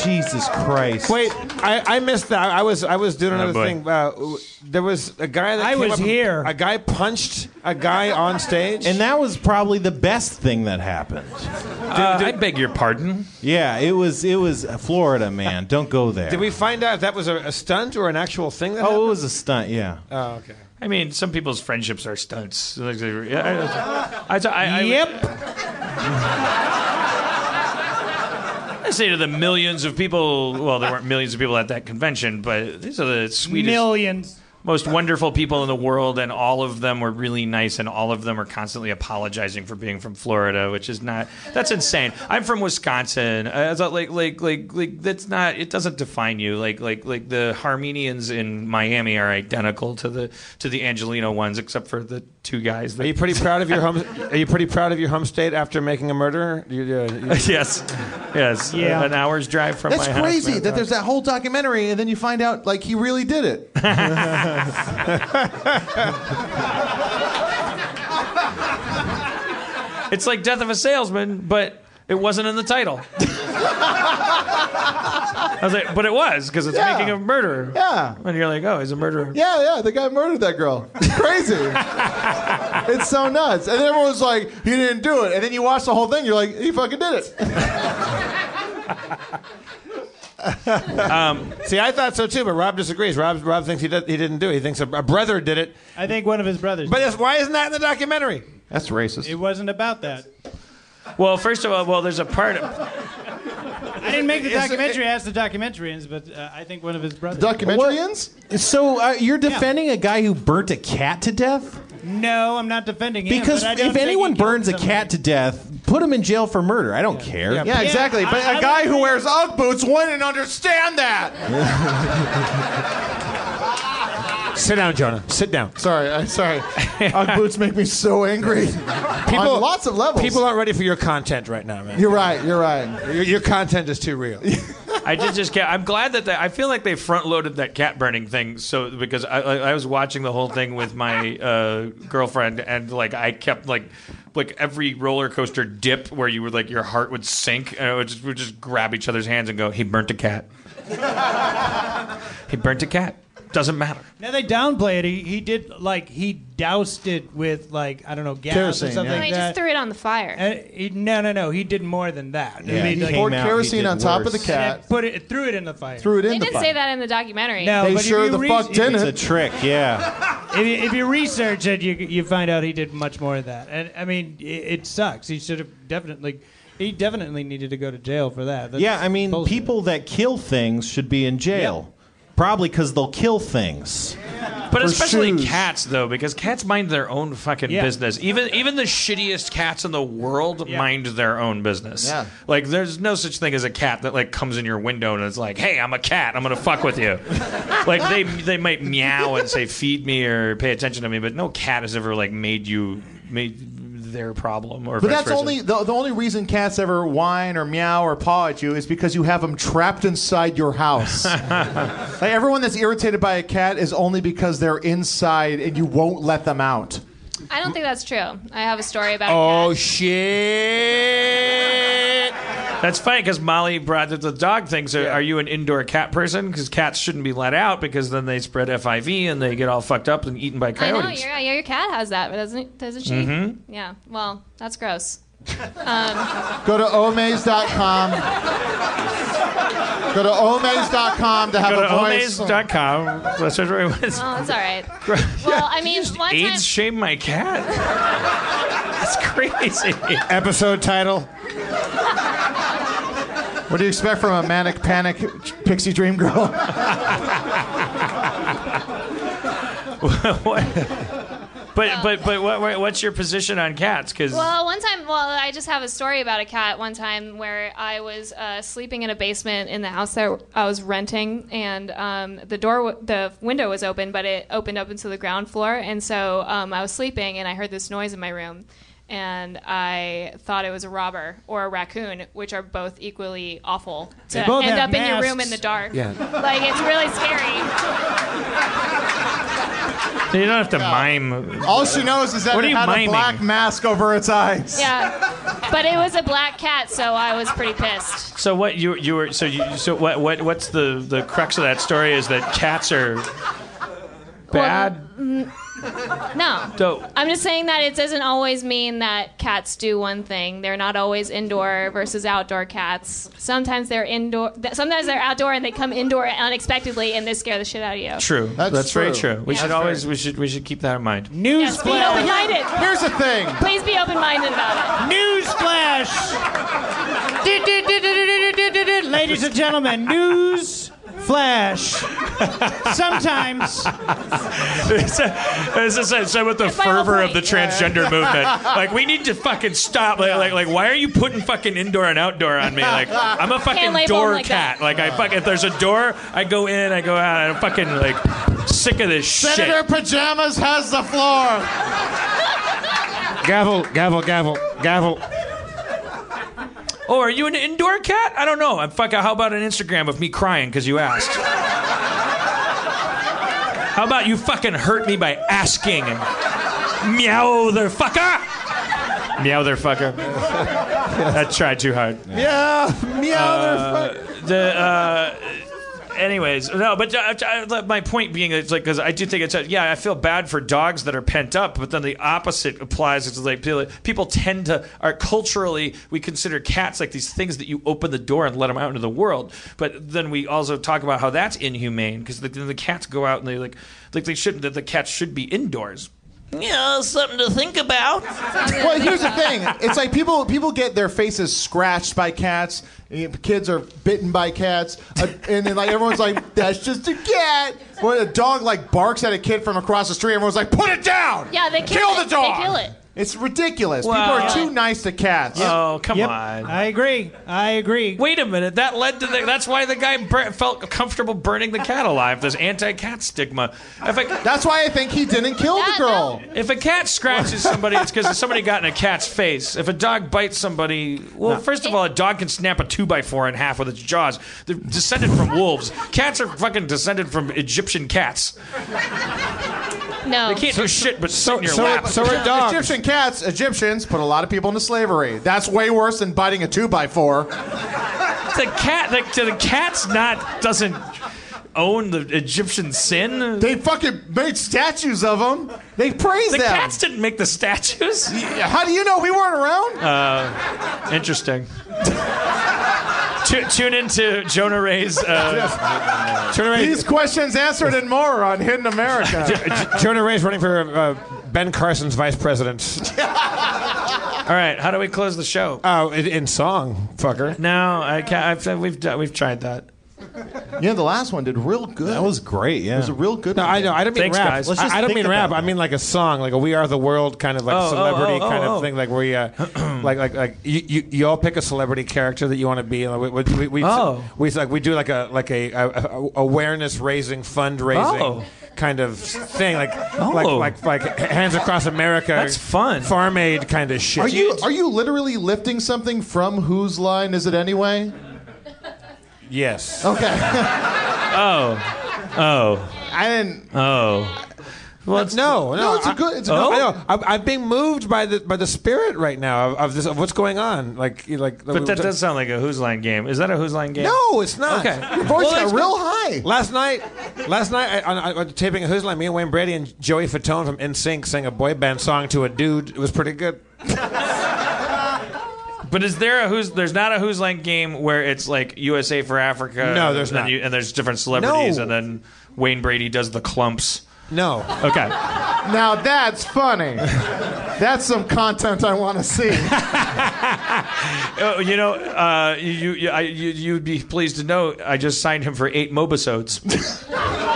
Jesus Christ!
Wait, I, I missed that. I was I was doing
Oh,
another
boy.
thing. Uh, w- there was a guy that
I
came
was
up-
here.
A guy punched a guy on stage,
and that was probably the best thing that happened.
Uh, I beg your pardon.
Yeah, it was. It was Florida, man. Don't go there.
Did we find out if that was a, a stunt or an actual thing? That
oh, it was a stunt. Yeah.
Oh, okay.
I mean, some people's friendships are stunts. Like, they- I, I, I, I,
yep.
I say to the millions of people. Well, there weren't millions of people at that convention, but these are the sweetest.
Millions.
most wonderful people in the world, and all of them were really nice, and all of them are constantly apologizing for being from Florida, which is not that's insane. I'm from Wisconsin. I I thought like like like like that's not it doesn't define you. Like like like the Armenians in Miami are identical to the to the Angelino ones, except for the two guys. That,
Are you pretty proud of your home? Are you pretty proud of your home state after making a murderer? You, uh, you-
yes, yes.
Yeah.
an hour's drive from
That's
my house.
crazy
man.
that there's that whole documentary, and then you find out like he really did it.
It's like Death of a Salesman, but it wasn't in the title. I was like, but it was because it's
Yeah.
making a murderer.
Yeah.
And you're like, oh, he's a murderer.
Yeah, yeah, the guy murdered that girl. Crazy. it's so nuts. And everyone was like, he didn't do it. And then you watch the whole thing, you're like, he fucking did it.
um, see, I thought so too, but Rob disagrees. Rob Rob thinks he did, he didn't do it. He thinks a, a brother did it.
I think one of his brothers.
But that's, why isn't that in the documentary?
That's racist.
It wasn't about that.
Well, first of all, well, there's a part. Of,
I didn't make the
Is it-
documentary as the documentarians, but uh, I think one of his brothers.
Documentarians?
So uh, you're defending a guy who burnt a cat to death?
No, I'm not defending him.
Because
but I don't
if
think
anyone
he killed
burns a
somebody.
cat to death, put him in jail for murder. I don't care.
Yeah, exactly. But a guy who wears Ugg boots wouldn't understand that.
Sit down, Jonah. Sit down.
Sorry, I'm sorry. Ugg boots make me so angry. On lots of levels.
People aren't ready for your content right now, man.
You're right. You're right.
Your, your content is too real.
I did just get. I'm glad that they, I feel like they front loaded that cat burning thing. So because I, I, I was watching the whole thing with my uh, girlfriend, and like I kept like like every roller coaster dip where you would like your heart would sink, and I would just, we would just grab each other's hands and go, "He burnt a cat. he burnt a cat."
Doesn't matter.
No, they downplay it. He, he did like he doused it with like I don't know gas
Kerosene,
or
yeah.
something.
No,
like
he
that.
just threw it on the fire.
Uh, he- no, no, no. He did more than that.
Yeah,
I mean,
he
like,
poured Came out, kerosene he did on top of worse. the cat.
And it Put it, threw it in the fire.
Threw it
They didn't say that in the documentary.
No,
They
but
sure
if you
the
re-
fuck
if you-
didn't.
It's a trick, yeah.
if, you, if you research it, you you find out he did much more of that. And I mean, it, it sucks. He should have definitely. He definitely needed to go to jail for that. That's
yeah, I mean,
bullshit.
people that kill things should be in jail. Probably because they'll kill things.
But
For
especially
shoes.
cats, though, because cats mind their own fucking
Yeah.
business. Even even the shittiest cats in the world mind their own business.
Yeah.
Like there's no such thing as a cat that like comes in your window and is like, "Hey, I'm a cat. I'm gonna fuck with you." like they they might meow and say, "Feed me" or "Pay attention to me," but no cat has ever like made you made their problem or.
But
vice
that's
versa.
only the, the only reason cats ever whine or meow or paw at you is because you have them trapped inside your house. like everyone that's irritated by a cat is only because they're inside and you won't let them out.
I don't think that's true. I have a story about
Oh shit! That's funny because Molly brought up the dog thing. So, are you an indoor cat person? Because cats shouldn't be let out because then they spread FIV and they get all fucked up and eaten by
Oh
I know
coyotes.
your, yeah, your cat has that, but doesn't it- doesn't she?
Mhm.
Mm-hmm.
Yeah. Well, that's gross. Um,
Go to omaze.com. Go to omaze.com to have
Go
a
to
voice.
omaze.com. That's what it was.
oh, it's all right. Well, I mean, one time.
AIDS shame my cat. That's crazy.
Episode title. What do you expect from a manic panic pixie dream girl?
What- but but but what, what- what's your position on cats? Because
Well, one time, well, I just have a story about a cat one time where I was uh, sleeping in a basement in the house that I was renting, and um, the door, w- the window was open, but it opened up into the ground floor, and so um, I was sleeping, and I heard this noise in my room, and I thought it was a robber or a raccoon, which are both equally awful to
They both
end
have
up in your room
masks.
in the dark.
Yeah.
like it's really scary.
you don't have to mime.
All she knows is that
what are
it
you
had
miming?
a black mask over its eyes.
Yeah, but it was a black cat, so I was pretty pissed.
So what you you were so you so what what what's the the crux of that story is that cats are bad.
Mm, No.
So
I'm just saying that it doesn't always mean that cats do one thing. They're not always indoor versus outdoor cats. Sometimes they're indoor. th- Sometimes they're outdoor and they come indoor unexpectedly and they scare the shit out of you.
true. That's, very true. We
Yeah.
should always we should we should keep that in mind.
Yes, be open-minded.
Here's the thing.
Please be open-minded about it.
Newsflash! Du-du-du-du-du-du-du-du-du. Ladies and gentlemen, news flash. Sometimes
It's a- it's a- it's a- with the fervor of the transgender movement, like we need to fucking stop. Like, like, like, why are you putting fucking indoor and outdoor on me? Like, I'm a
Can't
fucking
label 'em
door
like
cat.
that.
Like, I fuck if there's a door, I go in, I go out. I'm fucking like sick of this
Senator
shit.
Pajamas has the floor.
Gavel, gavel, gavel, gavel.
Oh, are you an indoor cat? I don't know. I'm fuck. How about an Instagram of me crying because you asked? How about you fucking hurt me by asking? Meow, there fucker. Meow, there fucker. that tried too hard.
Yeah, meow,
Uh, the uh, anyways no but uh, I- I- my point being it's like because i do think it's uh, yeah i feel bad for dogs that are pent up but then the opposite applies it's like people, people tend to are culturally we consider cats like these things that you open the door and let them out into the world but then we also talk about how that's inhumane because the, the cats go out and they like like they shouldn't that the cats should be indoors
You know, something to think about.
Well, here's the thing. It's like people people get their faces scratched by cats. eh, Kids are bitten by cats, uh, and then like everyone's like, "That's just a cat." When a dog like barks at a kid from across the street, everyone's like, "Put it down!"
Yeah, they kill
Kill
it.
the dog.
They kill it.
It's ridiculous.
Wow.
people are too nice to cats.
Oh come on!
I agree. I agree.
Wait a minute. That led to the. That's why the guy bur- felt comfortable burning the cat alive. This anti-cat stigma. If a,
That's why I think he didn't kill the girl.
if a cat scratches somebody, it's because somebody got in a cat's face. If a dog bites somebody, well, first of all, a dog can snap a two by four in half with its jaws. They're descended from wolves. Cats are fucking descended from Egyptian cats.
No.
They can't do shit but sit in your lap.
Egyptian cats, Egyptians put a lot of people into slavery. That's way worse than biting a two by four.
The cat, the, the cat's not doesn't. own the Egyptian sin?
They fucking made statues of them. They praised
the
them.
cats didn't make the statues.
How do you know we weren't around?
Uh, interesting. Tu- tune into Jonah Ray's. Uh,
Jonah Ray-
These questions answered and more on Hidden America.
Jonah Ray's running for uh, Ben Carson's vice president.
All right, how do we close the show?
Oh, in, in song, fucker.
No, I can't. I've, we've done- we've tried that.
yeah, the last one did real good. That
was great. Yeah,
it was a real good.
No,
one.
I know. I don't mean
Thanks,
rap.
guys.
I-
Let's just
I, don't
think
mean rap.
about
I mean like a song, like a "We Are the World" kind of like
Oh, oh,
celebrity
oh,
kind
oh,
of
oh.
thing, like where you, uh, like like like you, you you all pick a celebrity character that you want to be. Like, we we, we,
Oh.
we like we do like a like a, a, a awareness raising fundraising.
Oh.
Kind of thing, like
Oh.
like like like Hands Across America.
That's fun.
Farm Aid kind of shit.
Are you are you literally lifting something from whose line is it anyway?
Yes.
Okay.
Oh, oh,
I didn't.
oh. Well, it's,
No, no,
No, it's a
I-
good- it's a
no,
Oh?
good-
I know. I'm, I'm being moved by the by the spirit right now of, of this of what's going on. Like, you- like.
But that does sound like a Who's Line game. Is that a Who's Line game?
No, it's not.
Okay.
Your voice
Well,
got
it's-
real high.
Last night, last night, I, on, on taping a Who's Line, me and Wayne Brady and Joey Fatone from NSYNC sang a boy band song to a dude. It was pretty good.
But is there a Who's? There's not a Who's Line game where it's like USA for Africa.
No, there's
and then
not.
You, and there's different celebrities,
No.
and then Wayne Brady does the clumps.
No.
Okay.
Now that's funny. That's some content I want to see.
Oh, you know, uh, you, you, I, you, you'd be pleased to know I just signed him for eight Mobisodes.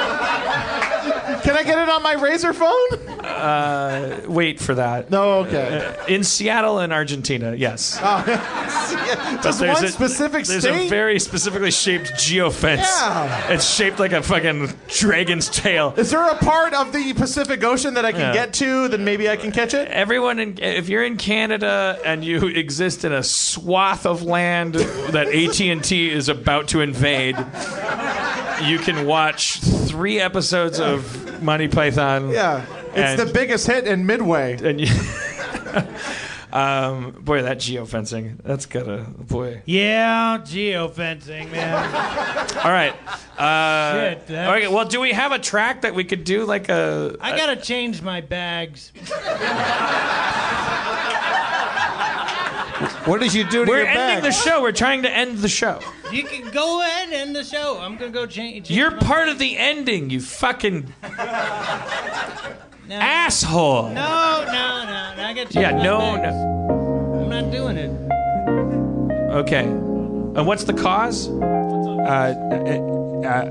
Can I get it on my razor phone?
Uh, wait for that. Uh,
No, okay.
In Seattle and Argentina, yes.
Oh,
But
just
there's
one
a-
specific
there's
state.
a very specifically shaped geofence.
Yeah.
It's shaped like a fucking dragon's tail.
Is there a part of the Pacific Ocean that I can
Yeah.
get to? Then maybe I can catch it.
Everyone, in, if you're in Canada and you exist in a swath of land that AT and T is about to invade, you can watch three episodes of Monty Python.
Yeah, it's
And-
the biggest hit in Midway.
and you, um, boy, that geofencing. That's gotta boy.
Yeah, geofencing, man.
All right. Uh,
Shit, that's-
okay. Well, do we have a track that we could do like a?
I gotta change my bags.
What did you do to
We're
your
ending
bag?
the show. We're trying to end the show.
You can go ahead and end the show. I'm gonna go change. change
You're
my-
part of the ending. You fucking
no,
asshole.
No, no, no, no. I gotta change
Yeah.
my
No.
bags.
No.
I'm not doing it.
Okay. And what's the cause?
Uh, uh, uh,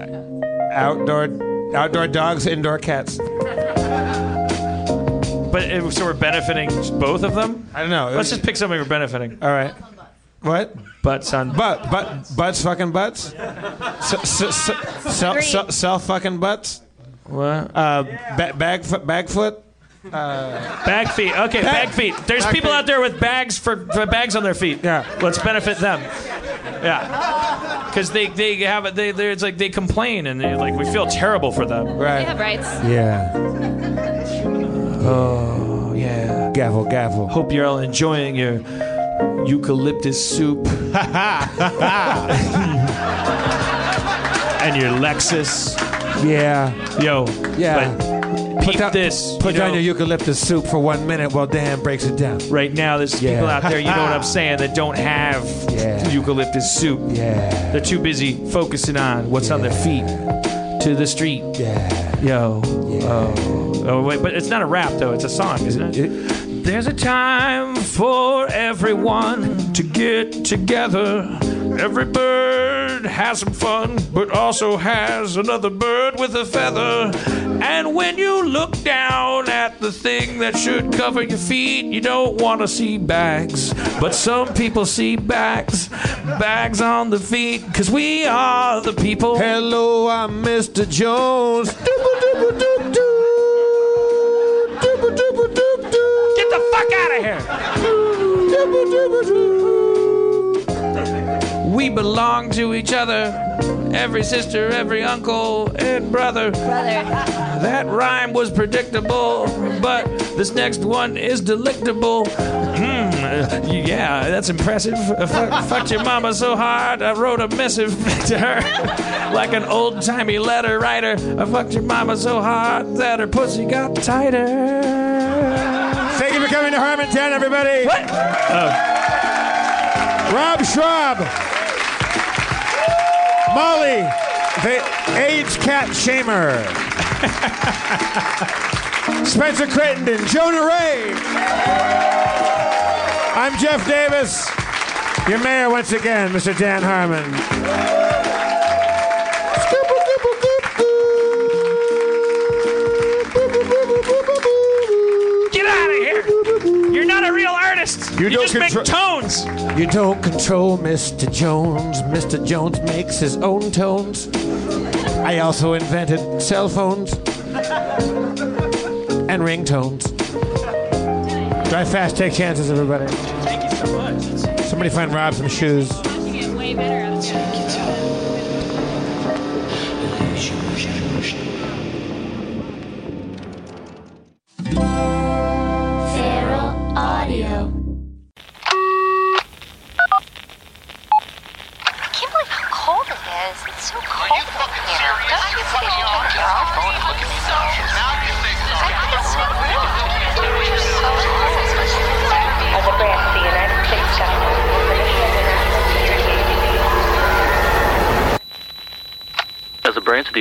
outdoor, outdoor dogs, indoor cats.
But it, so we're benefiting both of them.
I don't know.
Let's just pick something we're benefiting.
All right. What?
Butts on.
Butt, butt, butts, fucking butts. S- s- s- Self,
Green.
self, self, fucking butts.
What? Uh.
Uh, ba- bag, foot, bag foot.
Bag feet. Okay, bag feet. There's
Uh, Bag
people
feet.
out there with bags for, for bags on their feet.
Yeah.
Let's benefit them. Yeah. Because they they have it. They they're- it's like they complain and they like we feel terrible for them.
They
Right.
have rights.
Yeah.
Oh yeah.
Gavel, gavel.
Hope you're all enjoying your eucalyptus soup. and your Lexus.
Yeah.
Yo.
Yeah.
But peep
down-
this.
Put
you
down
know.
your eucalyptus soup for one minute while Dan breaks it down.
Right now, there's
Yeah.
people out there, you know what I'm saying, that don't have
Yeah.
eucalyptus soup.
Yeah.
They're too busy focusing on what's on their feet to the street.
Yeah.
Yo. Oh. oh, wait, but it's not a rap, though. It's a song, isn't it? There's a time for everyone to get together. Every bird has some fun, but also has another bird with a feather. And when you look down at the thing that should cover your feet, you don't want to see bags. But some people see bags, bags on the feet, because we are the people.
Hello, I'm Mr. Jones. Doo-ba-doo-ba-doo-doo. Doo-ba-doo-ba-doo-doo.
Get the fuck out of here! We belong to each other, every sister, every uncle, and brother.
Brother.
That rhyme was predictable, but This next one is delectable. Mm, yeah, that's impressive. Uh, fuck, fucked your mama so hard, I wrote a missive to her like an old timey letter writer. I fucked your mama so hard that her pussy got tighter.
Thank you for coming to Harmontown, everybody. What? Rob Schraub. Molly, the age cat shamer. Spencer Crittenden, Jonah Ray. I'm Jeff Davis. Your mayor once again, Mr. Dan Harmon.
Get out of here! You're not a real artist. You,
don't
just
contro-
make tones.
You don't control Mr. Jones. Mr. Jones makes his own tones. I also invented cell phones and ringtones.
Drive fast, take chances, everybody.
Thank you so much.
Somebody find Rob some shoes.
You get way better at it.
Feral Audio.
I can't believe how cold it is. It's so cold in here. Don't you think you can get off?
As a branch of the